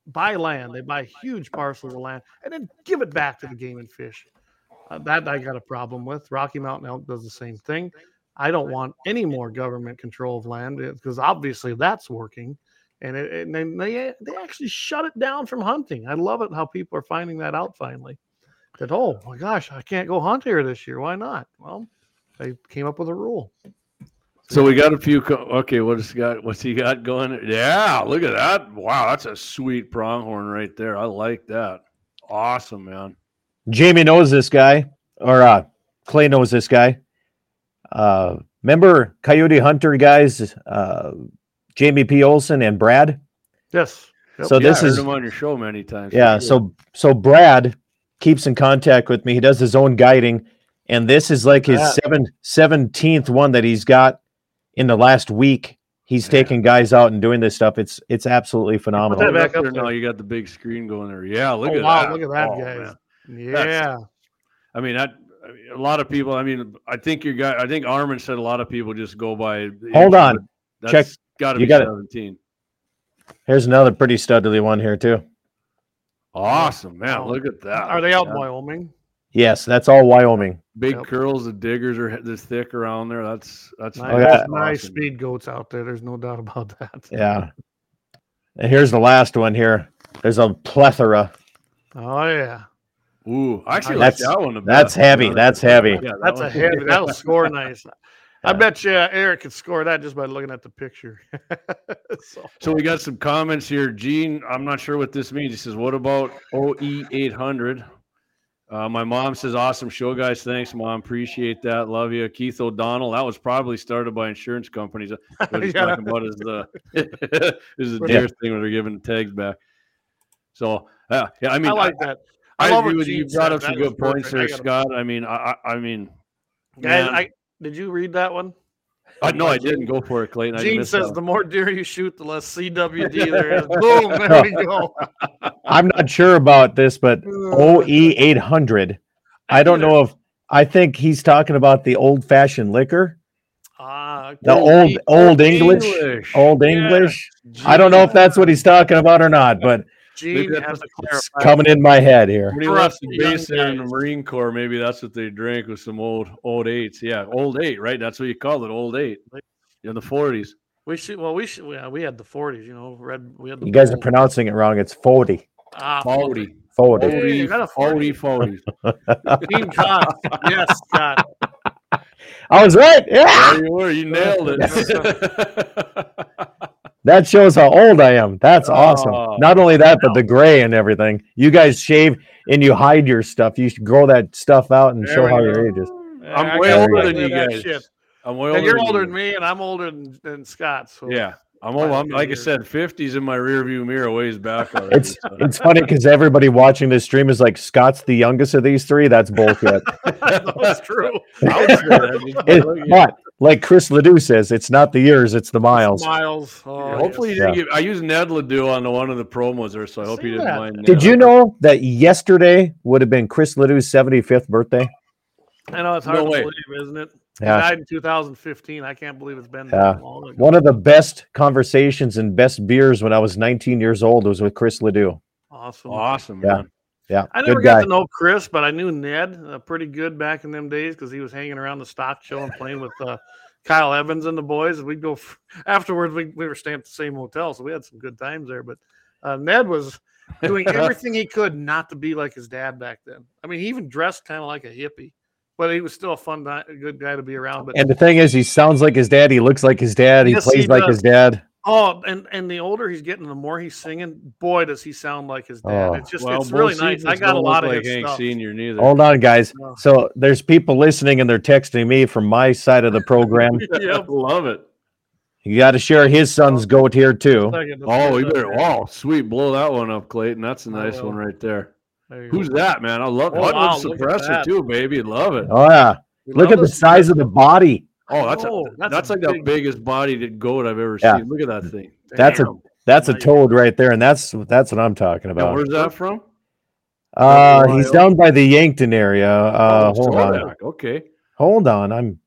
Speaker 1: buy land, they buy huge parcels of land and then give it back to the game and fish. Uh, that I got a problem with. Rocky Mountain Elk does the same thing. I don't want any more government control of land because obviously that's working, and it, and then they they actually shut it down from hunting. I love it how people are finding that out finally. That oh my gosh, I can't go hunt here this year. Why not? Well, they came up with a rule.
Speaker 2: So we got a few. Co- okay, what's got? What's he got going? Yeah, look at that! Wow, that's a sweet pronghorn right there. I like that. Awesome, man.
Speaker 3: Jamie knows this guy, or uh, Clay knows this guy. Uh, remember Coyote Hunter guys, uh, Jamie P. Olson and Brad.
Speaker 1: Yes.
Speaker 3: So
Speaker 2: Yeah,
Speaker 3: this
Speaker 2: I heard
Speaker 3: is
Speaker 2: him on your show many times. for sure.
Speaker 3: yeah. So so Brad keeps in contact with me. He does his own guiding, and this is like his
Speaker 2: That-
Speaker 3: seven, 17th one that he's got in the last week. He's
Speaker 2: Yeah.
Speaker 3: taking guys out and doing this stuff. It's it's absolutely
Speaker 2: Put
Speaker 3: phenomenal.
Speaker 2: that
Speaker 1: Put that
Speaker 2: back
Speaker 1: back
Speaker 2: up
Speaker 1: up
Speaker 2: there
Speaker 1: there.
Speaker 2: now. You got the big screen going there. Yeah, look
Speaker 1: Oh,
Speaker 2: at
Speaker 1: wow,
Speaker 2: that.
Speaker 1: look at that,
Speaker 2: Oh,
Speaker 1: guys.
Speaker 2: man.
Speaker 1: Yeah.
Speaker 2: I mean, that, I mean, a lot of people. I mean, I think your guy. I think Armin said a lot of people just go by. the
Speaker 3: Hold
Speaker 2: inch,
Speaker 3: on.
Speaker 2: but
Speaker 3: Check.
Speaker 2: That's got to
Speaker 3: You
Speaker 2: be
Speaker 3: gotta-
Speaker 2: seventeen.
Speaker 3: Here's another pretty studly one here too.
Speaker 2: Awesome, man.
Speaker 1: Oh.
Speaker 2: Look at that.
Speaker 1: Are they out in Wyoming?
Speaker 3: Yes, that's all Wyoming.
Speaker 2: Big
Speaker 1: Yep.
Speaker 2: curls. The diggers are he- this thick around there. That's that's
Speaker 1: Nice,
Speaker 3: yeah.
Speaker 2: that's
Speaker 1: nice
Speaker 2: Oh, awesome.
Speaker 1: speed goats out there. There's no doubt about that.
Speaker 3: Yeah. And here's the last one here. There's a plethora.
Speaker 1: Oh yeah.
Speaker 2: Ooh, I actually
Speaker 3: That's-
Speaker 2: like that one. the
Speaker 3: that's
Speaker 2: best, to be
Speaker 3: heavy,
Speaker 2: honest with
Speaker 3: that's
Speaker 2: you.
Speaker 3: heavy.
Speaker 2: Yeah, that
Speaker 1: That's a
Speaker 2: one's- *laughs*
Speaker 1: heavy. That'll score nice. I
Speaker 3: Yeah.
Speaker 1: bet you uh, Eric could score that just by looking at the picture. *laughs* so,
Speaker 2: So we got some comments here. Gene, I'm not sure what this means. He says, "What about OE 800?" Uh, my mom says, "Awesome show, guys. Thanks, mom. Appreciate that. Love you, Keith O'Donnell. That was probably started by insurance companies.
Speaker 1: *laughs*
Speaker 2: What he's
Speaker 1: Yeah.
Speaker 2: talking about is *laughs* the is the
Speaker 1: Right.
Speaker 2: deer thing where they're giving the tags back. So uh, yeah, I
Speaker 1: I,
Speaker 2: mean,
Speaker 1: like that.
Speaker 2: I,
Speaker 1: I love
Speaker 2: agree
Speaker 1: what
Speaker 2: with you. You
Speaker 1: Gene
Speaker 2: brought
Speaker 1: said.
Speaker 2: up some
Speaker 1: That was
Speaker 2: good points
Speaker 1: perfect.
Speaker 2: there,
Speaker 1: I gotta-
Speaker 2: Scott. I mean, I I, I mean,
Speaker 1: Guys,
Speaker 2: man,
Speaker 1: I did you read that one?
Speaker 2: I no, I didn't go for it, Clayton. I
Speaker 1: Gene
Speaker 2: missed
Speaker 1: says
Speaker 2: that.
Speaker 1: the more deer you shoot, the less CWD there
Speaker 2: *laughs*
Speaker 1: is. Boom, there we go.
Speaker 3: I'm not sure about this, but OE 800. E I don't know if I think he's talking about the old fashioned liquor,
Speaker 1: Ah,
Speaker 3: the
Speaker 1: okay.
Speaker 3: old old English, old
Speaker 2: Yeah.
Speaker 3: English. I don't know if that's what he's talking about or not, but
Speaker 1: Gene
Speaker 2: that's
Speaker 1: has to
Speaker 3: it's
Speaker 1: clarify.
Speaker 3: coming in my head here.
Speaker 2: When he
Speaker 1: For
Speaker 2: left
Speaker 1: us
Speaker 2: the
Speaker 1: young
Speaker 2: base there in the
Speaker 1: guys.
Speaker 2: Marine Corps, maybe that's what they drank with some old old eights. Yeah, old eight, right? That's what you call it, old eight. In the forties.
Speaker 1: We should. Well, we should. Yeah, we had the 40s. You know, red. We had the
Speaker 3: You guys are
Speaker 1: bold.
Speaker 3: pronouncing it wrong. It's 40.
Speaker 1: Ah,
Speaker 2: Forty.
Speaker 3: 40.
Speaker 1: Hey,
Speaker 2: Forty.
Speaker 1: you got a
Speaker 2: Forty.
Speaker 1: 40.
Speaker 2: Forty.
Speaker 1: Gene Cox. Yes,
Speaker 3: *laughs*
Speaker 1: Scott.
Speaker 3: I was right. Yeah.
Speaker 2: There you were. You nailed it. *laughs*
Speaker 3: That shows how old I am. That's
Speaker 2: Oh.
Speaker 3: awesome. Not only that, but the gray and everything. You guys shave and you hide your stuff. You should grow that stuff out and
Speaker 1: There
Speaker 3: show
Speaker 1: we
Speaker 3: how
Speaker 1: go.
Speaker 3: your age is.
Speaker 1: Yeah,
Speaker 2: I'm
Speaker 1: I
Speaker 2: way
Speaker 1: gotta
Speaker 2: older
Speaker 1: play
Speaker 2: than you
Speaker 1: that
Speaker 2: guys.
Speaker 1: shit.
Speaker 2: I'm way older.
Speaker 1: And you're older than
Speaker 2: you.
Speaker 1: me, and I'm older than, than Scott. So
Speaker 2: Yeah. I'm, old, I'm like I
Speaker 1: Years.
Speaker 2: said, 50s in my rearview mirror, ways
Speaker 3: *laughs*
Speaker 2: back. Already,
Speaker 3: It's
Speaker 2: *laughs*
Speaker 3: it's funny because everybody watching this stream is like Scott's the youngest of these three. That's bullshit.
Speaker 1: *laughs*
Speaker 3: *laughs*
Speaker 1: that's true.
Speaker 2: I would say that just by
Speaker 3: It-
Speaker 2: looking at it.
Speaker 3: but like Chris Ledoux says, it's not the years, it's the miles.
Speaker 1: Miles. Oh,
Speaker 2: Hopefully,
Speaker 1: yes.
Speaker 2: you didn't get. I used Ned Ledoux on the, one of the promos there, so I hope
Speaker 1: See
Speaker 2: you didn't
Speaker 1: that?
Speaker 2: mind. Ned.
Speaker 3: Did you know that yesterday would have been Chris Ledoux's seventy fifth birthday?
Speaker 1: I know it's hard
Speaker 2: No
Speaker 1: to
Speaker 2: way.
Speaker 1: believe, isn't it?
Speaker 3: Yeah.
Speaker 1: He died in 2015. I can't believe it's been
Speaker 3: Yeah.
Speaker 1: that long. Ago.
Speaker 3: One of the best conversations and best beers when I was nineteen years old was with Chris Ledoux.
Speaker 1: Awesome.
Speaker 2: Awesome,
Speaker 3: Yeah.
Speaker 2: man.
Speaker 3: Yeah,
Speaker 1: I never
Speaker 3: good
Speaker 1: got
Speaker 3: guy.
Speaker 1: to know Chris, but I knew Ned uh, pretty good back in them days because he was hanging around the stock show and playing with uh, Kyle Evans and the boys. And we'd go f- *laughs* afterwards. We, we were staying at the same hotel, so we had some good times there. But uh, Ned was
Speaker 3: *laughs*
Speaker 1: doing everything he could not to be like his dad back then. I mean, he even dressed kind of like a hippie, but he was still a fun, guy- a good guy to be around. But
Speaker 3: And the thing is, he sounds like his dad. He looks like his dad. He
Speaker 1: Yes,
Speaker 3: plays
Speaker 1: he
Speaker 3: like
Speaker 1: does.
Speaker 3: his dad.
Speaker 1: oh, and and the older he's getting, the more he's singing. Boy, does he sound like his dad!
Speaker 3: Oh.
Speaker 1: It's just
Speaker 2: Well,
Speaker 1: it's really
Speaker 2: Bo
Speaker 1: nice. I
Speaker 2: Cephas
Speaker 1: got a
Speaker 2: don't
Speaker 1: lot
Speaker 2: look
Speaker 1: of
Speaker 2: like
Speaker 1: his
Speaker 2: Hank
Speaker 1: stuff.
Speaker 2: Senior neither. *laughs*
Speaker 3: Hold on, guys.
Speaker 1: Oh.
Speaker 3: So there's people listening and they're texting me from my side of the
Speaker 1: *laughs*
Speaker 3: program.
Speaker 1: Yep.
Speaker 2: love it.
Speaker 3: You got to share his son's goat here too.
Speaker 1: Second, let's
Speaker 2: Oh,
Speaker 1: get
Speaker 2: you
Speaker 1: that
Speaker 2: better!
Speaker 1: there.
Speaker 2: Wow, sweet, blow that one up, Clayton. That's a
Speaker 1: I
Speaker 2: nice one
Speaker 1: will.
Speaker 2: right there.
Speaker 1: There you go.
Speaker 2: Who's that, man? I love.
Speaker 1: Oh,
Speaker 2: Oh,
Speaker 1: wow,
Speaker 2: wow,
Speaker 1: look at
Speaker 2: suppressor
Speaker 1: that.
Speaker 2: too, baby. Love it.
Speaker 3: Oh yeah,
Speaker 1: We
Speaker 3: look
Speaker 1: love
Speaker 3: at the
Speaker 1: this
Speaker 3: size
Speaker 1: shit.
Speaker 3: of the body.
Speaker 2: Oh, that's a,
Speaker 1: Oh,
Speaker 2: that's,
Speaker 1: that's a
Speaker 2: like the
Speaker 1: big-
Speaker 2: biggest bodied goat I've ever
Speaker 3: Yeah.
Speaker 2: seen. Look at that thing.
Speaker 3: That's a
Speaker 1: Damn.
Speaker 3: that's a
Speaker 1: Nice.
Speaker 3: toad right there, and that's that's what I'm talking
Speaker 2: And
Speaker 3: about.
Speaker 2: where's that from?
Speaker 3: Uh, he's
Speaker 2: Ohio.
Speaker 3: down by the Yankton area. Uh,
Speaker 2: Oh,
Speaker 3: hold on,
Speaker 2: Solak. Okay.
Speaker 3: hold on. I'm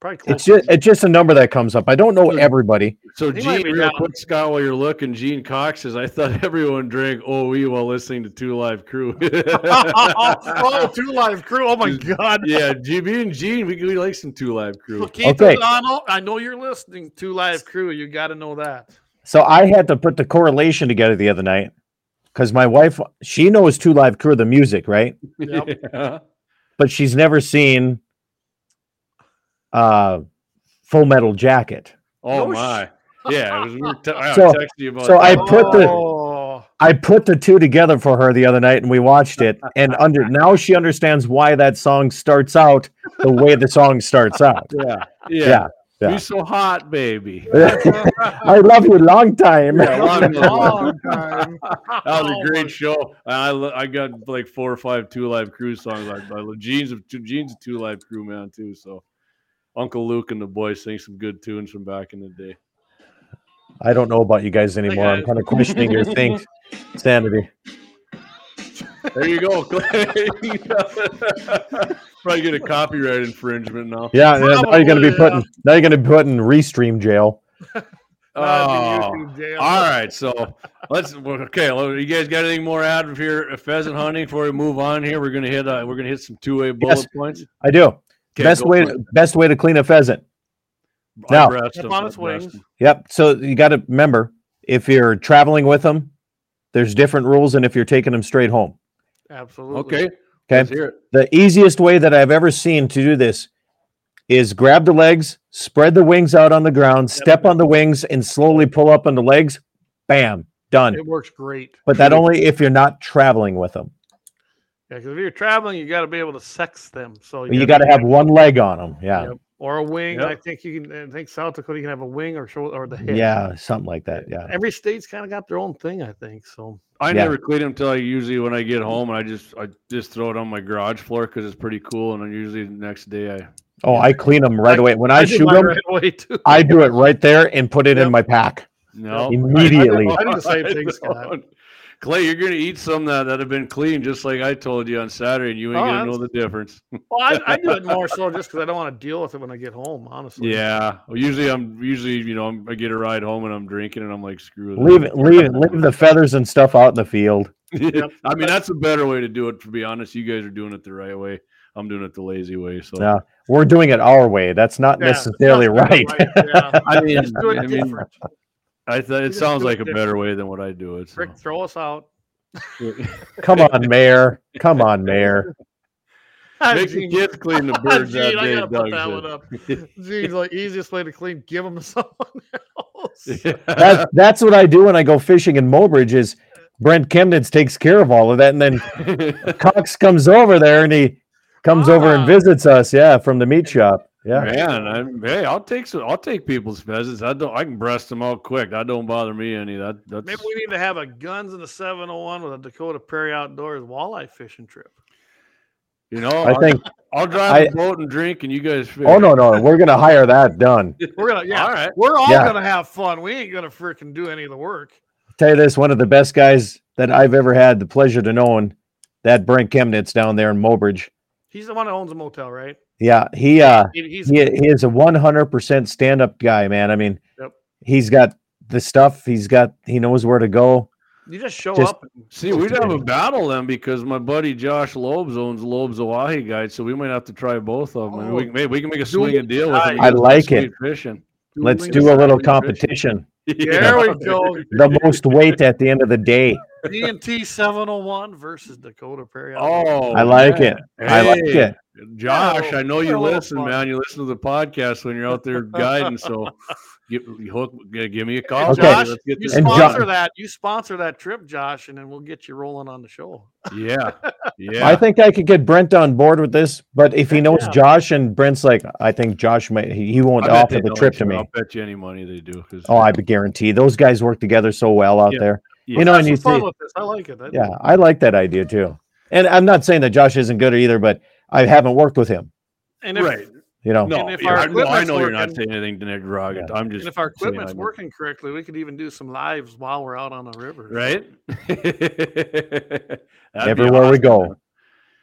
Speaker 1: Probably close. *laughs*
Speaker 3: It's just, it's just a number that comes up. I don't know everybody.
Speaker 2: So,
Speaker 1: He might
Speaker 2: Gene,
Speaker 1: be
Speaker 2: real
Speaker 1: down.
Speaker 2: quick, Scott, while you're looking, Gene Cox says, I thought *laughs* everyone drank OE while listening to Two Live
Speaker 1: *laughs*
Speaker 2: Crew. *laughs*
Speaker 1: oh, two live crew. Oh my god.
Speaker 2: yeah, GB and Gene, we, we like some Two Live Crew.
Speaker 1: So
Speaker 2: *laughs*
Speaker 1: Keith
Speaker 3: Okay.
Speaker 1: O'Donnell, I know you're listening to Live Crew. You got to know that.
Speaker 3: So I had to put the correlation together the other night because my wife, she knows Two Live Crew, the music, right?
Speaker 1: Yep.
Speaker 2: Yeah.
Speaker 3: But she's never seen uh, Full Metal Jacket.
Speaker 2: Oh,
Speaker 1: No sh-
Speaker 2: my. Yeah, it was, we were te- I
Speaker 3: So-
Speaker 2: texted you about
Speaker 3: so I
Speaker 2: that.
Speaker 3: put the-
Speaker 1: Oh,
Speaker 3: I put the two together for her the other night and we watched it. And
Speaker 2: *laughs*
Speaker 3: under now she understands why that song starts out the way the song starts out.
Speaker 2: *laughs* Yeah. Yeah.
Speaker 3: Yeah, *laughs* yeah.
Speaker 2: You're so hot,
Speaker 3: *laughs*
Speaker 2: baby.
Speaker 3: I love you long time.
Speaker 2: Yeah, long, long.
Speaker 3: *laughs*
Speaker 1: time.
Speaker 2: That was
Speaker 1: Oh
Speaker 2: a great show. I lo- I got like four or five Two Live Crew songs. I, I love Gene's a Two Gene's a Two Live Crew man too. So Uncle Luke and the boys sing some good tunes from back in the day.
Speaker 3: I don't know about you guys anymore. I'm kind of
Speaker 2: *laughs*
Speaker 3: questioning your thing, sanity.
Speaker 2: There you go, *laughs* Clay. Probably get a copyright infringement now.
Speaker 3: *laughs* Yeah, yeah, now you're gonna
Speaker 1: Probably,
Speaker 3: be
Speaker 1: yeah.
Speaker 3: putting now you're gonna be putting restream jail.
Speaker 1: That'd
Speaker 2: Oh.
Speaker 1: be YouTube jail.
Speaker 2: All right, so let's well, okay. well, You guys got anything more out of here? Pheasant hunting before we move on here. We're gonna hit. Uh, we're gonna hit some two way bullet
Speaker 3: Yes.
Speaker 2: points.
Speaker 3: I do.
Speaker 2: Okay,
Speaker 3: best
Speaker 2: go
Speaker 3: way
Speaker 2: for it.
Speaker 3: best way to clean a pheasant.
Speaker 2: I
Speaker 3: now.
Speaker 2: breast
Speaker 1: Up
Speaker 2: them,
Speaker 1: on
Speaker 2: I
Speaker 1: its
Speaker 2: breast
Speaker 1: wings.
Speaker 2: them.
Speaker 3: Yep. So you got to remember if you're traveling with them, there's different rules than if you're taking them straight home.
Speaker 1: Absolutely.
Speaker 2: Okay.
Speaker 3: Okay.
Speaker 2: Let's hear it.
Speaker 3: The easiest way that I've ever seen to do this is grab the legs, spread the wings out on the ground, step on the wings, and slowly pull up on the legs. Bam, done.
Speaker 1: It works great.
Speaker 3: But that only if you're not traveling with them.
Speaker 1: Yeah, because if you're traveling, you got to be able to sex them. So
Speaker 3: You got to have one leg on them. Yeah.
Speaker 1: Yep. or a wing.
Speaker 2: Yep.
Speaker 1: I think you can. I think South Dakota you can have a wing or shoulder or the *laughs* hip.
Speaker 3: Yeah, something like that. Yeah.
Speaker 1: Every state's kind of got their own thing. I think so.
Speaker 2: I
Speaker 3: Yeah.
Speaker 2: never clean them until I usually when I get home, and I just I just throw it on my garage floor because it's pretty cool, and then usually the next day I
Speaker 3: Oh, I clean them right
Speaker 1: I-
Speaker 3: away. When I,
Speaker 1: do
Speaker 3: shoot
Speaker 1: mine
Speaker 3: them,
Speaker 1: right *laughs* away too.
Speaker 3: I do it right there and put it
Speaker 1: Yep.
Speaker 3: in my pack.
Speaker 1: *laughs*
Speaker 2: no
Speaker 3: Immediately.
Speaker 1: I did the same
Speaker 2: *laughs* I
Speaker 1: thing, Scott.
Speaker 2: don't. Clay, you're gonna eat some that that have been clean, just like I told you on Saturday, and you ain't
Speaker 1: Oh,
Speaker 2: gonna
Speaker 1: I'm-
Speaker 2: know the difference.
Speaker 1: Well, I, I do it more so just because I don't want to deal with it when I get home. Honestly.
Speaker 2: Yeah. Well, usually I'm usually you know I'm, I get a ride home and I'm drinking and I'm like screw this. *laughs*
Speaker 3: Leave it, leave it, leave the feathers and stuff out in the field.
Speaker 2: I mean that's a better way to do it. To be honest, you guys are doing it the right way. I'm doing it the lazy way. So
Speaker 3: Yeah. We're doing it our way. That's not
Speaker 1: Yeah, it's
Speaker 3: necessarily
Speaker 1: not
Speaker 3: right.
Speaker 2: *laughs*
Speaker 1: Yeah.
Speaker 2: I mean,
Speaker 1: Let's do it
Speaker 2: I mean,
Speaker 1: different.
Speaker 2: I thought it
Speaker 1: just
Speaker 2: sounds
Speaker 1: do it
Speaker 2: like a better way than what I do it. so. *laughs*
Speaker 1: Rick, throw us out.
Speaker 3: *laughs* Come on, Mayor. Come on, Mayor.
Speaker 1: *laughs*
Speaker 2: Make the kids clean the birds
Speaker 1: Gene,
Speaker 2: out
Speaker 1: I
Speaker 2: day,
Speaker 1: gotta put
Speaker 2: Doug
Speaker 1: that one
Speaker 2: said.
Speaker 1: up.
Speaker 2: *laughs*
Speaker 1: Gene's like easiest way to clean. Give them to *laughs* someone else. *laughs*
Speaker 3: That's that's what I do when I go fishing in Mobridge is Brent Chemnitz takes care of all of that. And
Speaker 1: *laughs*
Speaker 3: then
Speaker 2: *laughs*
Speaker 3: Cox comes over there and he comes over and
Speaker 1: Ah.
Speaker 3: visits us. Yeah, from the meat shop. Yeah.
Speaker 2: Man, I'm, hey, I'll take some. I'll take people's pheasants. I don't. I can breast them out quick. That don't bother me any. That that's.
Speaker 1: Maybe we need to have a guns in the 701 with a Dakota Prairie Outdoors walleye fishing trip.
Speaker 2: you know.
Speaker 3: I
Speaker 1: Oh,
Speaker 2: I'll-
Speaker 3: think
Speaker 2: I'll drive the boat and drink, and you guys.
Speaker 3: oh no, no, we're gonna hire that
Speaker 1: *laughs*
Speaker 3: done.
Speaker 1: We're gonna yeah,
Speaker 2: All right.
Speaker 1: we're all
Speaker 3: Yeah.
Speaker 1: gonna have fun. We ain't gonna freaking do any of the work.
Speaker 3: tell you this, one of the best guys that I've ever had the pleasure to know, and that Brent Chemnitz down there in Mobridge.
Speaker 1: He's the one that owns a motel, right?
Speaker 3: Yeah, he uh
Speaker 1: He- He's
Speaker 3: he, he is a one hundred percent stand up guy, man. I mean,
Speaker 1: Yep.
Speaker 3: he's got the stuff. He's got he knows where to go.
Speaker 1: you just show
Speaker 2: *laughs*
Speaker 3: just-
Speaker 1: up. and-
Speaker 2: See, we'd have a battle then because my buddy Josh Loebs owns Loebs Oahe Guide, so we might have to try both of them. and we
Speaker 1: Oh.
Speaker 2: can, maybe we can make a
Speaker 1: Do
Speaker 2: swinging
Speaker 1: it.
Speaker 2: deal with them.
Speaker 1: I
Speaker 2: because
Speaker 3: like
Speaker 2: sweet
Speaker 3: it.
Speaker 2: Fishing.
Speaker 3: Let's
Speaker 1: we
Speaker 3: do a little
Speaker 2: Fishing. *laughs*
Speaker 3: competition.
Speaker 1: There we go.
Speaker 3: The most weight at the end of the day.
Speaker 1: DNT 701 versus Dakota Prairie. Outdoors.
Speaker 2: Oh,
Speaker 3: I like
Speaker 2: man.
Speaker 3: it. I like
Speaker 2: Hey.
Speaker 3: it.
Speaker 2: Josh,
Speaker 1: Yeah,
Speaker 2: I know you
Speaker 1: a little
Speaker 2: listen,
Speaker 1: fun.
Speaker 2: man. You listen to the podcast when you're
Speaker 1: *laughs*
Speaker 2: out there guiding. So, give, you hook, g- give me a call.
Speaker 1: And
Speaker 3: Okay.
Speaker 1: Josh,
Speaker 2: Oh, Let's get
Speaker 1: you
Speaker 2: this
Speaker 3: And
Speaker 2: done.
Speaker 3: John-
Speaker 1: sponsor that. You sponsor that trip, Josh, and then we'll get you rolling on the show.
Speaker 3: *laughs*
Speaker 2: Yeah, yeah.
Speaker 3: I think I could get Brent on board with this, but if he knows
Speaker 1: Yeah.
Speaker 3: Josh and Brent's like, I think Josh might he, he won't
Speaker 2: I bet
Speaker 3: offer
Speaker 2: they
Speaker 3: the
Speaker 2: don't,
Speaker 3: trip to
Speaker 2: too.
Speaker 3: me.
Speaker 2: I'll bet you any money they do. 'cause-
Speaker 3: Oh, I guarantee those guys work together so well out
Speaker 2: Yeah.
Speaker 3: there.
Speaker 2: Yeah.
Speaker 3: You know,
Speaker 1: Have
Speaker 3: and
Speaker 1: some
Speaker 3: you
Speaker 1: fun
Speaker 3: see,
Speaker 1: with this. I like it. I-
Speaker 3: yeah, I like that idea too. And I'm not saying that Josh isn't good either, but I haven't worked with him.
Speaker 1: And if,
Speaker 2: Right.
Speaker 3: You know,
Speaker 2: No,
Speaker 1: if
Speaker 2: yeah,
Speaker 1: our
Speaker 2: I, no, I
Speaker 1: equipment's
Speaker 2: know you're not
Speaker 1: working-
Speaker 2: saying anything to Nick Dragon. I'm just
Speaker 1: and if our
Speaker 2: saying I
Speaker 1: equipment's
Speaker 2: know.
Speaker 1: working correctly, we could even do some lives while we're out on the river.
Speaker 2: right? *laughs* That'd be
Speaker 3: everywhere we
Speaker 2: awesome,
Speaker 3: go.
Speaker 2: man.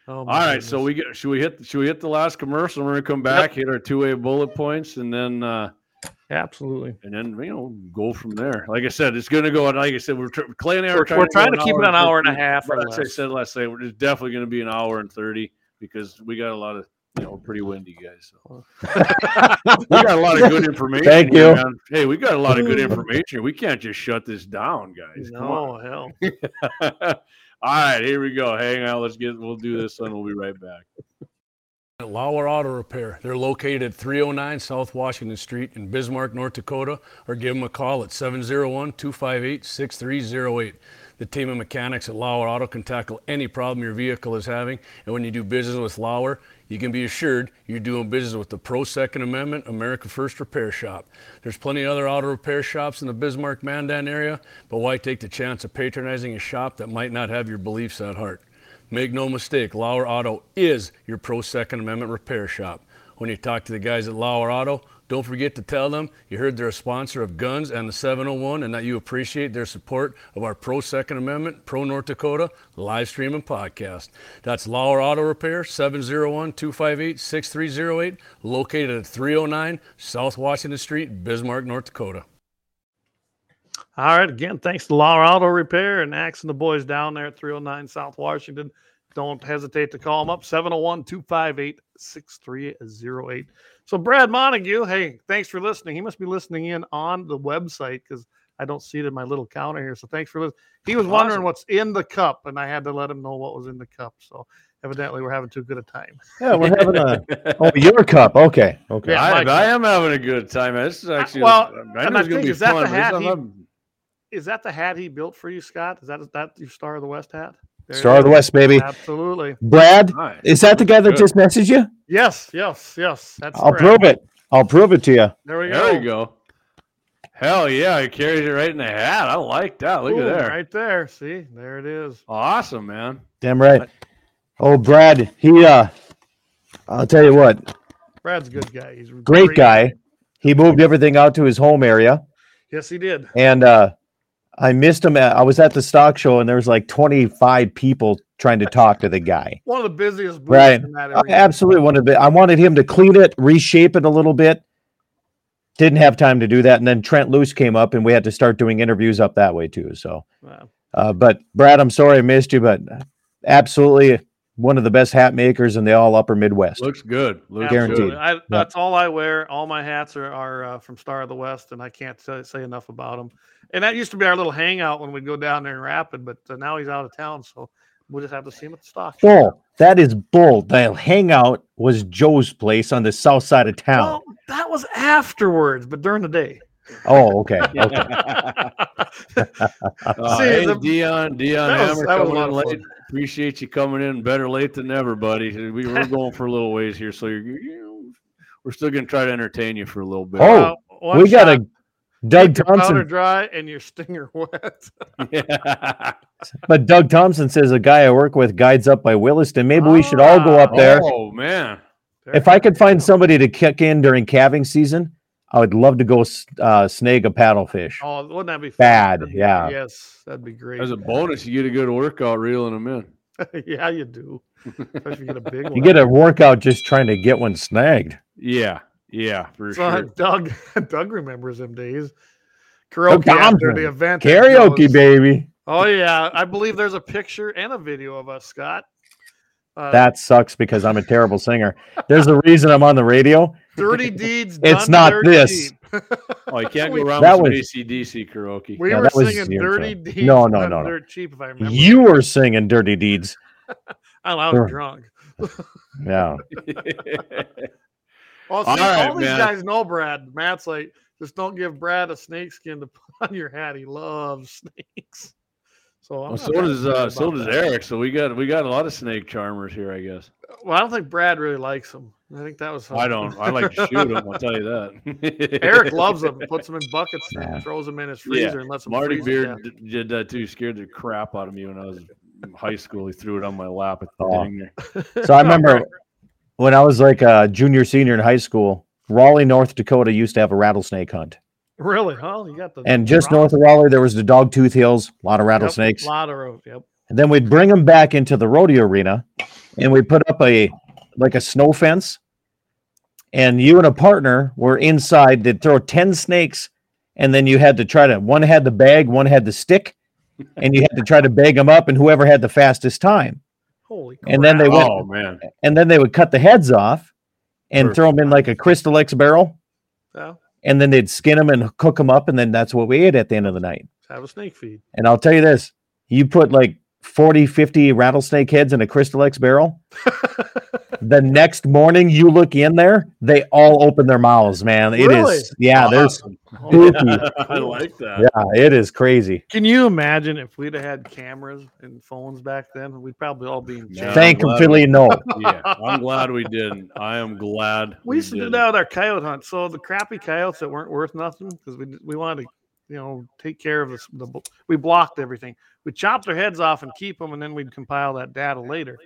Speaker 1: Oh, my
Speaker 2: All right,
Speaker 1: goodness.
Speaker 2: so we get should we hit should we hit the last commercial? We're gonna come back, hit our two way bullet points, and then uh,
Speaker 1: absolutely.
Speaker 2: and then you know go from there. Like I said, it's gonna go. Like I said, we're tr- Clay and I
Speaker 1: We're,
Speaker 2: are
Speaker 1: we're trying to
Speaker 2: go
Speaker 1: keep it an hour and a
Speaker 2: 15.
Speaker 1: half. Or
Speaker 2: But as I
Speaker 1: less.
Speaker 2: said last night, we're- it's definitely gonna be an hour and thirty because we got a lot of you know pretty windy guys. So. *laughs* we got a lot of good information.
Speaker 3: Oh. Thank
Speaker 2: here,
Speaker 3: you.
Speaker 2: man. Hey, we got a lot of
Speaker 3: *laughs*
Speaker 2: good information. here. We can't just shut this down, guys. Come on.
Speaker 1: No hell.
Speaker 2: *laughs* All right, here we go. Hang on, let's get we'll do this and we'll be right back.
Speaker 4: At Lauer Auto Repair. They're located at 309 South Washington Street in Bismarck, North Dakota, or give them a call at 701 258 6308. The team of mechanics at Lauer Auto can tackle any problem your vehicle is having, and when you do business with Lauer, you can be assured you're doing business with the Pro Second Amendment America First Repair Shop. There's plenty of other auto repair shops in the Bismarck Mandan area, but why take the chance of patronizing a shop that might not have your beliefs at heart? Make no mistake, Lauer Auto is your pro Second Amendment repair shop. When you talk to the guys at Lauer Auto, don't forget to tell them you heard they're a sponsor of Guns and the 701 and that you appreciate their support of our pro Second Amendment, pro North Dakota live stream and podcast. That's Lauer Auto Repair, 701 258 6308, located at 309 South Washington Street, Bismarck, North
Speaker 2: *laughs*
Speaker 4: Dakota.
Speaker 1: All right. Again, thanks to Laura Auto Repair and Axe and the boys down there at 309 South Washington. Don't hesitate to call them up 701 258 6308. So, Brad Montague, hey, thanks for listening. He must be listening in on the website because I don't see it in my little counter here. So, thanks for listening. He was wondering
Speaker 2: Awesome.
Speaker 1: what's in the cup, and I had to let him know what was in the cup. So, evidently, we're having too good a time.
Speaker 3: Yeah, we're having
Speaker 2: *laughs*
Speaker 3: a oh your cup. Okay, okay.
Speaker 1: Yeah,
Speaker 2: I,
Speaker 1: Mike.
Speaker 2: I am having a good time. This is actually
Speaker 1: well,
Speaker 2: I
Speaker 1: and
Speaker 2: knew
Speaker 1: I
Speaker 2: it was gonna
Speaker 1: think,
Speaker 2: be
Speaker 1: is that
Speaker 2: fun.
Speaker 1: the
Speaker 2: but it's
Speaker 1: hat
Speaker 2: not-
Speaker 1: he-
Speaker 2: I'm-
Speaker 1: Is that the hat he built for you, Scott? Is that, is that your Star of the West hat? There it
Speaker 3: Star of the
Speaker 1: is.
Speaker 3: West, baby.
Speaker 1: Absolutely.
Speaker 3: Brad,
Speaker 2: Nice.
Speaker 3: is that the guy that
Speaker 2: Good.
Speaker 3: just messaged you?
Speaker 1: Yes, yes, yes. That's
Speaker 3: I'll
Speaker 1: correct.
Speaker 3: prove it. I'll prove it to you.
Speaker 1: There we go.
Speaker 2: There you go. Hell yeah, he carries it right in the hat. I like that. Look
Speaker 1: Boom,
Speaker 2: at there.
Speaker 1: Right there. See, there it is.
Speaker 2: Awesome, man.
Speaker 3: Damn right. Oh, Brad, he uh I'll tell you what,
Speaker 1: Brad's a good guy. He's a
Speaker 3: great guy. He moved everything out to his home area
Speaker 1: Yes, he did.
Speaker 3: and uh I missed him at I was at the stock show and there was like 25 people trying to talk to the guy.
Speaker 1: One of the busiest booths
Speaker 3: Right. Uh,
Speaker 1: in that
Speaker 3: I
Speaker 1: area.
Speaker 3: absolutely wanted to I wanted him to clean it, reshape it a little bit. Didn't have time to do that and then Trent Luce came up and we had to start doing interviews up that way too, so
Speaker 1: Wow.
Speaker 3: Uh, but Brad, I'm sorry I missed you, but absolutely one of the best hat makers in the all upper Midwest.
Speaker 2: Looks good. Looks
Speaker 1: Absolutely.
Speaker 3: Guaranteed.
Speaker 2: good.
Speaker 1: I, that's all I wear. All my hats are, are uh, from Star of the West, and I can't say, say enough about him. And that used to be our little hangout when we'd go down there and Rapid, but uh, now he's out of town, so we'll just have to see him at the stock. show.
Speaker 3: Bull. That is bull. The hangout was Joe's place on the south side of town.
Speaker 1: Well, that was afterwards, but during the
Speaker 3: *laughs*
Speaker 1: day. *laughs*
Speaker 3: Oh, okay. okay.
Speaker 2: Uh,
Speaker 1: See,
Speaker 2: hey,
Speaker 1: the-
Speaker 2: Dion, Dion
Speaker 1: that was-
Speaker 2: Hammer
Speaker 1: that was a
Speaker 2: coming in
Speaker 1: lot of
Speaker 2: late. Appreciate you coming in. Better late than never, buddy. We, we're going for a little ways here, so you're, you we're still gonna try to entertain you for a little bit. *laughs*
Speaker 3: Oh,
Speaker 1: one
Speaker 3: we got
Speaker 1: shot,
Speaker 3: a Doug
Speaker 1: keep your powder
Speaker 3: Thompson.
Speaker 1: dry and your *laughs* stinger wet.
Speaker 3: But Doug Thompson says a guy I work with guides up by Williston. Maybe we should all
Speaker 1: Ah,
Speaker 3: go up there.
Speaker 2: Oh man,
Speaker 3: If I could find somebody to kick in during calving season, I would love to go s- uh, snag a paddlefish.
Speaker 1: Oh, wouldn't that be fun? *laughs*
Speaker 3: Bad,
Speaker 1: That'd be-
Speaker 3: yeah.
Speaker 1: Yes, that'd be great.
Speaker 2: as a bonus, you get a good workout reeling them in.
Speaker 1: *laughs* yeah, you do. Especially if you get a big one.
Speaker 3: You get a workout just trying to get one snagged.
Speaker 2: Yeah, yeah, for
Speaker 1: So,
Speaker 2: sure.
Speaker 1: Doug. *laughs* Doug remembers them days.
Speaker 3: Doug
Speaker 1: Karaoke after
Speaker 3: Thompson.
Speaker 1: the event. at
Speaker 3: Karaoke,
Speaker 1: Joe's.
Speaker 3: baby.
Speaker 1: Oh yeah, I believe there's a picture and a video of us, Scott. Uh,
Speaker 3: That *laughs* sucks because I'm a terrible singer.
Speaker 1: *laughs*
Speaker 3: There's a reason I'm on the radio.
Speaker 1: dirty deeds.
Speaker 3: It's
Speaker 1: done
Speaker 3: not
Speaker 1: dirt
Speaker 3: this.
Speaker 1: cheap.
Speaker 2: Oh, you
Speaker 1: *laughs*
Speaker 2: can't
Speaker 1: We-
Speaker 2: go around
Speaker 3: That
Speaker 2: with
Speaker 3: was-
Speaker 2: some ACDC karaoke.
Speaker 1: We
Speaker 3: Yeah,
Speaker 1: were
Speaker 3: that was
Speaker 1: singing
Speaker 3: zero
Speaker 1: dirty
Speaker 3: try.
Speaker 1: deeds.
Speaker 3: No, no,
Speaker 1: done
Speaker 3: no, no.
Speaker 1: dirt cheap. If I remember,
Speaker 3: You were singing dirty deeds.
Speaker 1: I was
Speaker 3: were-
Speaker 1: drunk.
Speaker 3: Yeah.
Speaker 2: *laughs*
Speaker 1: Well, see,
Speaker 2: All
Speaker 1: all,
Speaker 2: right,
Speaker 1: these
Speaker 2: man.
Speaker 1: guys know Brad. Matt's like, just don't give Brad a snake skin to *laughs* put on your hat. He loves snakes. So, I'm
Speaker 2: Well,
Speaker 1: not
Speaker 2: so
Speaker 1: mad
Speaker 2: does
Speaker 1: at Brad
Speaker 2: uh, so
Speaker 1: about
Speaker 2: does
Speaker 1: that.
Speaker 2: Eric. So we got we got a lot of snake charmers here, I guess.
Speaker 1: Well, I don't think Brad really likes him. I think that was.
Speaker 2: I don't. I like to shoot them. I'll tell you that.
Speaker 1: *laughs* Eric loves
Speaker 2: *laughs*
Speaker 1: them. Puts them in buckets and
Speaker 3: Yeah.
Speaker 1: throws them in his
Speaker 2: Yeah.
Speaker 1: freezer and lets them.
Speaker 2: Marty
Speaker 1: freeze to
Speaker 2: Beard
Speaker 1: death.
Speaker 2: d- did that too. He Scared the crap out of me when I was in high school. He threw it on my lap at the
Speaker 3: Oh.
Speaker 2: thing there.
Speaker 3: So I remember when I was like a junior, senior in high school, Raleigh, North Dakota used to have a rattlesnake hunt.
Speaker 1: *laughs* Really? Huh? You got the
Speaker 3: And just north of Raleigh, there was the Dogtooth Hills, a lot of rattlesnakes.
Speaker 1: Yep, lot of road. Yep.
Speaker 3: And then we'd bring them back into the rodeo arena and we put up a like a snow fence. And you and a partner were inside. They'd throw ten snakes, and then you had to try to. One had the bag, one had the stick, and you had to try to bag them up. And whoever had the fastest time,
Speaker 1: Holy crap.
Speaker 3: and then they went,
Speaker 2: Oh man,
Speaker 3: and then they would cut the heads off, and
Speaker 2: Sure.
Speaker 3: throw them in like a Crystal X barrel,
Speaker 1: Yeah,
Speaker 3: and then they'd skin them and cook them up, and then that's what we ate at the end of the night.
Speaker 1: have a snake
Speaker 2: *laughs*
Speaker 1: feed.
Speaker 3: And I'll tell you this you put like 40, 50 rattlesnake heads in a Crystal X barrel. the next morning, you look in there, they all open their mouths, man. It is,
Speaker 1: Really?
Speaker 3: yeah, there's,
Speaker 2: Awesome.
Speaker 1: Oh,
Speaker 2: *laughs* I like that.
Speaker 3: yeah, it is crazy.
Speaker 1: Can you imagine if we'd have had cameras and phones back then? We'd probably all be in
Speaker 2: No.
Speaker 1: jail.
Speaker 3: Thank him,
Speaker 2: glad
Speaker 3: Philly. No,
Speaker 2: Yeah, I'm glad we didn't. I am glad
Speaker 1: We used to do
Speaker 2: didn't.
Speaker 1: that with our coyote hunt. So the crappy coyotes that weren't worth nothing because we we wanted to, you know, take care of this. The, bl- we blocked everything. We chopped their heads off and keep them, and then we'd compile that data later.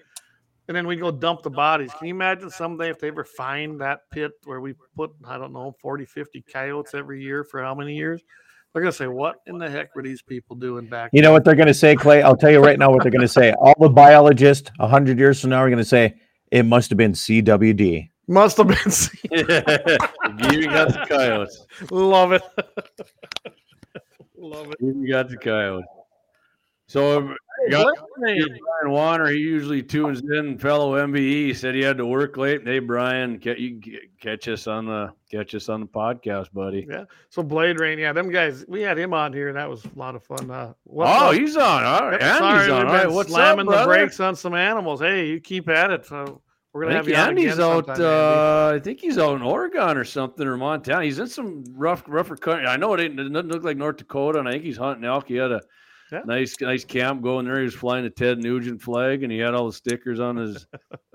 Speaker 1: And then we'd go dump the bodies. Can you imagine someday if they ever find that pit where we put, I don't know, 40, 50 coyotes every year for how many years? They're going to say, what in the heck were these people doing back
Speaker 3: you know what they're going to say, Clay? I'll tell you right now what they're going to say. All the biologists 100 years from now are going to say, it must have been CWD.
Speaker 1: Must have been *laughs* seen.
Speaker 2: *laughs* you got the coyotes.
Speaker 1: Love it. *laughs* Love it.
Speaker 2: You got the coyotes. So um, got- Brian Warner, he usually tunes in. Fellow MBE he said he had to work late. Hey Brian, ca- you can ca- catch us on the catch us on the podcast, buddy.
Speaker 1: So Blade Rain, yeah, them guys, we had him on here, and that was a lot of fun. Uh, what-
Speaker 2: oh,
Speaker 1: what-
Speaker 2: he's on. All right,
Speaker 1: yep,
Speaker 2: Andy's
Speaker 1: sorry, we've
Speaker 2: on. All right,
Speaker 1: been
Speaker 2: what's
Speaker 1: slamming
Speaker 2: up, brother?
Speaker 1: the brakes on some animals. Hey, you keep at it. So we're
Speaker 2: I
Speaker 1: gonna have
Speaker 2: think
Speaker 1: you on
Speaker 2: Andy's
Speaker 1: again
Speaker 2: out.
Speaker 1: sometime, Andy.
Speaker 2: uh, I think he's out in Oregon or something or Montana. He's in some rough, rougher country. I know it, ain't, it doesn't look like North Dakota, and I think he's hunting elk. He had a
Speaker 1: Yeah.
Speaker 2: nice, nice camp going there. He was flying the Ted Nugent flag, and he had all the stickers
Speaker 1: *laughs*
Speaker 2: on his,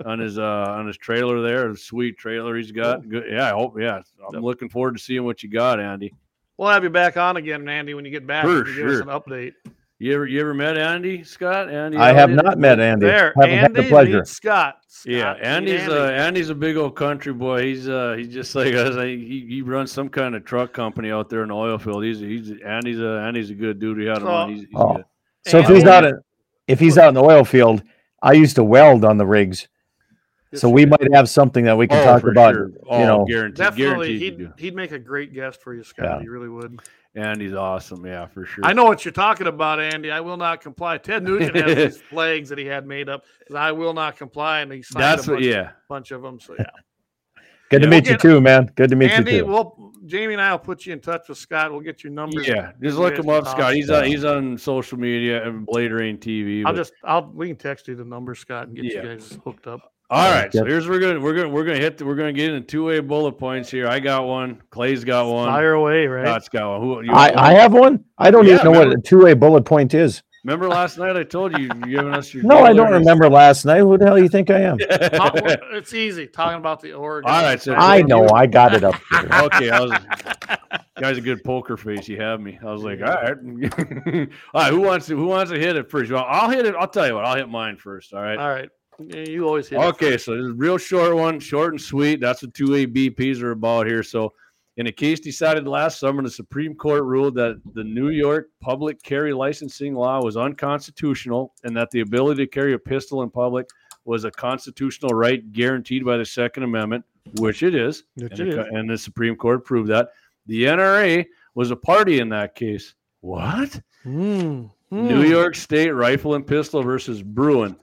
Speaker 2: on his, uh, on his trailer there. A sweet trailer he's got. Good. Yeah, I hope. Yeah, I'm
Speaker 1: Yep.
Speaker 2: looking forward to seeing what you got, Andy.
Speaker 1: We'll have you back on again, Andy, when you get back.
Speaker 2: For
Speaker 1: you can give us
Speaker 2: sure.
Speaker 1: an update.
Speaker 2: You ever, you ever met Andy Scott? Andy,
Speaker 3: I have
Speaker 2: Elliott?
Speaker 3: not met Andy.
Speaker 1: There,
Speaker 3: Haven't had
Speaker 1: Andy
Speaker 3: the pleasure.
Speaker 1: meets Scott. Scott
Speaker 2: Yeah,
Speaker 1: meet
Speaker 2: Andy's
Speaker 1: Andy.
Speaker 2: Uh, Andy's a big old country boy. He's uh he's just *laughs* like us. I- He he runs some kind of truck company out there in the oil field. He's he's Andy's a Andy's a good dude. We had him on.
Speaker 1: So-
Speaker 2: He's, he's
Speaker 3: Oh.
Speaker 2: good.
Speaker 3: So if
Speaker 1: Andy-
Speaker 3: he's out, in- if he's out in the oil field, I used to weld on the rigs.
Speaker 1: Yes,
Speaker 3: So
Speaker 1: he
Speaker 3: we
Speaker 1: did.
Speaker 3: might have something that we can talk
Speaker 2: Oh, for
Speaker 3: about.
Speaker 2: sure.
Speaker 3: you know,
Speaker 2: guaranteed,
Speaker 1: definitely
Speaker 2: guaranteed you
Speaker 1: he'd, he'd make a great guest for you, Scott.
Speaker 3: Yeah.
Speaker 1: He really would.
Speaker 2: do. Andy's awesome. Yeah, for sure.
Speaker 1: I know what you're talking about, Andy. I will not comply. Ted Nugent
Speaker 2: *laughs*
Speaker 1: has these flags that he had made up. 'cause I will not comply, and he signed
Speaker 2: That's
Speaker 1: a
Speaker 2: what.
Speaker 1: bunch,
Speaker 2: Yeah.
Speaker 1: bunch of them. So yeah.
Speaker 3: Good
Speaker 2: Yeah.
Speaker 3: to meet you
Speaker 1: We'll get-
Speaker 3: too, man. Good to meet
Speaker 1: Andy,
Speaker 3: you too.
Speaker 1: we'll Jamie and I will put you in touch with Scott. We'll get your numbers.
Speaker 2: Yeah,
Speaker 1: you
Speaker 2: just look
Speaker 1: guys
Speaker 2: him
Speaker 1: can
Speaker 2: up,
Speaker 1: talk.
Speaker 2: Scott. He's on
Speaker 3: Yeah.
Speaker 2: he's on social media and Blade Rain TV.
Speaker 1: I'll
Speaker 2: but-
Speaker 1: just I'll we can text you the number, Scott, and get
Speaker 2: Yeah.
Speaker 1: you guys hooked up.
Speaker 2: All right, so
Speaker 3: Yep.
Speaker 2: here's what we're gonna we're gonna we're gonna hit the, we're gonna get into two way bullet points here. I got one. Clay's got one.
Speaker 1: Fire away, right?
Speaker 2: Scott's got one. Who, you want one?
Speaker 3: I, I have one. I don't
Speaker 2: Yeah,
Speaker 3: even know
Speaker 2: man.
Speaker 3: what a two-way bullet point is.
Speaker 2: Remember last night I told you you giving us your.
Speaker 3: No, I don't
Speaker 2: dealers?
Speaker 3: remember last night. Who the hell do you think
Speaker 1: *laughs*
Speaker 3: I
Speaker 2: *laughs*
Speaker 3: am?
Speaker 1: Talk- it's easy talking about the Oregon.
Speaker 2: All right, so-
Speaker 3: I know. I got it up. here.
Speaker 1: *laughs*
Speaker 2: okay, I was. Guy's a good poker face. You have me. I was like, all right, *laughs* all right. Who wants to? Who wants to hit it first? Well, I'll hit it. I'll tell you what. I'll hit mine first. All right.
Speaker 1: All right. Yeah, You always hit. it
Speaker 2: Okay, so this is a real short one, short and sweet. That's what two ABPs are about here. So, in a case decided last summer, the Supreme Court ruled that the New York public carry licensing law was unconstitutional and that the ability to carry a pistol in public was a constitutional right guaranteed by the Second Amendment, which it is.
Speaker 1: first.
Speaker 2: And, the, co- and the Supreme Court proved that. The NRA was a party in that case. What?
Speaker 1: Mm,
Speaker 2: New
Speaker 1: mm.
Speaker 2: York State Rifle and Pistol versus Bruin.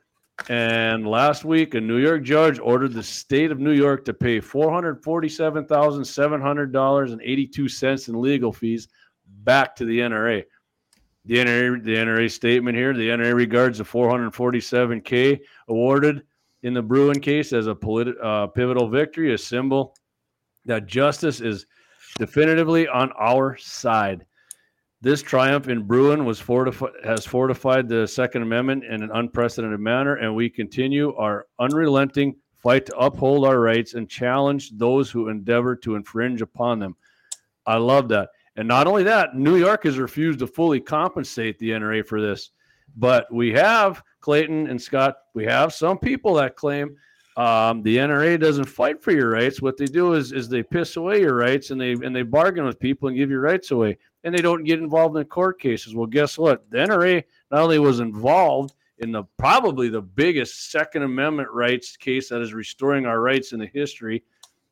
Speaker 2: And last week, a New York judge ordered the state of New York to pay four hundred forty-seven thousand seven hundred dollars and eighty-two cents in legal fees back to the NRA. The NRA, the NRA statement here: the NRA regards the four hundred forty-seven k awarded in the Bruin case as a politi- uh, pivotal victory, a symbol that justice is definitively on our side. This triumph in Bruin was fortified has fortified the Second Amendment in an unprecedented manner, and we continue our unrelenting fight to uphold our rights and challenge those who endeavor to infringe upon them. I love that. And not only that, New York has refused to fully compensate the NRA for this. But we have Clayton and Scott, we have some people that claim um, the NRA doesn't fight for your rights. What they do is is they piss away your rights and they and they bargain with people and give your rights away and they don't get involved in court cases. Well, guess what? The NRA not only was involved in the probably the biggest Second Amendment rights case that is restoring our rights in the history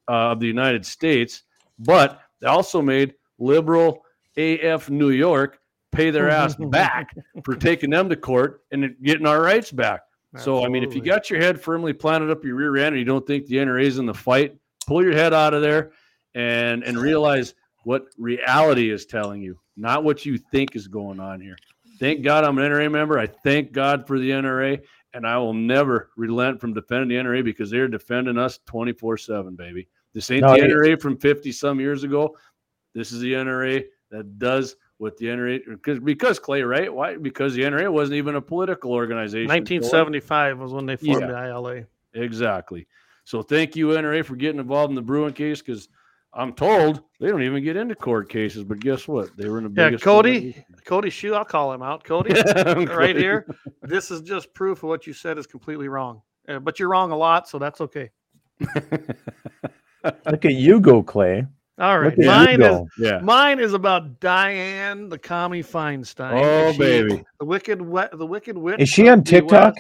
Speaker 2: uh, of the United States. But they also made liberal AF New York pay their ass back for taking them to court and getting our rights back. So I mean, if you
Speaker 1: Absolutely.
Speaker 2: got your head firmly planted up your rear end and you don't think the NRA's in the fight, pull your head out of there and and realize what reality is telling you, not what you think is going on here. Thank God I'm an NRA member. I thank God for the NRA, and I will never relent from defending the NRA because they're defending us 24/7, baby. This ain't
Speaker 3: No,
Speaker 2: the
Speaker 3: it-
Speaker 2: NRA from 50 some years ago. This is the NRA that does what the NRA because because Clay, right? Why? Because the NRA wasn't even a political organization. until-
Speaker 1: 1975 was when they formed
Speaker 2: Yeah.
Speaker 1: the ILA.
Speaker 2: Exactly. So thank you, NRA, for getting involved in the Bruin case because I'm told they don't even get into court cases. But guess what? They were in the
Speaker 1: Yeah,
Speaker 2: biggest
Speaker 1: Cody, Cody Shue, I'll call him out.
Speaker 2: *laughs*
Speaker 1: Cody,
Speaker 2: one.
Speaker 1: right here. This is just proof of what you said is completely wrong. Uh, but you're wrong a lot, so that's okay.
Speaker 3: Look at you go, Clay.
Speaker 1: All right,
Speaker 3: Look at you
Speaker 1: mine is
Speaker 3: go.
Speaker 2: Yeah.
Speaker 1: mine is about Diane, the commie Feinstein.
Speaker 2: Oh
Speaker 1: She-
Speaker 2: baby,
Speaker 1: the wicked, we- the wicked witch.
Speaker 3: Is she on
Speaker 1: of the
Speaker 3: TikTok?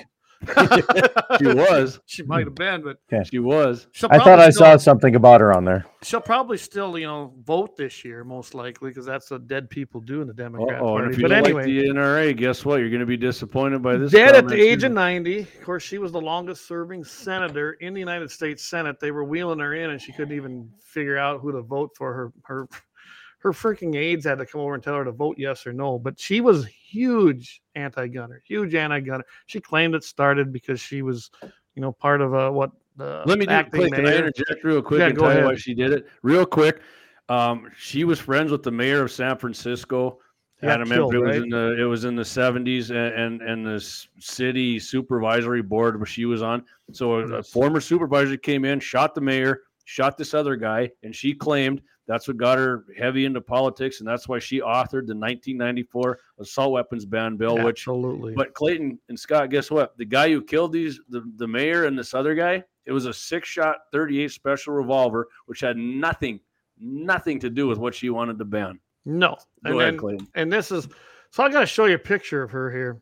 Speaker 1: *laughs* West.
Speaker 2: she was.
Speaker 1: she might have
Speaker 2: Hmm.
Speaker 1: been, but *laughs*
Speaker 2: She was.
Speaker 1: she'll
Speaker 3: I thought
Speaker 1: probably
Speaker 3: I saw
Speaker 1: still-
Speaker 3: something about her on there.
Speaker 1: She'll probably still, you know, vote this year, most likely, because that's what dead people do in the Democrat
Speaker 2: Oh, and
Speaker 1: Party.
Speaker 2: if you
Speaker 1: But
Speaker 2: don't
Speaker 1: anyway,
Speaker 2: like the NRA, guess what? You're going to be disappointed by this.
Speaker 1: Dead at the
Speaker 2: comment,
Speaker 1: age
Speaker 2: too.
Speaker 1: of 90. Of course, she was the longest serving senator in the United States Senate. They were wheeling her in, and she couldn't even figure out who to vote for. Her her her freaking aides had to come over and tell her to vote yes or no. But she was huge anti-gunner, huge anti-gunner. She claimed it started because she was, you know, part of a what the
Speaker 2: Let me just
Speaker 1: acting
Speaker 2: quick, can I
Speaker 1: mayor-
Speaker 2: interject real quick
Speaker 1: Yeah,
Speaker 2: and
Speaker 1: go
Speaker 2: tell you
Speaker 1: ahead.
Speaker 2: why she did it? Real quick. Um, she was friends with the mayor of San Francisco.
Speaker 1: Got
Speaker 2: I don't remember
Speaker 1: killed,
Speaker 2: it was
Speaker 1: right?
Speaker 2: in the it was in the seventies and and, and the s- city supervisory board where she was on. So a, a
Speaker 1: Yes.
Speaker 2: former supervisor came in, shot the mayor, shot this other guy, and she claimed that's what got her heavy into politics, and that's why she authored the 1994 assault weapons ban bill, which
Speaker 1: Absolutely.
Speaker 2: but Clayton and Scott, guess what? The guy who killed these, the, the mayor and this other guy, it was a six shot 38 special revolver, which had nothing, nothing to do with what she wanted to ban.
Speaker 1: no.
Speaker 2: Go
Speaker 1: And,
Speaker 2: ahead,
Speaker 1: then-
Speaker 2: Clayton.
Speaker 1: and this is so I got to show you a picture of her here.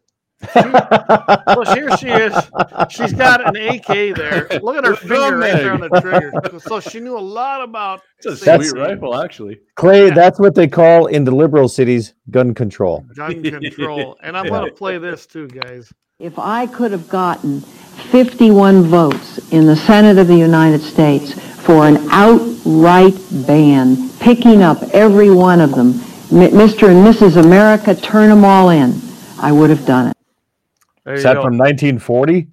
Speaker 1: Well, here she is.
Speaker 3: *laughs*
Speaker 1: She's got an AK
Speaker 2: *laughs*
Speaker 1: there. Look at her
Speaker 2: With a
Speaker 1: finger
Speaker 2: drum
Speaker 1: right there on
Speaker 2: mag.
Speaker 1: the trigger. So she knew a lot
Speaker 2: *laughs*
Speaker 1: about.
Speaker 2: It's a
Speaker 1: That's-
Speaker 2: sweet rifle, actually.
Speaker 3: Clay,
Speaker 1: Yeah.
Speaker 3: that's what they call in the liberal cities gun control.
Speaker 1: Gun
Speaker 2: *laughs*
Speaker 1: control. And I'm going to play this too, guys.
Speaker 6: If I could have gotten 51 votes in the Senate of the United States for an outright ban, picking up every one of them, M- Mr. and Mrs. America, turn them all in, I would have done it.
Speaker 1: There
Speaker 3: Is
Speaker 1: you
Speaker 3: that
Speaker 1: go.
Speaker 3: from 1940?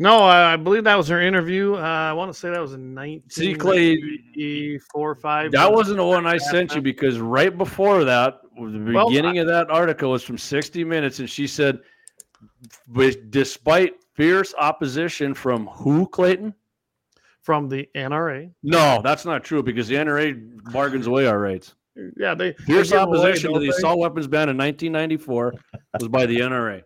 Speaker 1: no, I, I believe that was her interview. Uh, I want to say that was in 19.
Speaker 2: See, Clay,
Speaker 1: four or five.
Speaker 2: That wasn't the one I sent you because right before that, the
Speaker 1: Well,
Speaker 2: beginning of that article was from 60 Minutes, and she said, "With- despite fierce opposition from who, Clayton?
Speaker 1: from the NRA.
Speaker 2: No, that's not true because the NRA bargains away our rights.
Speaker 1: Yeah, they. they
Speaker 2: Fierce
Speaker 1: give away,
Speaker 2: opposition to
Speaker 1: don't
Speaker 2: the
Speaker 1: they?
Speaker 2: assault weapons ban in 1994 was by the NRA.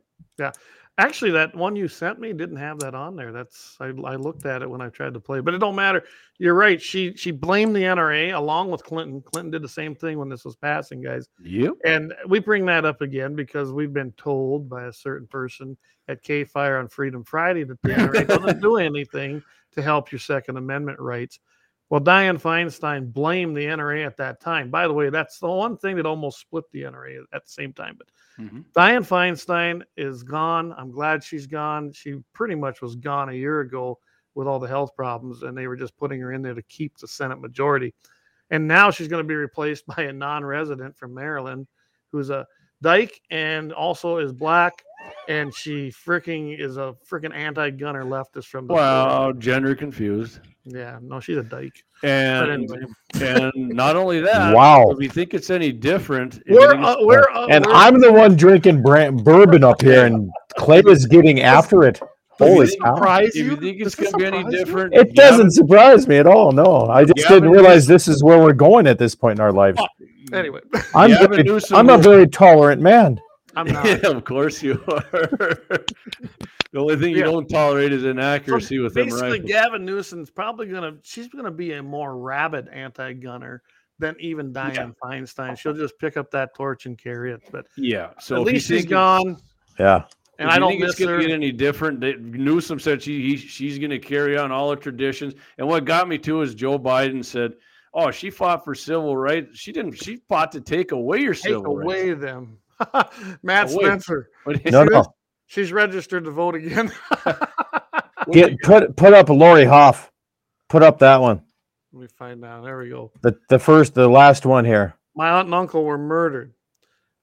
Speaker 1: Actually, that one you sent me didn't have that on there. That's I, I looked at it when I tried to play, but it don't matter. You're right. She she blamed the NRA along with Clinton. Clinton did the same thing when this was passing, guys.
Speaker 2: Yep.
Speaker 1: And we bring that up again because we've been told by a certain person at K Fire on Freedom Friday that the NRA doesn't do anything to help your Second Amendment rights. Well, Dianne Feinstein blamed the NRA at that time. By the way, that's the one thing that almost split the NRA at the same time. But
Speaker 2: Mhm.
Speaker 1: Dianne Feinstein is gone. I'm glad she's gone. She pretty much was gone a year ago with all the health problems, and they were just putting her in there to keep the Senate majority. And now she's going to be replaced *laughs* by a non resident from Maryland who's a dyke and also is black. And she freaking is a freaking anti gunner leftist from the.
Speaker 2: Wow, gender confused.
Speaker 1: Yeah, no, she's a dyke. But
Speaker 2: And
Speaker 1: anyway,
Speaker 2: and not only that,
Speaker 3: Wow.
Speaker 2: if you think it's any different, if you
Speaker 1: we're,
Speaker 2: think
Speaker 1: uh,
Speaker 2: it's-
Speaker 1: we're, uh,
Speaker 3: And
Speaker 1: we're-
Speaker 3: I'm the one drinking brand bourbon up here, and Clay is getting after it.
Speaker 2: if you
Speaker 3: Holy
Speaker 2: think-
Speaker 3: cow.
Speaker 1: surprise
Speaker 2: if you
Speaker 1: you?
Speaker 2: think it's
Speaker 1: Does this
Speaker 2: going to be any
Speaker 1: surprise you?
Speaker 2: different,
Speaker 3: It doesn't surprise me at all. No, I just
Speaker 2: Gavin
Speaker 3: didn't realize this is where we're going at this point in our lives.
Speaker 1: anyway, *laughs*
Speaker 3: I'm,
Speaker 2: Gavin
Speaker 3: very-
Speaker 2: Newsom
Speaker 3: I'm a
Speaker 2: will-
Speaker 3: very tolerant man.
Speaker 1: I'm not.
Speaker 2: *laughs* Yeah, of course you are. *laughs* the only thing you
Speaker 1: Yeah.
Speaker 2: don't tolerate is
Speaker 1: So
Speaker 2: inaccuracy with them,
Speaker 1: basically,
Speaker 2: right?
Speaker 1: Gavin Newsom's probably gonna she's gonna be a more rabid anti-gunner than even Diane Feinstein. She'll just pick up that torch and carry it. But
Speaker 2: Yeah. Uh-huh. So
Speaker 1: at
Speaker 2: if you
Speaker 1: least she's
Speaker 2: think it's-
Speaker 1: gone.
Speaker 3: Yeah.
Speaker 1: And I
Speaker 2: you
Speaker 1: don't
Speaker 2: think it's
Speaker 1: miss
Speaker 2: going to
Speaker 1: her.
Speaker 2: get any different. They- Newsom said she he, she's going to carry on all the traditions. And what got me too is Joe Biden said, "Oh, she fought for civil rights. She didn't. She fought to take away your
Speaker 1: Take
Speaker 2: civil rights." *laughs*
Speaker 1: away them. *laughs* Matt
Speaker 2: Away.
Speaker 1: Spencer.
Speaker 2: But
Speaker 3: No, no.
Speaker 1: She's registered to vote again. *laughs*
Speaker 3: Get put put up Lori Hoff. Put up that one.
Speaker 1: Let me find out. There we go.
Speaker 3: The the first the last one here.
Speaker 1: My aunt and uncle were murdered.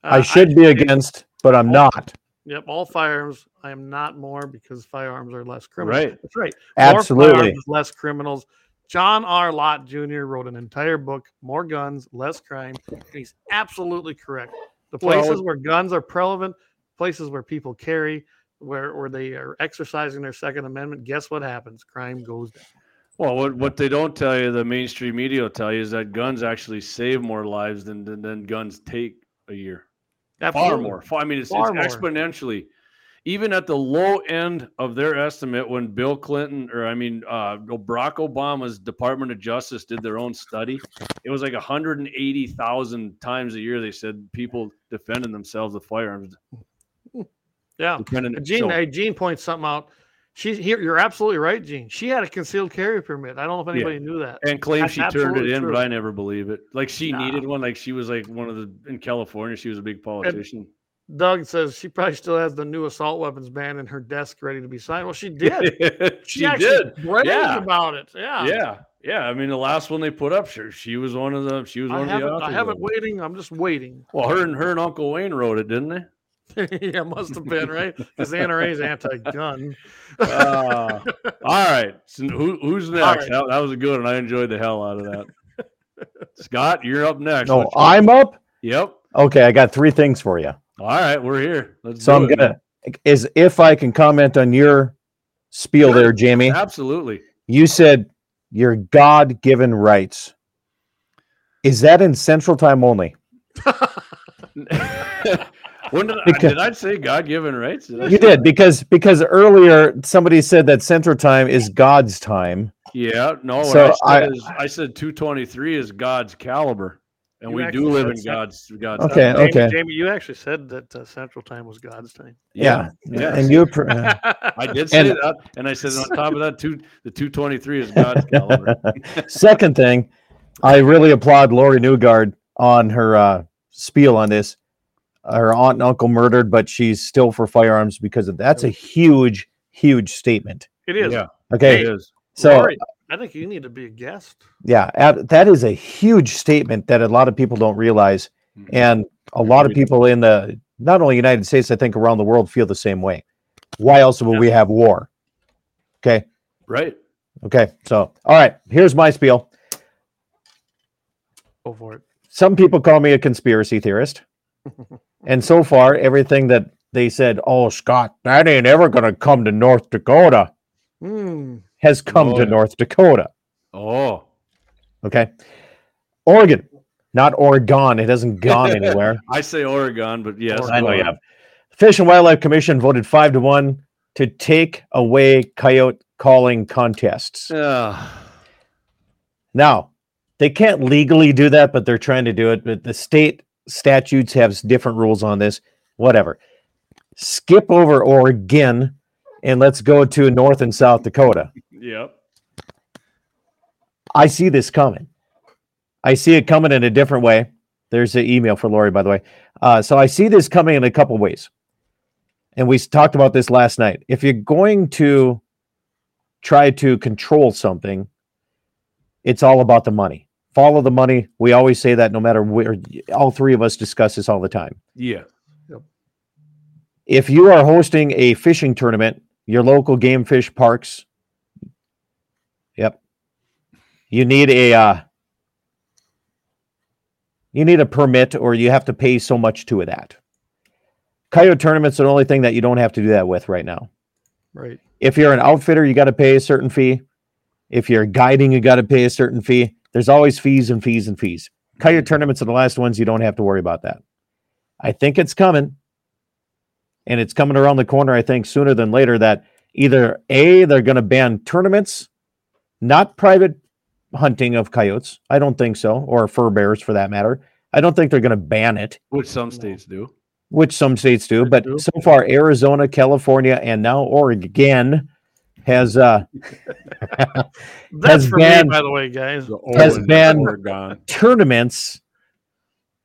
Speaker 1: Uh,
Speaker 3: I should be against, but I'm not.
Speaker 1: Yep, all firearms. I am not more because firearms are less criminal.
Speaker 2: Right.
Speaker 1: That's right. More
Speaker 3: Absolutely.
Speaker 1: firearms, less criminals. John R. Lott Jr. wrote an entire book, More Guns, Less Crime. And he's absolutely correct. The
Speaker 2: Well-
Speaker 1: places where guns are prevalent, places where people carry, where, where they are exercising their Second Amendment, guess what happens? Crime goes down.
Speaker 2: Well, what, what they don't tell you, the mainstream media will tell you, is that guns actually save more lives than than, than guns take a year. Far
Speaker 1: Absolutely.
Speaker 2: more. Far, I mean, it's,
Speaker 1: Far
Speaker 2: it's
Speaker 1: more.
Speaker 2: exponentially. Even at the low end of their estimate, when Bill Clinton or I mean uh, Barack Obama's Department of Justice did their own study, it was like 180,000 times a year they said people defending themselves with firearms.
Speaker 1: Yeah.
Speaker 2: Defending
Speaker 1: Gene,
Speaker 2: so-
Speaker 1: hey, Gene points something out. She, here, you're absolutely right, Gene. She had a concealed carry permit. I don't know if
Speaker 2: Yeah.
Speaker 1: anybody knew that.
Speaker 2: and
Speaker 1: That's
Speaker 2: claims she turned it
Speaker 1: absolutely
Speaker 2: in,
Speaker 1: true.
Speaker 2: but I never believe it. Like she
Speaker 1: Nah.
Speaker 2: needed one. Like she was like one of the in California. She was a big politician.
Speaker 1: Doug says she probably still has the new assault weapons ban in her desk ready to be signed. Well, she did.
Speaker 2: *laughs* she
Speaker 1: actually
Speaker 2: did.
Speaker 1: bragged
Speaker 2: Yeah.
Speaker 1: about it. Yeah.
Speaker 2: Yeah. Yeah. I mean, the last one they put up, sure, she was one of the she was
Speaker 1: I
Speaker 2: one of the
Speaker 1: haven't,
Speaker 2: authors.
Speaker 1: I
Speaker 2: of
Speaker 1: haven't
Speaker 2: it.
Speaker 1: waiting. I'm just waiting. *laughs*
Speaker 2: Well, her and her and Uncle Wayne wrote it, didn't they?
Speaker 1: yeah, must have been
Speaker 2: *laughs*
Speaker 1: right because the NRA is *laughs* anti-gun.
Speaker 2: Uh, all right. So who, who's next?
Speaker 1: right.
Speaker 2: That, that was a good one. I enjoyed the hell out of that.
Speaker 1: *laughs*
Speaker 2: Scott, you're up next.
Speaker 3: No,
Speaker 2: Let's go.
Speaker 3: I'm up.
Speaker 2: Yep.
Speaker 3: Okay, I got three things for you.
Speaker 2: All right, we're here. Let's
Speaker 3: So
Speaker 2: do
Speaker 3: I'm
Speaker 2: it.
Speaker 3: gonna is if I can comment on your spiel
Speaker 2: Sure.
Speaker 3: there, Jamie.
Speaker 2: absolutely.
Speaker 3: You said your God given rights. Is that in Central Time only?
Speaker 2: when did, I,
Speaker 3: *laughs* Because-
Speaker 2: did I say God given rights? Did I say-
Speaker 3: You did because because earlier somebody said that Central Time is God's time.
Speaker 2: Yeah, no. what
Speaker 3: So
Speaker 2: I said
Speaker 3: I-
Speaker 2: is- I said 223 is God's caliber, and
Speaker 1: You
Speaker 2: we
Speaker 1: actually
Speaker 2: do live
Speaker 1: said
Speaker 2: in
Speaker 1: sec-
Speaker 2: God's God's.
Speaker 3: Okay,
Speaker 2: caliber.
Speaker 1: Uh, Jamie,
Speaker 3: okay.
Speaker 1: Jamie, you actually said that uh, Central Time was God's time. *laughs*
Speaker 3: Yeah.
Speaker 2: Yeah.
Speaker 3: And you pr- uh,
Speaker 2: I
Speaker 3: *laughs*
Speaker 2: did say
Speaker 3: And-
Speaker 2: that, and I said on top of that, two the 223 is
Speaker 3: *laughs*
Speaker 2: God's caliber.
Speaker 3: second thing, I really applaud Lori Newgard on her uh, spiel on this. Her aunt and uncle murdered, but she's still for firearms because of that's a huge, huge statement.
Speaker 1: It is.
Speaker 2: Yeah,
Speaker 3: Okay.
Speaker 2: it is.
Speaker 3: so
Speaker 1: Lori, I think you need to be a guest.
Speaker 3: Yeah, ab- that is a huge statement that a lot of people don't realize,
Speaker 2: Mhm.
Speaker 3: and a lot of
Speaker 2: Agreed.
Speaker 3: people in the not only United States, I think around the world feel the same way. Why else would we have war? Okay,
Speaker 2: Right.
Speaker 3: okay. So, all right, here's my spiel.
Speaker 1: Go for it.
Speaker 3: Some people call me a conspiracy theorist, and so far, everything that they said, "Oh, Scott, that ain't ever gonna come to North Dakota,"
Speaker 1: Hmm.
Speaker 3: has come
Speaker 2: Oh,
Speaker 3: to
Speaker 2: yeah.
Speaker 3: North Dakota.
Speaker 2: Oh,
Speaker 3: Okay, Oregon, not Oregon. It hasn't gone anywhere.
Speaker 2: I say Oregon, but yes,
Speaker 3: I know
Speaker 2: go
Speaker 3: you
Speaker 2: on.
Speaker 3: have. Fish and Wildlife Commission voted five to one to take away coyote calling contests.
Speaker 2: Ah,
Speaker 3: Now, they can't legally do that, but they're trying to do it. But the state statutes have different rules on this. Whatever. Skip over Oregon and let's go to North and South Dakota.
Speaker 2: yep.
Speaker 3: I see this coming. I see it coming in a different way. There's an email for Lori, by the way. Uh, so I see this coming in a couple ways. And we s- talked about this last night. If you're going to try to control something, it's all about the money. Follow the money. We always say that no matter where, all three of us discuss this all the time.
Speaker 2: Yeah.
Speaker 3: If you are hosting a fishing tournament, your local game fish parks, yep, you need a uh, you need a permit, or you have to pay so much to that. Coyote tournaments are the only thing that you don't have to do that with right now.
Speaker 1: Right.
Speaker 3: If you're an outfitter, you got to pay a certain fee. If you're guiding, you got to pay a certain fee. There's always fees and fees and fees. Coyote tournaments are the last ones. You don't have to worry about that. I think it's coming. And it's coming around the corner, I think, sooner than later that either A, they're going to ban tournaments, not private hunting of coyotes. I don't think so, or fur bears for that matter. I don't think they're going to ban it.
Speaker 2: Which some states do.
Speaker 3: which some states do,
Speaker 1: They
Speaker 3: but
Speaker 1: do.
Speaker 3: so far Arizona, California, and now Oregon has uh
Speaker 2: *laughs*
Speaker 1: That's
Speaker 3: Has
Speaker 1: for
Speaker 3: banned-
Speaker 1: me, by the way, guys.
Speaker 3: Has been-
Speaker 2: Oregon.
Speaker 3: tournaments,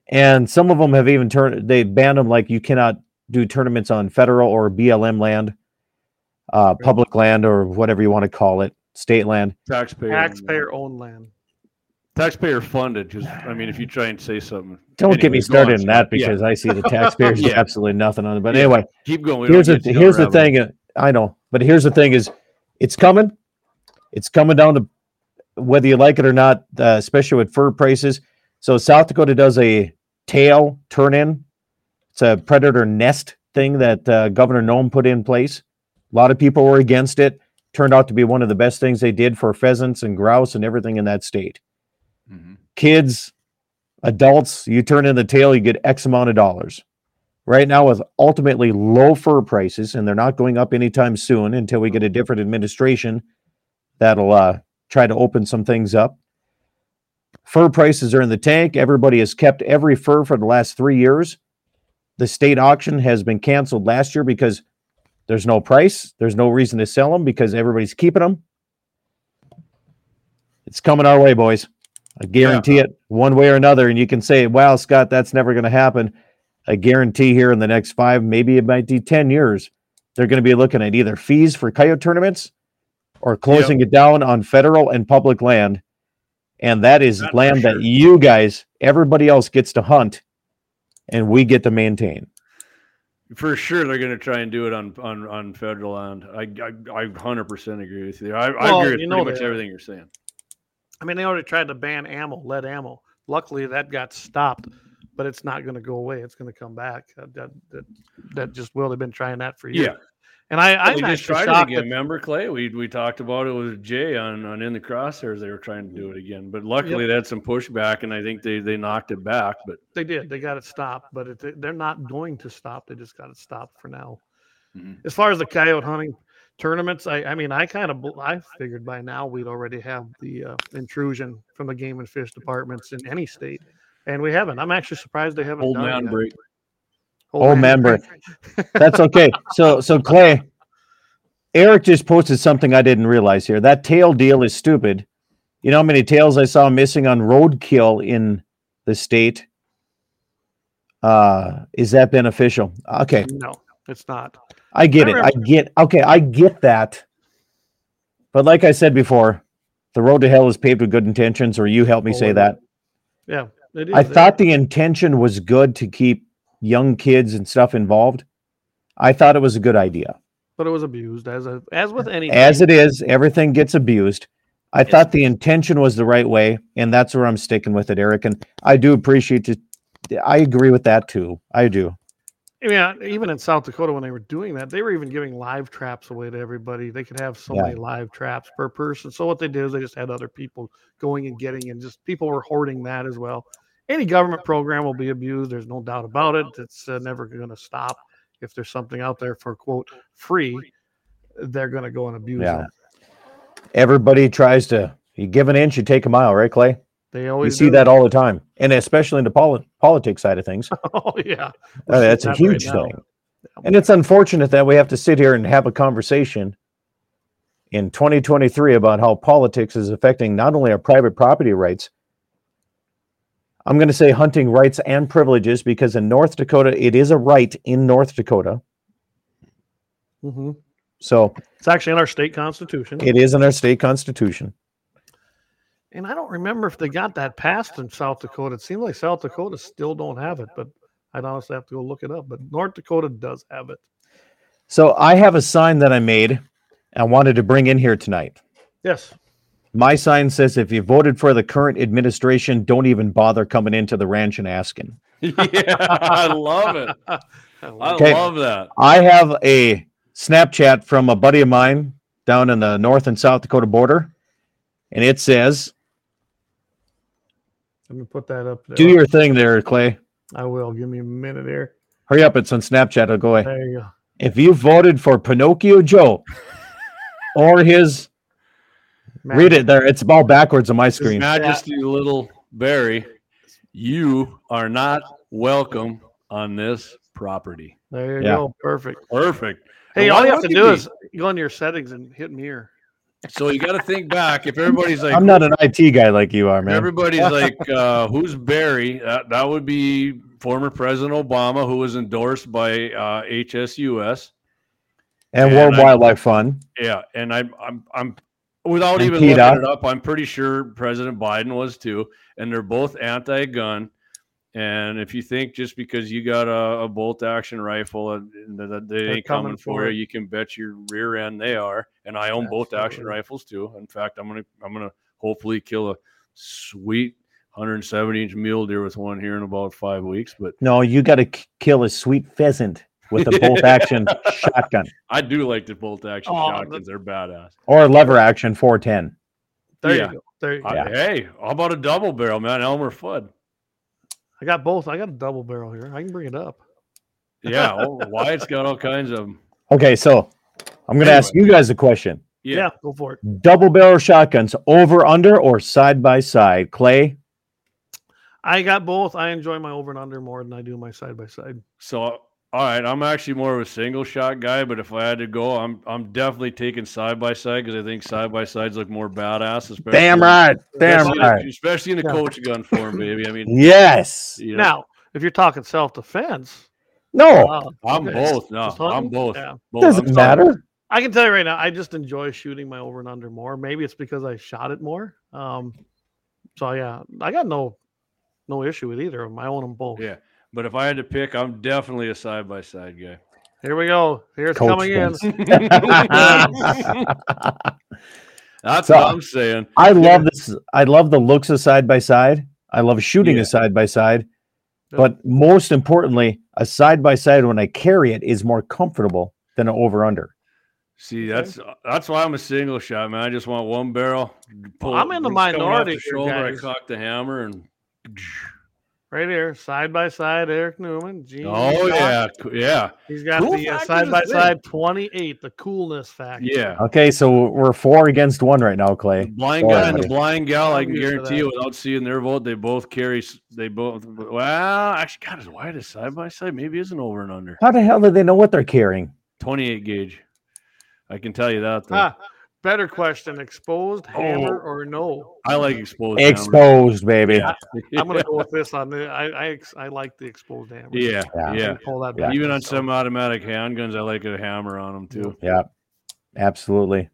Speaker 3: and some of them have even turned they banned them like you cannot do tournaments on federal or BLM land, uh, public land or whatever you want to call it, state land.
Speaker 2: taxpayer
Speaker 1: Taxpayer owned land.
Speaker 2: taxpayer funded. Because I mean, if you try and say something,
Speaker 3: Don't get me
Speaker 2: Anyways, go on,
Speaker 3: started on that
Speaker 2: Scott. Yeah.
Speaker 3: because I see
Speaker 2: *laughs*
Speaker 3: the taxpayers do
Speaker 2: Yeah.
Speaker 3: absolutely nothing on it. But
Speaker 2: Yeah.
Speaker 3: anyway,
Speaker 2: keep going. We
Speaker 3: here's
Speaker 2: don't
Speaker 3: the
Speaker 2: get to go
Speaker 3: here's the
Speaker 2: rabbit.
Speaker 3: thing. uh, I know, but here's the thing: is it's coming. It's coming down to whether you like it or not, uh, especially with fur prices. So South Dakota does a tail turn in. It's a predator nest thing that uh, Governor Nome put in place. A lot of people were against it. Turned out to be one of the best things they did for pheasants and grouse and everything in that state
Speaker 2: Mhm.
Speaker 3: kids, adults, you turn in the tail, you get X amount of dollars. Right now, with ultimately low fur prices, and they're not going up anytime soon until we get a different administration that'll uh, try to open some things up. Fur prices are in the tank. Everybody has kept every fur for the last three years. The state auction has been canceled last year because there's no price. There's no reason to sell them because everybody's keeping them. It's coming our way, boys. I guarantee it one way or another. And you can say, wow, Scott, that's never going to happen. I guarantee here in the next five, maybe it might be 10 years, they're going to be looking at either fees for coyote tournaments or closing it down on federal and public land. And that is
Speaker 2: That's for
Speaker 3: land
Speaker 2: sure.
Speaker 3: that you guys, everybody else gets to hunt and we get to maintain.
Speaker 2: For sure, they're going to try and do it on on, on federal land. I I hundred percent agree with you. I,
Speaker 1: Well,
Speaker 2: I agree with
Speaker 1: you
Speaker 2: pretty
Speaker 1: know
Speaker 2: much
Speaker 1: they are.
Speaker 2: everything you're saying.
Speaker 1: I mean, they already tried to ban ammo, lead ammo. Luckily, that got stopped, but it's not going to go away. It's going to come back. That, that, that, that just will. They've been trying that for years.
Speaker 2: Yeah,
Speaker 1: And I, I'm
Speaker 2: we
Speaker 1: actually
Speaker 2: just tried it
Speaker 1: shocked
Speaker 2: again.
Speaker 1: that-
Speaker 2: Remember, Clay? We we talked about it with Jay on, on in the crosshairs. They were trying to do it again, but luckily they had some pushback, and I think they they knocked it back. But
Speaker 1: they did. They got it stopped, but it, they're not going to stop. They just got it stopped for now.
Speaker 2: Mhm.
Speaker 1: As far as the coyote hunting tournaments, I, I mean, I kind of I figured by now we'd already have the uh, intrusion from the game and fish departments in any state, and we haven't. I'm actually surprised they haven't.
Speaker 2: old
Speaker 1: done it
Speaker 2: man
Speaker 1: yet. *laughs*
Speaker 2: break. *laughs*
Speaker 3: Old man That's okay. so, so Clay, Eric just posted something I didn't realize here. That tail deal is stupid. You know how many tails I saw missing on roadkill in the state? Uh, is that beneficial? Okay,
Speaker 1: No, it's not.
Speaker 3: I get it. I get. Okay, I get that. But like I said before, the road to hell is paved with good intentions. Or you helped me say
Speaker 1: Totally.
Speaker 3: that.
Speaker 1: Yeah, it is.
Speaker 3: I thought the intention was good to keep young kids and stuff involved. I thought it was a good idea.
Speaker 1: but it was abused as a, as with any.
Speaker 3: as it is, everything gets abused. I thought the intention was the right way, and that's where I'm sticking with it, Eric. And I do appreciate it. I agree with that too. I do.
Speaker 1: Yeah, even in South Dakota when they were doing that, they were even giving live traps away to everybody. They could have so
Speaker 3: Yeah.
Speaker 1: many live traps per person. So what they did is they just had other people going and getting, and just people were hoarding that as well. Any government program will be abused. There's no doubt about it. It's uh, never going to stop. If there's something out there for quote free, they're going to go and abuse
Speaker 3: Yeah.
Speaker 1: it.
Speaker 3: Everybody tries to. You give an inch, you take a mile, right, Clay?
Speaker 1: They
Speaker 3: We
Speaker 1: always
Speaker 3: see
Speaker 1: do. *laughs*
Speaker 3: that all the time, and especially in the poli- politics side of things.
Speaker 1: oh yeah, We're
Speaker 3: Uh, that's a
Speaker 1: seeing that right
Speaker 3: huge
Speaker 1: now.
Speaker 3: thing. And it's unfortunate that we have to sit here and have a conversation in 2023 about how politics is affecting not only our private property rights, I'm going to say hunting rights and privileges because in North Dakota, it is a right in North Dakota.
Speaker 1: Mhm.
Speaker 3: So
Speaker 1: It's actually in our state constitution.
Speaker 3: it is in our state constitution.
Speaker 1: And I don't remember if they got that passed in South Dakota. It seems like South Dakota still don't have it, but I'd honestly have to go look it up. But North Dakota does have it.
Speaker 3: So I have a sign that I made and wanted to bring in here tonight.
Speaker 1: Yes.
Speaker 3: My sign says if you voted for the current administration, don't even bother coming into the ranch and asking.
Speaker 2: yeah, I love it. I
Speaker 3: Okay.
Speaker 2: love that.
Speaker 3: I have a Snapchat from a buddy of mine down in the North and South Dakota border, and it says,
Speaker 1: Let me put that up there.
Speaker 3: "Do your thing there, Clay.
Speaker 1: I will. Give me a minute here.
Speaker 3: Hurry up! It's on Snapchat. I'll go away.
Speaker 1: There you go.
Speaker 3: If you voted for Pinocchio Joe or his,
Speaker 1: Matt,
Speaker 3: read it there. It's all backwards on my screen.
Speaker 2: Majesty Little Barry, you are not welcome on this property.
Speaker 1: There you
Speaker 3: Yeah.
Speaker 1: go. Perfect.
Speaker 2: Perfect.
Speaker 1: Hey,
Speaker 2: And
Speaker 1: all
Speaker 2: why
Speaker 1: you have to
Speaker 2: wouldn't
Speaker 1: do
Speaker 2: it be?
Speaker 1: is go into your settings and hit mirror.
Speaker 2: So you got to think back. If everybody's like,
Speaker 3: I'm not an IT guy like you are, man. *laughs*
Speaker 2: Everybody's like, uh, who's Barry? That, that would be former President Obama, who was endorsed by uh, HSUS.
Speaker 3: and
Speaker 2: man,
Speaker 3: World
Speaker 2: I-
Speaker 3: Wildlife Fund.
Speaker 2: Yeah, and I'm, I'm, I'm, without
Speaker 3: And
Speaker 2: even
Speaker 3: PETA.
Speaker 2: looking it up, I'm pretty sure President Biden was too. And they're both anti-gun. And if you think just because you got a, a bolt-action rifle and and that they
Speaker 1: They're
Speaker 2: ain't coming,
Speaker 1: coming for
Speaker 2: for you,
Speaker 1: it.
Speaker 2: you can bet your rear end they are. And I own bolt-action
Speaker 1: Absolutely.
Speaker 2: rifles too. In fact, I'm gonna, I'm gonna hopefully kill a sweet 170 inch mule deer with one here in about five weeks. But
Speaker 3: No, you got to kill a sweet pheasant with a bolt action shotgun
Speaker 2: I do like the bolt action
Speaker 1: Oh,
Speaker 2: shotguns; they're badass.
Speaker 3: or lever action 410.
Speaker 1: There
Speaker 2: Yeah.
Speaker 1: you go. There you go.
Speaker 2: I-
Speaker 3: Yeah.
Speaker 2: hey, how about a double barrel, man? Elmer Fudd.
Speaker 1: I got both. I got a double barrel here. I can bring it up.
Speaker 2: Yeah, oh, Wyatt's got all kinds of 'em.
Speaker 3: Okay, so I'm going to ask you guys a question.
Speaker 1: Yeah,
Speaker 2: Yeah, Mm.
Speaker 1: go for it.
Speaker 3: Double barrel shotguns over under or side by side? Clay,
Speaker 1: I got both. I enjoy my over and under more than I do my side by side.
Speaker 2: So all right, I'm actually more of a single shot guy, but if I had to go, I'm I'm definitely taking side by side because I think side by sides look more badass. Especially
Speaker 3: damn
Speaker 2: in-
Speaker 3: right. Damn
Speaker 2: especially in a-
Speaker 3: right.
Speaker 2: especially in a
Speaker 1: Yeah.
Speaker 2: coach gun form, baby. I
Speaker 3: *laughs*
Speaker 2: mean,
Speaker 3: Yes.
Speaker 2: you know,
Speaker 1: Now, if you're talking uh, self defense,
Speaker 3: No,
Speaker 2: I'm both. No, I'm Oh, both.
Speaker 1: Yeah.
Speaker 2: both. I'm
Speaker 3: doesn't
Speaker 2: sorry.
Speaker 3: matter.
Speaker 1: I can tell you right now, I just enjoy shooting my over and under more. Maybe it's because I shot it more. Um, so yeah, I got no no issue with either of them. I own them both.
Speaker 2: Yeah. But if I had to pick, I'm definitely a side by side guy.
Speaker 1: Here we go. Here's
Speaker 3: Coach
Speaker 1: coming in. *laughs*
Speaker 2: *laughs*
Speaker 3: Spence.
Speaker 2: That's
Speaker 3: So-
Speaker 2: what I'm saying.
Speaker 3: I love this. I love the looks of side by side. I love shooting
Speaker 2: Yeah.
Speaker 3: a side by side.
Speaker 1: Yeah.
Speaker 3: But most importantly, a side by side when I carry it is more comfortable than an over under.
Speaker 2: See, that's that's why I'm a single shot man. I just want one barrel. pull
Speaker 1: I'm
Speaker 2: it-
Speaker 1: in the
Speaker 2: it's coming off
Speaker 1: minority here,
Speaker 2: shoulder, I
Speaker 1: guys.
Speaker 2: cock the hammer, and
Speaker 1: Right here, side by side, Eric Newman. Gene
Speaker 2: oh
Speaker 1: Wilcox.
Speaker 2: yeah, co- yeah,
Speaker 1: He's got
Speaker 2: Cool
Speaker 1: the uh,
Speaker 2: factor is
Speaker 1: side by
Speaker 2: big.
Speaker 1: side 28, the coolness factor.
Speaker 2: yeah.
Speaker 3: Okay, so we're four against one right now,
Speaker 2: The
Speaker 3: Clay.
Speaker 2: blind
Speaker 3: Sorry,
Speaker 2: guy and the
Speaker 3: buddy.
Speaker 2: blind gal, I
Speaker 1: I'm
Speaker 2: can
Speaker 1: used to
Speaker 2: guarantee
Speaker 1: that.
Speaker 2: you without seeing their vote, they both carry. s- They both well, actually, God, is wide as side by side maybe isn't over and under
Speaker 3: How the hell do they know what they're carrying?
Speaker 2: 28 gauge. I can tell you that. Though.
Speaker 1: Ah, better question exposed,
Speaker 2: Oh.
Speaker 1: hammer, or no?
Speaker 2: I like exposed. hammer.
Speaker 3: Exposed, baby.
Speaker 2: Yeah.
Speaker 1: I'm
Speaker 2: *laughs*
Speaker 1: going to go with this on the. I, I, ex- I like the exposed hammer.
Speaker 2: Yeah,
Speaker 3: Yeah.
Speaker 2: yeah.
Speaker 1: I'm gonna Pull that
Speaker 3: Yeah.
Speaker 1: back
Speaker 2: Even on
Speaker 1: myself.
Speaker 2: semi-automatic handguns, I like a hammer on them too.
Speaker 3: Yeah, absolutely.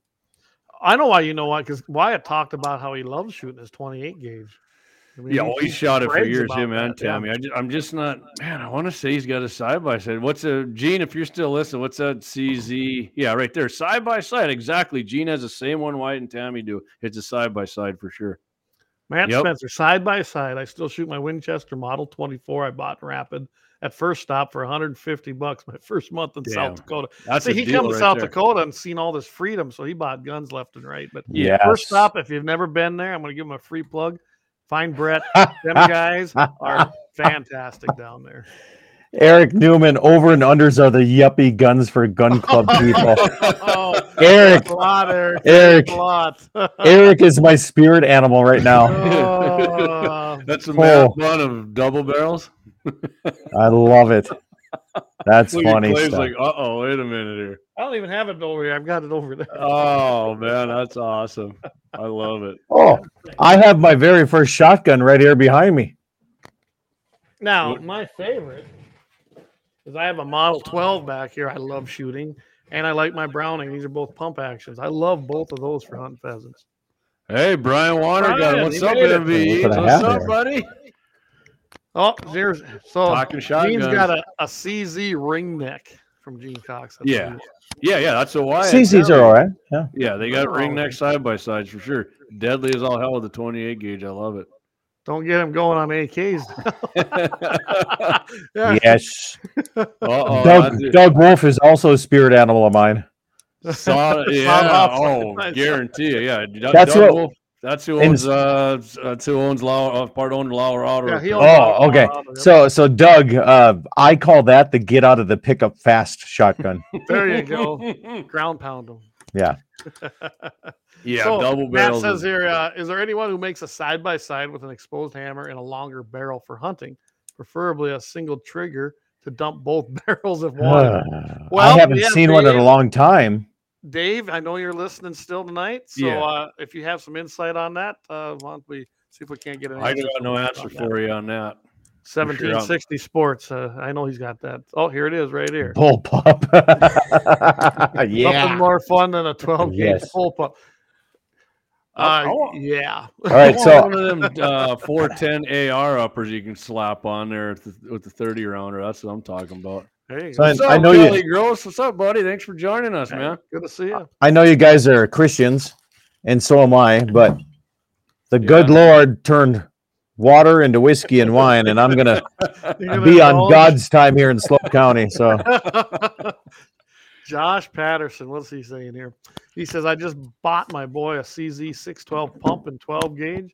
Speaker 1: I know why you know why, because Wyatt talked about how he loves shooting his 28 gauge. I mean,
Speaker 2: Yeah,
Speaker 1: he-
Speaker 2: well, he shot it for
Speaker 1: brags
Speaker 2: years,
Speaker 1: about
Speaker 2: him and
Speaker 1: that, yeah.
Speaker 2: Tammy. I just, I'm just not, man. I want to say he's got a side by side. What's a Gene? If you're still listening, what's that CZ? Yeah, right there, side by side. Exactly. Gene has the same one White and Tammy do. It's a side by side for sure.
Speaker 1: Matt
Speaker 2: Yep.
Speaker 1: Spencer, side by side. I still shoot my Winchester Model 24 I bought in Rapid at first stop for 150 bucks my first month in
Speaker 2: Damn.
Speaker 1: South Dakota.
Speaker 2: That's
Speaker 1: See,
Speaker 2: a
Speaker 1: he
Speaker 2: deal
Speaker 1: comes to
Speaker 2: right
Speaker 1: South
Speaker 2: there.
Speaker 1: Dakota and seen all this freedom, so he bought guns left and right. But
Speaker 3: Yeah.
Speaker 1: first stop, if you've never been there, I'm going to give him a free plug. Find Brett. Them guys
Speaker 3: *laughs*
Speaker 1: are fantastic down there.
Speaker 3: Eric Newman, over and unders are the yuppie guns for gun
Speaker 2: *laughs*
Speaker 3: club people.
Speaker 1: Oh,
Speaker 3: Eric,
Speaker 1: thanks a lot, Eric.
Speaker 3: Eric,
Speaker 1: Thanks A lot.
Speaker 3: Eric is my spirit animal right now.
Speaker 1: Oh,
Speaker 2: That's a
Speaker 3: Oh.
Speaker 2: marathon of double barrels.
Speaker 3: I love it. That's
Speaker 2: Look at
Speaker 3: funny
Speaker 2: Clay's
Speaker 3: stuff.
Speaker 2: like, uh oh, wait a minute here.
Speaker 1: *laughs* I don't even have it over here. I've got it over there.
Speaker 2: Oh man, that's awesome. I love it.
Speaker 3: oh, I have my very first shotgun right here behind me.
Speaker 1: Now,
Speaker 2: What-
Speaker 1: my favorite is I have a Model 12 back here. I love shooting, and I like my Browning. These are both pump actions. I love both of those for hunting pheasants.
Speaker 2: Hey, Brian Warner, got
Speaker 1: Brian,
Speaker 2: it. what's
Speaker 1: he
Speaker 2: up,
Speaker 1: made it.
Speaker 2: MVE?
Speaker 3: Look what I
Speaker 2: What's
Speaker 3: have
Speaker 2: up,
Speaker 3: there.
Speaker 2: buddy?
Speaker 1: Oh, there's so
Speaker 2: Talking
Speaker 1: Gene's
Speaker 2: shotguns.
Speaker 1: got a, a CZ ring neck from Gene Cox. That's
Speaker 2: Yeah.
Speaker 1: what
Speaker 2: Yeah, yeah, that's a why.
Speaker 3: CCs are all right. Yeah.
Speaker 2: Yeah, they got
Speaker 1: They're all
Speaker 2: ring
Speaker 1: right.
Speaker 2: neck side by sides for sure. Deadly as all hell with the 28 gauge. I
Speaker 1: *laughs*
Speaker 2: love it.
Speaker 1: Don't get him going on AKs. *laughs* yeah.
Speaker 3: Yes.
Speaker 2: Uh-oh,
Speaker 3: Doug,
Speaker 2: Oh, that's it.
Speaker 3: Doug Wolf is also a spirit animal of mine. *laughs*
Speaker 2: Saw- yeah,
Speaker 1: off
Speaker 2: oh,
Speaker 1: side-by-side.
Speaker 2: guarantee you. Yeah, Doug-
Speaker 3: That's
Speaker 2: Doug
Speaker 3: what-
Speaker 2: Wolf, that's who
Speaker 3: and-
Speaker 2: owns uh, that's who owns Lauer, uh, part owned Lauer Auto.
Speaker 1: Yeah, he
Speaker 2: Repair.
Speaker 1: owns-
Speaker 3: Oh, okay. So, so Doug, uh, I call that the get out of the pickup fast shotgun.
Speaker 1: There you go.
Speaker 2: *laughs*
Speaker 1: Ground pound him. *laughs*
Speaker 2: yeah,
Speaker 1: So,
Speaker 2: double
Speaker 1: Matt
Speaker 2: barrels.
Speaker 1: says
Speaker 2: is-
Speaker 1: here, uh, is there anyone who makes a side by side with an exposed hammer and a longer barrel for hunting, preferably a single trigger to dump both *laughs* barrels of water.
Speaker 3: Uh,
Speaker 1: Well,
Speaker 3: I haven't
Speaker 1: yeah,
Speaker 3: seen one in
Speaker 1: Dave.
Speaker 3: a long time.
Speaker 1: Dave, I know you're listening still tonight. So
Speaker 2: Yeah.
Speaker 1: uh, if you have some insight on that, uh, why don't we see if we can't get an
Speaker 2: I got no
Speaker 1: from him
Speaker 2: answer
Speaker 1: on that.
Speaker 2: for you on that. I'm sure I'm-
Speaker 1: 1760 Sports. Uh, I know he's got that. Oh, here it is right here.
Speaker 3: Bull pup. *laughs* yeah.
Speaker 1: Nothing more fun than a 12 game
Speaker 3: Yes.
Speaker 1: full pup. Uh,
Speaker 2: I- I want-
Speaker 1: yeah.
Speaker 3: All right.
Speaker 2: I want
Speaker 3: So
Speaker 2: one of them uh, 410 AR uppers you can slap on there with the, with the 30 rounder. That's what I'm talking about.
Speaker 1: Hey,
Speaker 3: So I-
Speaker 2: What's up,
Speaker 3: know you-
Speaker 2: Kelly Gross? What's up, buddy? Thanks for joining us, man.
Speaker 1: good to
Speaker 3: *laughs*
Speaker 1: see you.
Speaker 3: I know you guys are Christians, and so am I, but the good
Speaker 2: Yeah.
Speaker 3: Lord turned water into whiskey and wine, and I'm going to
Speaker 1: You gonna
Speaker 3: be on
Speaker 1: indulge?
Speaker 3: God's time here in Slope County. So
Speaker 1: *laughs* Josh Patterson, what's he saying here? He says, I just bought my boy a CZ 612 pump and 12 gauge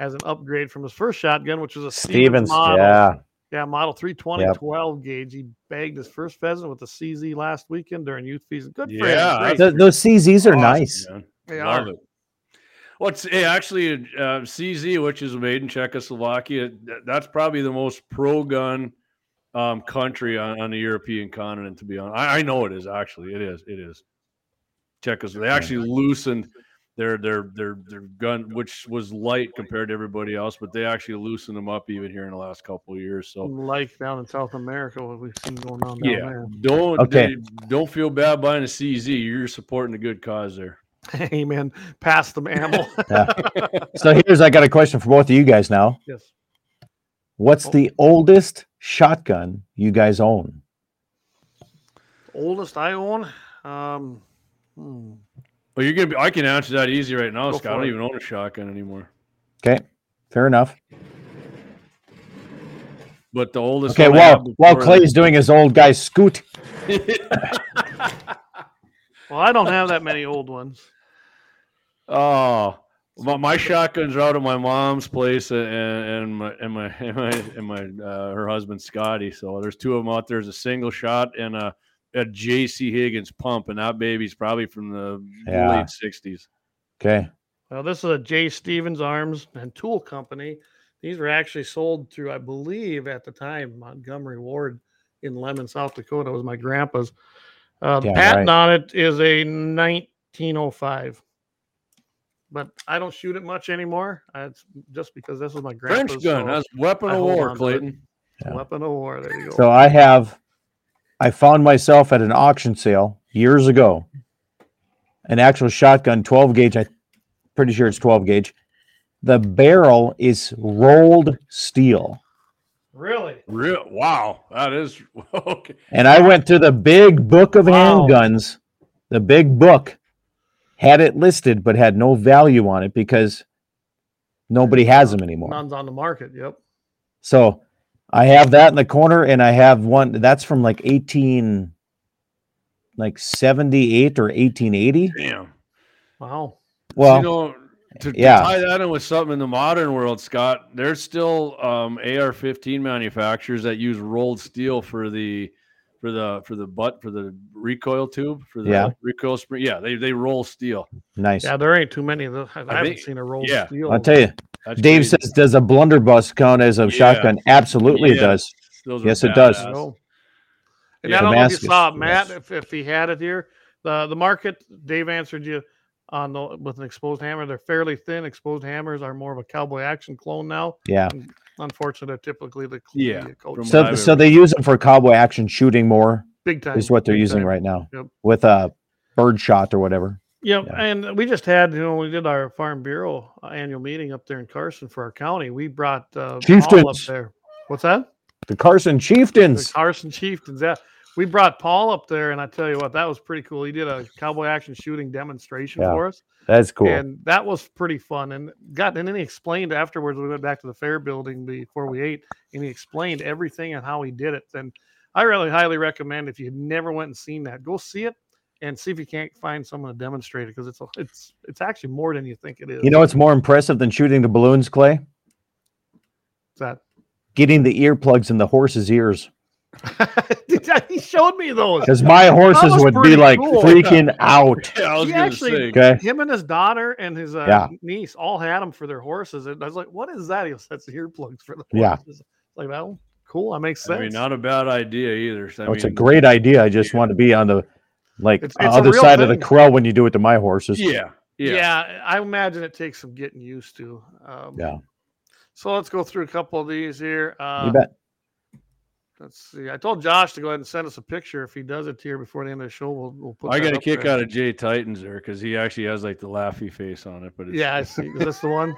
Speaker 1: as an upgrade from his first shotgun, which was a Stevens,
Speaker 3: Stevens,
Speaker 1: model.
Speaker 3: yeah.
Speaker 1: Yeah, model 320
Speaker 3: Yep.
Speaker 1: 12 gauge. He bagged his first pheasant with the CZ last weekend during youth season. Good for
Speaker 2: Yeah,
Speaker 1: him.
Speaker 2: that's
Speaker 1: Great.
Speaker 3: Th- those CZs are
Speaker 2: Awesome,
Speaker 3: nice.
Speaker 2: man.
Speaker 1: They
Speaker 2: Love
Speaker 1: are.
Speaker 2: it. What's hey, actually uh, CZ, which is made in Czechoslovakia, th- that's probably the most pro gun um, country on, on the European continent. To be honest, I, I know it is actually. It is. It is. Czechoslovakia. They actually loosened their their their their gun, which was light compared to everybody else, but they actually loosened them up even here in the last couple of years. So
Speaker 1: Like down in South America, what we've seen going on down
Speaker 2: yeah,
Speaker 1: Mm.
Speaker 2: don't
Speaker 3: Okay.
Speaker 2: don't feel bad buying a CZ. You're supporting a good cause there.
Speaker 1: there. *laughs* Hey, man, pass them
Speaker 2: *laughs*
Speaker 1: ammo.
Speaker 3: So here's I got a question for both of you guys now.
Speaker 1: *laughs* yes.
Speaker 3: What's
Speaker 1: Oh.
Speaker 3: the oldest shotgun you guys own?
Speaker 1: Oldest I own. Um, hmm.
Speaker 2: Well, you're gonna be. I can answer that easy right now,
Speaker 1: Go
Speaker 2: Scott. I
Speaker 1: for
Speaker 2: don't
Speaker 1: it.
Speaker 2: even own a shotgun anymore.
Speaker 3: Okay, fair enough.
Speaker 2: But the oldest.
Speaker 3: Okay,
Speaker 2: one I had
Speaker 3: while while
Speaker 2: before
Speaker 3: Clay's doing his old guy scoot,
Speaker 2: that-
Speaker 1: Well, I don't have that many old ones.
Speaker 2: oh, my, my shotguns are out of my mom's place and and my and my *laughs* and my, and my uh, her husband Scotty. So there's two of them out there. There's a single shot and a a J.C. Higgins pump, and that baby's probably from the
Speaker 3: Yeah.
Speaker 2: late '60s.
Speaker 3: okay,
Speaker 1: Well, this is a J. Stevens Arms and Tool Company. These were actually sold through, I believe, at the time, Montgomery Ward in Lemon, South Dakota. It was my grandpa's. Uh, the
Speaker 3: Yeah,
Speaker 1: patent
Speaker 3: right.
Speaker 1: on it is a 1905. But I don't shoot it much anymore. Uh, It's just because this is my grandpa's
Speaker 2: French
Speaker 1: so
Speaker 2: gun. That's weapon
Speaker 1: I
Speaker 2: of
Speaker 1: hold
Speaker 2: war,
Speaker 1: on to it.
Speaker 2: Clayton.
Speaker 1: it's a weapon of war. There you go.
Speaker 3: so I have, I found myself at an auction sale years ago, an actual shotgun, twelve gauge. I pretty sure it's twelve gauge. The barrel is rolled steel.
Speaker 1: really?
Speaker 2: Real wow, that is *laughs* okay.
Speaker 3: And I went to the big book of
Speaker 1: Wow.
Speaker 3: handguns. The big book had it listed, but had no value on it because nobody has them anymore.
Speaker 1: None's on the market. Yep.
Speaker 3: So I have that in the corner, and I have one that's from like 18, like 78 or 1880.
Speaker 2: Damn.
Speaker 1: Wow.
Speaker 3: Well,
Speaker 2: you know, to, to
Speaker 3: yeah.
Speaker 2: tie that in with something in the modern world, Scott, there's still um, AR-15 manufacturers that use rolled steel for the for the for the butt for the recoil tube for the
Speaker 3: Yeah.
Speaker 2: recoil spring. Yeah, they they roll steel.
Speaker 3: nice.
Speaker 1: Yeah, there ain't too many of those. I, haven't
Speaker 2: think-
Speaker 1: seen a roll
Speaker 2: yeah,
Speaker 1: steel.
Speaker 3: I'll tell you,
Speaker 2: That's
Speaker 3: Dave
Speaker 2: crazy.
Speaker 3: says, Does a blunderbuss count as a
Speaker 2: Yeah.
Speaker 3: shotgun? Absolutely, it
Speaker 2: Yeah.
Speaker 3: does.
Speaker 2: Those are
Speaker 3: yes, it does.
Speaker 2: badass.
Speaker 1: No. And
Speaker 2: Yeah.
Speaker 1: I don't know if you
Speaker 3: Damascus,
Speaker 1: saw it, Matt,
Speaker 3: yes.
Speaker 1: if, if he had it here. The the market, Dave answered you on the with an exposed hammer. They're fairly thin. Exposed hammers are more of a cowboy action clone now.
Speaker 3: Yeah.
Speaker 1: Unfortunately, they're typically the cl-
Speaker 2: Yeah,
Speaker 1: the coach.
Speaker 2: from what
Speaker 3: So,
Speaker 2: I've
Speaker 3: so
Speaker 2: ever-
Speaker 3: they use them for cowboy action shooting more.
Speaker 1: big time
Speaker 3: is what they're
Speaker 1: big
Speaker 3: using
Speaker 1: time.
Speaker 3: right now
Speaker 1: Yep.
Speaker 3: with a uh, bird shot or whatever.
Speaker 1: Yeah,
Speaker 3: Yeah.
Speaker 1: and we just had, you know, we did our Farm Bureau uh, annual meeting up there in Carson for our county. We brought uh, Paul up
Speaker 3: Chieftains.
Speaker 1: there. What's that?
Speaker 3: The Carson
Speaker 1: The
Speaker 3: Chieftains.
Speaker 1: Carson Chieftains. Yeah. We brought Paul up there, and I tell you what, that was pretty cool. He did a cowboy action shooting demonstration
Speaker 3: Yeah.
Speaker 1: for us.
Speaker 3: That's cool.
Speaker 1: And that was pretty fun. And got and then he explained afterwards. We went back to the fair building before we ate, and he explained everything and how he did it. And I really highly recommend if you never went and seen that, go see it and see if you can't find someone to demonstrate it because it's a- it's it's actually more than you think it is.
Speaker 3: you know what's more impressive than shooting the balloons, Clay?
Speaker 1: that
Speaker 3: Getting the earplugs in the horse's ears.
Speaker 1: *laughs* he showed me those.
Speaker 3: Because my horses
Speaker 1: was
Speaker 3: would be
Speaker 1: pretty
Speaker 3: like
Speaker 1: cool.
Speaker 3: freaking
Speaker 1: *laughs*
Speaker 3: out.
Speaker 2: Yeah, I was
Speaker 1: He
Speaker 2: gonna
Speaker 1: actually-
Speaker 2: say.
Speaker 3: Okay.
Speaker 1: Him and his daughter and his uh,
Speaker 3: Yeah.
Speaker 1: niece all had them for their horses, and I was like, "What is that?" He goes, "That's earplugs for the
Speaker 3: Yeah.
Speaker 1: horses." Like that one. Cool. That makes sense.
Speaker 2: I mean, not a bad idea either. So, I
Speaker 3: Oh, it's a
Speaker 2: mean,
Speaker 3: great idea. I just want to be on the like
Speaker 1: It's- it's a
Speaker 3: other
Speaker 1: real
Speaker 3: side of the
Speaker 1: thing.
Speaker 3: crow when you do it to my horses.
Speaker 2: Yeah, yeah.
Speaker 1: yeah. I imagine it takes some getting used to. Um,
Speaker 3: Yeah.
Speaker 1: So let's go through a couple of these here. Uh,
Speaker 3: You bet.
Speaker 1: Let's see. I told Josh to go ahead and send us a picture if he does it here before the end of the show. We'll, we'll put.
Speaker 2: I
Speaker 1: that
Speaker 2: got a
Speaker 1: up
Speaker 2: kick
Speaker 1: there.
Speaker 2: out of Jay Titans there because he actually has like the laughy face on it. But it's,
Speaker 1: Yeah, I see. Is this the
Speaker 2: *laughs*
Speaker 1: one?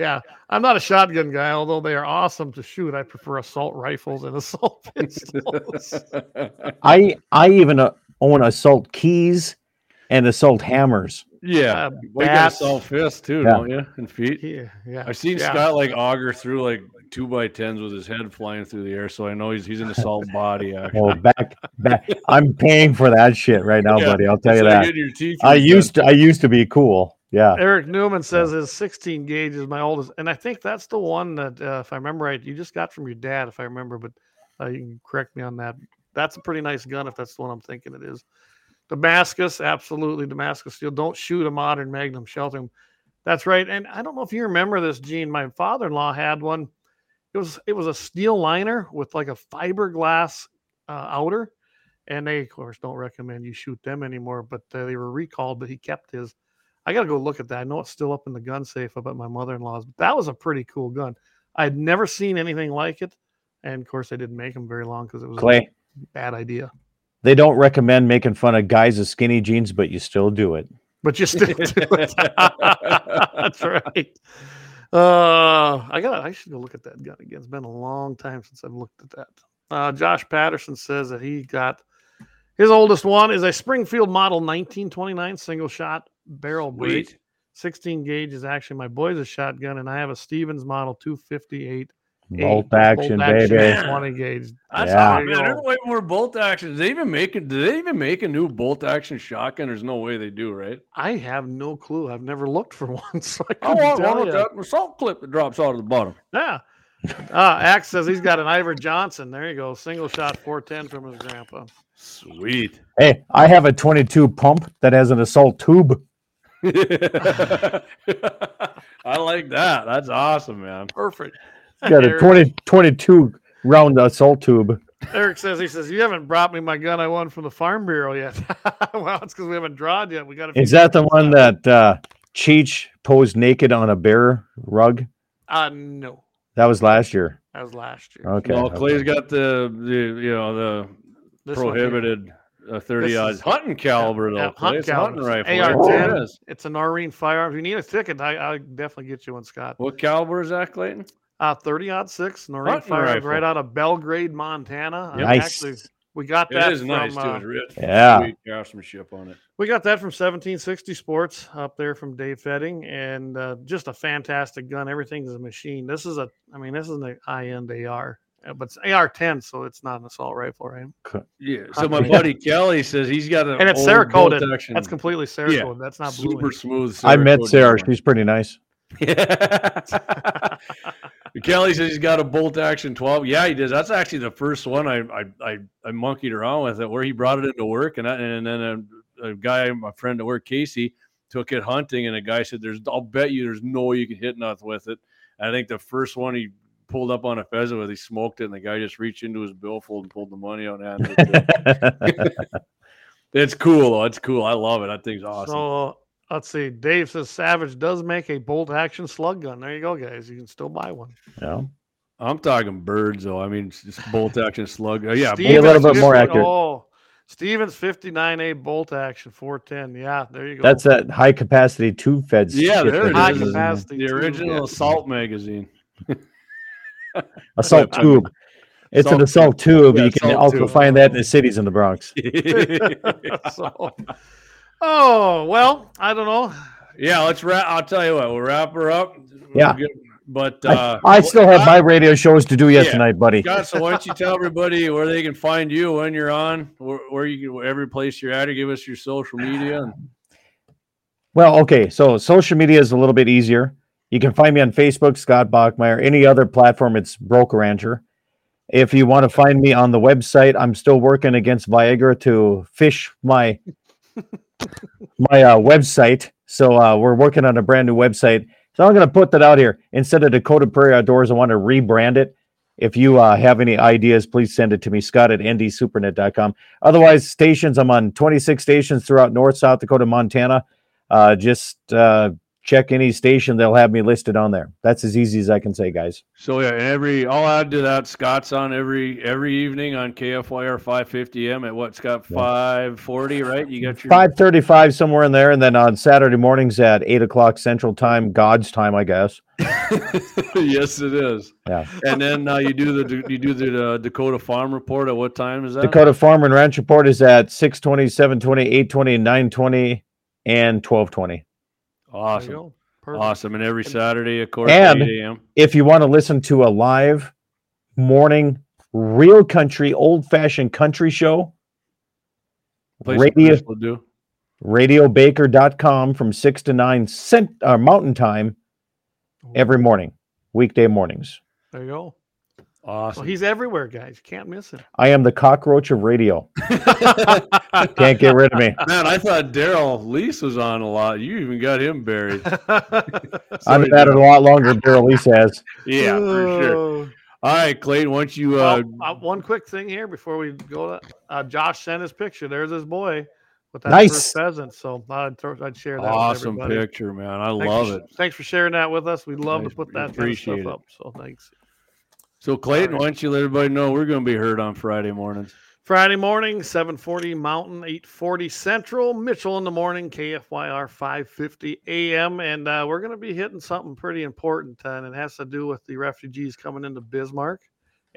Speaker 1: Yeah, I'm not a shotgun guy, although they are awesome to shoot. I prefer assault rifles and *laughs* assault
Speaker 2: *laughs*
Speaker 1: pistols.
Speaker 3: I I even uh, own assault keys and assault hammers.
Speaker 2: yeah.
Speaker 1: Uh,
Speaker 2: Well, you got a
Speaker 1: bats.
Speaker 2: soft fist too,
Speaker 3: Yeah.
Speaker 2: don't you? And feet.
Speaker 1: yeah, yeah.
Speaker 2: I've seen
Speaker 1: yeah.
Speaker 2: Scott like auger through like two by tens with his head flying through the air, so I know he's he's an
Speaker 3: *laughs*
Speaker 2: assault body. Actually,
Speaker 3: Well, Oh, back back. I'm paying for that shit right now,
Speaker 2: Yeah,
Speaker 3: buddy. I'll tell
Speaker 2: It's
Speaker 3: you
Speaker 2: like
Speaker 3: that.
Speaker 2: getting your teeth
Speaker 3: I
Speaker 2: ripped out.
Speaker 3: used to I used to be cool. Yeah.
Speaker 1: Eric Newman says his 16 gauge is my oldest, and I think that's the one that, uh, if I remember right, you just got from your dad, if I remember. But uh, you can correct me on that. That's a pretty nice gun, if that's the one I'm thinking it is. Damascus, absolutely Damascus steel. Don't shoot a modern Magnum Shelton. That's right. And I don't know if you remember this, Gene. My father-in-law had one. It was it was a steel liner with like a fiberglass uh, outer, and they of course don't recommend you shoot them anymore. But uh, they were recalled. But he kept his. I got to go look at that. I know it's still up in the gun safe up at my mother in law's, but that was a pretty cool gun. I'd never seen anything like it. And of course, they didn't make them very long because it was
Speaker 3: Clay,
Speaker 1: a bad idea.
Speaker 3: they don't recommend making fun of guys with skinny jeans, but you still do it.
Speaker 1: But you still do it. *laughs* That's right. Uh, I got. I should go look at that gun again. It's been a long time since I've looked at that. Uh, Josh Patterson says that he got his oldest one is a Springfield Model 1929 single shot barrel break.
Speaker 2: Wait,
Speaker 1: 16 gauge is actually my boy's shotgun, and I have a Stevens model 258.
Speaker 3: Bolt action, *laughs* baby.
Speaker 1: 20 gauge.
Speaker 2: that's
Speaker 3: Yeah.
Speaker 2: yeah. man. There's way more bolt action. Do they even make it? Do they even make a new bolt action shotgun? There's no way they do, right?
Speaker 1: I have no clue. I've never looked for *laughs* one, so I
Speaker 2: I
Speaker 1: couldn't
Speaker 2: want
Speaker 1: tell
Speaker 2: one with
Speaker 1: ya.
Speaker 2: that assault clip that drops out of the bottom.
Speaker 1: Yeah. Uh, Axe says he's got an Ivor Johnson. There you go. Single shot 410 from his grandpa.
Speaker 2: Sweet. *laughs*
Speaker 3: Hey, I have a 22 pump that has an assault tube.
Speaker 2: I like that. That's awesome, man.
Speaker 1: Perfect.
Speaker 3: Got a
Speaker 1: Eric-
Speaker 3: 20, 22 round assault tube.
Speaker 1: Eric says he says you haven't brought me my gun I won from the Farm Bureau yet. *laughs* well, it's because we haven't drawn yet. We got to.
Speaker 3: Is that the one that uh, Cheech posed naked on a bear rug?
Speaker 1: Uh, no,
Speaker 3: That was last year.
Speaker 1: that was last year.
Speaker 3: Okay.
Speaker 2: Well,
Speaker 3: okay.
Speaker 2: Clay's got the, the you know the
Speaker 1: This one here.
Speaker 2: prohibited uh,
Speaker 1: This
Speaker 2: thirty
Speaker 1: is-
Speaker 2: odd hunting caliber though.
Speaker 1: yeah,
Speaker 2: Clay.
Speaker 1: hunt
Speaker 2: It's a hunting
Speaker 1: caliber.
Speaker 2: rifle.
Speaker 1: AR-10.
Speaker 2: There it is.
Speaker 1: It's an Noreen firearm. If you need a ticket, I, I'll definitely get you one, Scott.
Speaker 2: What caliber is that, Clayton?
Speaker 1: Uh, 30 odd six Noreen
Speaker 2: Hunting
Speaker 1: firearms
Speaker 2: rifle.
Speaker 1: right out of Belgrade, Montana. Uh,
Speaker 3: Nice.
Speaker 1: Actually, we got
Speaker 2: It
Speaker 1: that
Speaker 2: is
Speaker 1: from
Speaker 2: nice too.
Speaker 1: uh,
Speaker 2: It's rich.
Speaker 3: Yeah.
Speaker 2: Sweet craftsmanship on it.
Speaker 1: We got that from 1760 Sports up there from Dave Fetting, and uh, just a fantastic gun. Everything's a machine. This is a, I mean, this is an high-end AR, uh, but it's AR-10, so it's not an assault rifle, right?
Speaker 2: Yeah. So
Speaker 1: Hunt
Speaker 2: my
Speaker 1: caliber.
Speaker 2: buddy Kelly says he's got an
Speaker 1: And it's
Speaker 2: old
Speaker 1: Cerakoted.
Speaker 2: bolt action,
Speaker 1: That's completely Cerakoted. That's not blue.
Speaker 2: super smooth.
Speaker 3: I met
Speaker 2: Cerakoted
Speaker 3: Sarah.
Speaker 2: one.
Speaker 3: She's pretty nice.
Speaker 2: Yeah. *laughs* Kelly says he's got a bolt action 12. Yeah, he does. That's actually the first one I I I, I monkeyed around with it where he brought it into work and I, and then a, a guy my friend at work Casey took it hunting and a guy said there's I'll bet you there's no way you can hit nothing with it. I think the first one he pulled up on a pheasant with he smoked it and the guy just reached into his billfold and pulled the money out and
Speaker 3: *laughs*
Speaker 2: handed it. to him. it's cool though. It's cool. I love it. That thing's awesome.
Speaker 1: So let's see. Dave says Savage does make a bolt action slug gun. There you go, guys. You can still buy one.
Speaker 3: yeah.
Speaker 2: I'm talking birds though. I mean, it's just bolt action slug. Uh, Yeah,
Speaker 3: Be a little bit more
Speaker 1: 50
Speaker 3: accurate.
Speaker 1: Oh, Stevens 59A bolt action 410. Yeah, there you go.
Speaker 3: That's that high capacity tube fed.
Speaker 2: Yeah,
Speaker 3: shit
Speaker 2: there
Speaker 3: that
Speaker 2: it
Speaker 1: high
Speaker 3: is, isn't
Speaker 1: capacity.
Speaker 2: The
Speaker 1: too.
Speaker 2: original Assault *laughs* magazine.
Speaker 3: Assault
Speaker 2: Yeah.
Speaker 3: tube. It's an
Speaker 2: Assault
Speaker 3: assault tube.
Speaker 2: Yeah,
Speaker 3: you can
Speaker 2: assault
Speaker 3: also
Speaker 2: tube.
Speaker 3: find that in the cities in the Bronx.
Speaker 1: *laughs* so, oh well, I don't know.
Speaker 2: yeah, let's wrap. I'll tell you what, we'll wrap her up. We're
Speaker 3: Yeah.
Speaker 2: good. But
Speaker 3: I-
Speaker 2: uh,
Speaker 3: I, still have my radio shows to do yet
Speaker 2: Yeah.
Speaker 3: tonight, buddy.
Speaker 2: Scott, so why don't you tell everybody where they can find you when you're on, where, where you can, every place you're at, or give us your social media. And,
Speaker 3: Well, okay. So social media is a little bit easier. You can find me on Facebook, Scott Bachmeyer. Any other platform, it's Broker Rancher. If you want to find me on the website, I'm still working against Viagra to fish my my uh, website. So uh, we're working on a brand new website. So I'm going to put that out here. Instead of Dakota Prairie Outdoors, I want to rebrand it If you uh, have any ideas, please send it to me, Scott at ndsupernet.com. Otherwise, stations, I'm on 26 stations throughout North, South Dakota, Montana. Uh, just uh, check any station, they'll have me listed on there. That's as easy as I can say, guys.
Speaker 2: So yeah, every I'll add to that. Scott's on every every evening on KFYR 550M at what Scott 540, right? You got your
Speaker 3: 535 somewhere in there. And then on Saturday mornings at 8 o'clock Central Time, God's time, I guess.
Speaker 2: *laughs* yes, it is.
Speaker 3: Yeah.
Speaker 2: And then uh, you do the you do the uh, Dakota Farm Report at what time is that?
Speaker 3: Dakota Farm and Ranch Report is at 620, 720, 820, 920, and 1220.
Speaker 1: There you
Speaker 2: Awesome,
Speaker 1: go. Perfect.
Speaker 2: awesome. And every Saturday, of course,
Speaker 3: And-
Speaker 2: 8 a.m.
Speaker 3: if you want to listen to a live morning real country old fashioned country show
Speaker 2: Place
Speaker 3: radio
Speaker 2: will do.
Speaker 3: radiobaker.com from 6 to 9 cent, uh, mountain time every morning weekday mornings
Speaker 1: There you go.
Speaker 2: Awesome.
Speaker 1: Well,
Speaker 2: *laughs*
Speaker 1: he's everywhere, guys. You can't miss *laughs* him.
Speaker 3: i am the cockroach of radio can't get rid
Speaker 2: *laughs*
Speaker 3: of me
Speaker 2: Man, I thought Daryl Lease was on a lot. You even got him
Speaker 1: *laughs*
Speaker 2: buried.
Speaker 3: i've
Speaker 2: Sorry,
Speaker 3: been at it a lot longer than daryl lee
Speaker 2: *laughs*
Speaker 3: says Oh,
Speaker 2: Yeah, for sure.
Speaker 1: Oh.
Speaker 2: Uh, All right, Clayton, once you uh,
Speaker 1: Well, uh, one quick thing here before we go. to- Uh, Josh sent his picture. There's his boy with that
Speaker 3: Nice.
Speaker 1: first pheasant. So I'd, throw, I'd share that.
Speaker 2: awesome
Speaker 1: with everybody.
Speaker 2: picture, man. I
Speaker 1: Thanks
Speaker 2: love
Speaker 1: for,
Speaker 2: it.
Speaker 1: Thanks for sharing that with us. We'd love
Speaker 2: Nice.
Speaker 1: to put
Speaker 2: We
Speaker 1: that kind of
Speaker 2: appreciate
Speaker 1: stuff
Speaker 2: it.
Speaker 1: up. So thanks.
Speaker 2: So Clayton,
Speaker 1: All right.
Speaker 2: why don't you let everybody know we're going to be heard on Friday mornings.
Speaker 1: Friday morning, 740 Mountain, 840 Central, Mitchell in the morning, KFYR 550 AM. And uh, we're going to be hitting something pretty important, uh, and it has to do with the refugees coming into Bismarck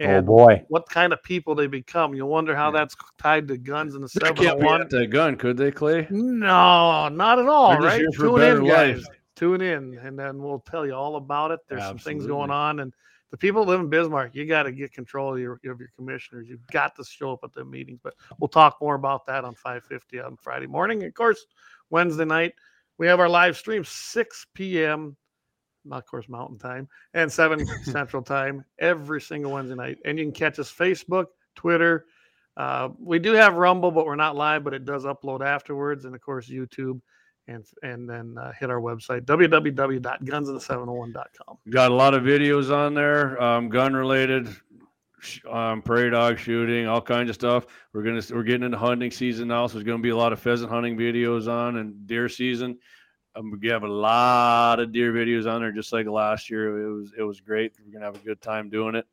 Speaker 3: oh
Speaker 1: and
Speaker 3: boy
Speaker 1: what kind of people they become. You'll wonder how that's tied to guns and the
Speaker 2: I can't be
Speaker 1: 701.
Speaker 2: at the gun, could they, Clay?
Speaker 1: No, not at all,
Speaker 2: They're just
Speaker 1: right?
Speaker 2: here for a
Speaker 1: Tune
Speaker 2: better
Speaker 1: in,
Speaker 2: life.
Speaker 1: guys. Tune in, and then we'll tell you all about it. There's some things going
Speaker 2: Absolutely.
Speaker 1: on, and the people that live in Bismarck, you got to get control of your of your commissioners. You've got to show up at the meetings. But we'll talk more about that on 5:50 on Friday morning. Of course, Wednesday night we have our live stream 6 p.m. Not, of course, Mountain Time and 7 Central Time every single Wednesday night. And you can catch us Facebook, Twitter. Uh, we do have Rumble, but we're not live, but it does upload afterwards. And of course, YouTube and and then uh, hit our website, www.gunsand701.com.
Speaker 2: Got a lot of videos on there, um, gun related, sh- um, prairie dog shooting, all kinds of stuff. We're gonna we're getting into hunting season now, so there's gonna be a lot of pheasant hunting videos on and deer season. Um, we have a lot of deer videos on there, just like last year. It was it was great. We're gonna have a good time doing it.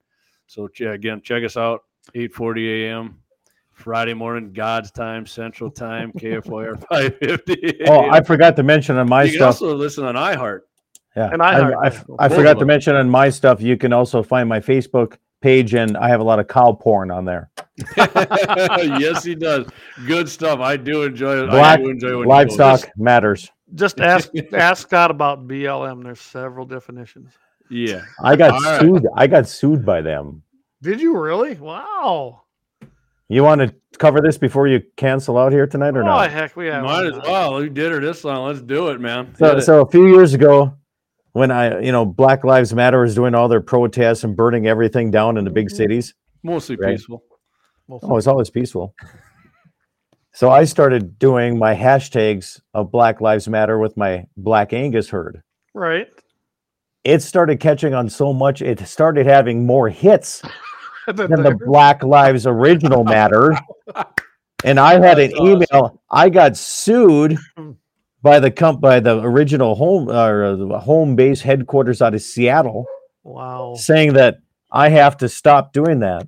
Speaker 2: So yeah, again, check us out 8:40 a.m. Friday morning, God's time, Central time, KFYR 550.
Speaker 3: oh i forgot to mention on my
Speaker 2: you can
Speaker 3: stuff
Speaker 2: also listen on iHeart.
Speaker 3: yeah
Speaker 1: And
Speaker 3: I,
Speaker 1: iHeart,
Speaker 3: I,
Speaker 1: yeah.
Speaker 3: I
Speaker 2: Both of
Speaker 3: forgot to
Speaker 2: them.
Speaker 3: mention on my stuff you can also find my facebook page and i have a lot of cow porn on there
Speaker 2: *laughs* yes, he does. Good stuff. I do enjoy it. I
Speaker 3: Black-
Speaker 2: do enjoy when
Speaker 3: livestock matters
Speaker 1: Just
Speaker 2: *laughs*
Speaker 1: ask ask Scott about BLM. There's several definitions.
Speaker 2: You post.
Speaker 3: I got
Speaker 2: All right.
Speaker 3: sued. I got sued by them.
Speaker 1: Did you really? Wow.
Speaker 3: You want to cover this before you cancel out here tonight or
Speaker 1: oh,
Speaker 3: not?
Speaker 1: heck, we
Speaker 2: Yeah.
Speaker 1: have.
Speaker 2: Might as well. You did her this long. Let's do it, man.
Speaker 3: So,
Speaker 2: Hit it.
Speaker 3: so a few years ago, when I, you know, Black Lives Matter was doing all their protests and burning everything down in the
Speaker 2: Mm-hmm.
Speaker 3: big cities.
Speaker 2: mostly
Speaker 3: Right.
Speaker 2: peaceful.
Speaker 3: Oh, it's always peaceful. So I started doing my hashtags of Black Lives Matter with my Black Angus herd.
Speaker 1: Right. *laughs*
Speaker 3: It started catching on so much, it started having
Speaker 2: *laughs*
Speaker 3: more hits than the Black Lives original matter. And I had an
Speaker 2: That's awesome.
Speaker 3: email. I got sued by the comp by the original home or uh, the home base headquarters out of Seattle,
Speaker 1: wow.
Speaker 3: saying that I have to stop doing that.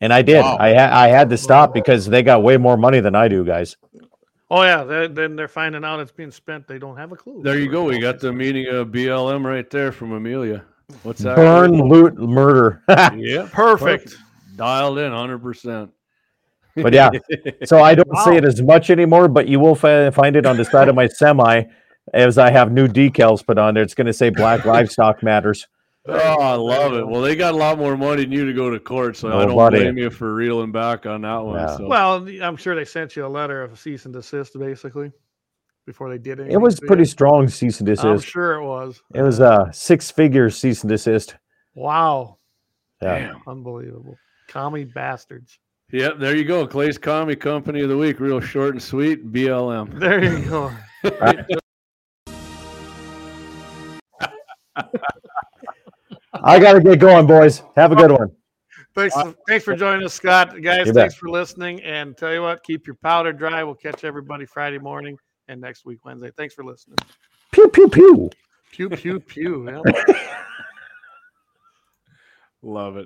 Speaker 3: And I did.
Speaker 2: Wow.
Speaker 3: I ha- I had to stop because they got way more money than I do, guys.
Speaker 1: Oh yeah. they- then they're finding out it's being spent. They don't have a clue.
Speaker 2: There you go. We got the meeting of BLM right there from Amelia. What's that?
Speaker 3: Burn, loot, murder. *laughs* but
Speaker 2: Yeah.
Speaker 1: Perfect.
Speaker 2: Dialed in 100%.
Speaker 3: yeah, so I don't
Speaker 1: Wow.
Speaker 3: say it as much anymore. But you will fi- find it on the side of my semi, as I have new decals put on there. It's going to say "Black Livestock Matters."
Speaker 2: Oh, I love it. Well, they got a lot more money than you to go to court, so I
Speaker 3: No
Speaker 2: don't
Speaker 3: money.
Speaker 2: blame you for reeling back on that one.
Speaker 3: Yeah.
Speaker 2: So.
Speaker 1: Well, I'm sure they sent you a letter of cease and desist, basically, before they did anything
Speaker 3: It was
Speaker 1: to you.
Speaker 3: pretty strong cease and
Speaker 1: I'm
Speaker 3: desist.
Speaker 1: sure it was.
Speaker 3: It was uh six figures cease and desist.
Speaker 1: Wow.
Speaker 3: Yeah.
Speaker 1: Unbelievable. Commie bastards.
Speaker 2: Yep, there you go. Clay's Commie Company of the Week, real short and sweet. BLM.
Speaker 1: There you
Speaker 3: *laughs*
Speaker 1: go.
Speaker 3: I got to get going, boys. Have a good one.
Speaker 1: Thanks, thanks for joining us, Scott. Guys,
Speaker 3: You bet.
Speaker 1: thanks for listening. And tell you what, keep your powder dry. We'll catch everybody Friday morning and next week, Wednesday. Thanks for listening.
Speaker 3: Pew, pew, pew.
Speaker 1: Pew, pew, pew. Yeah.
Speaker 2: Love it.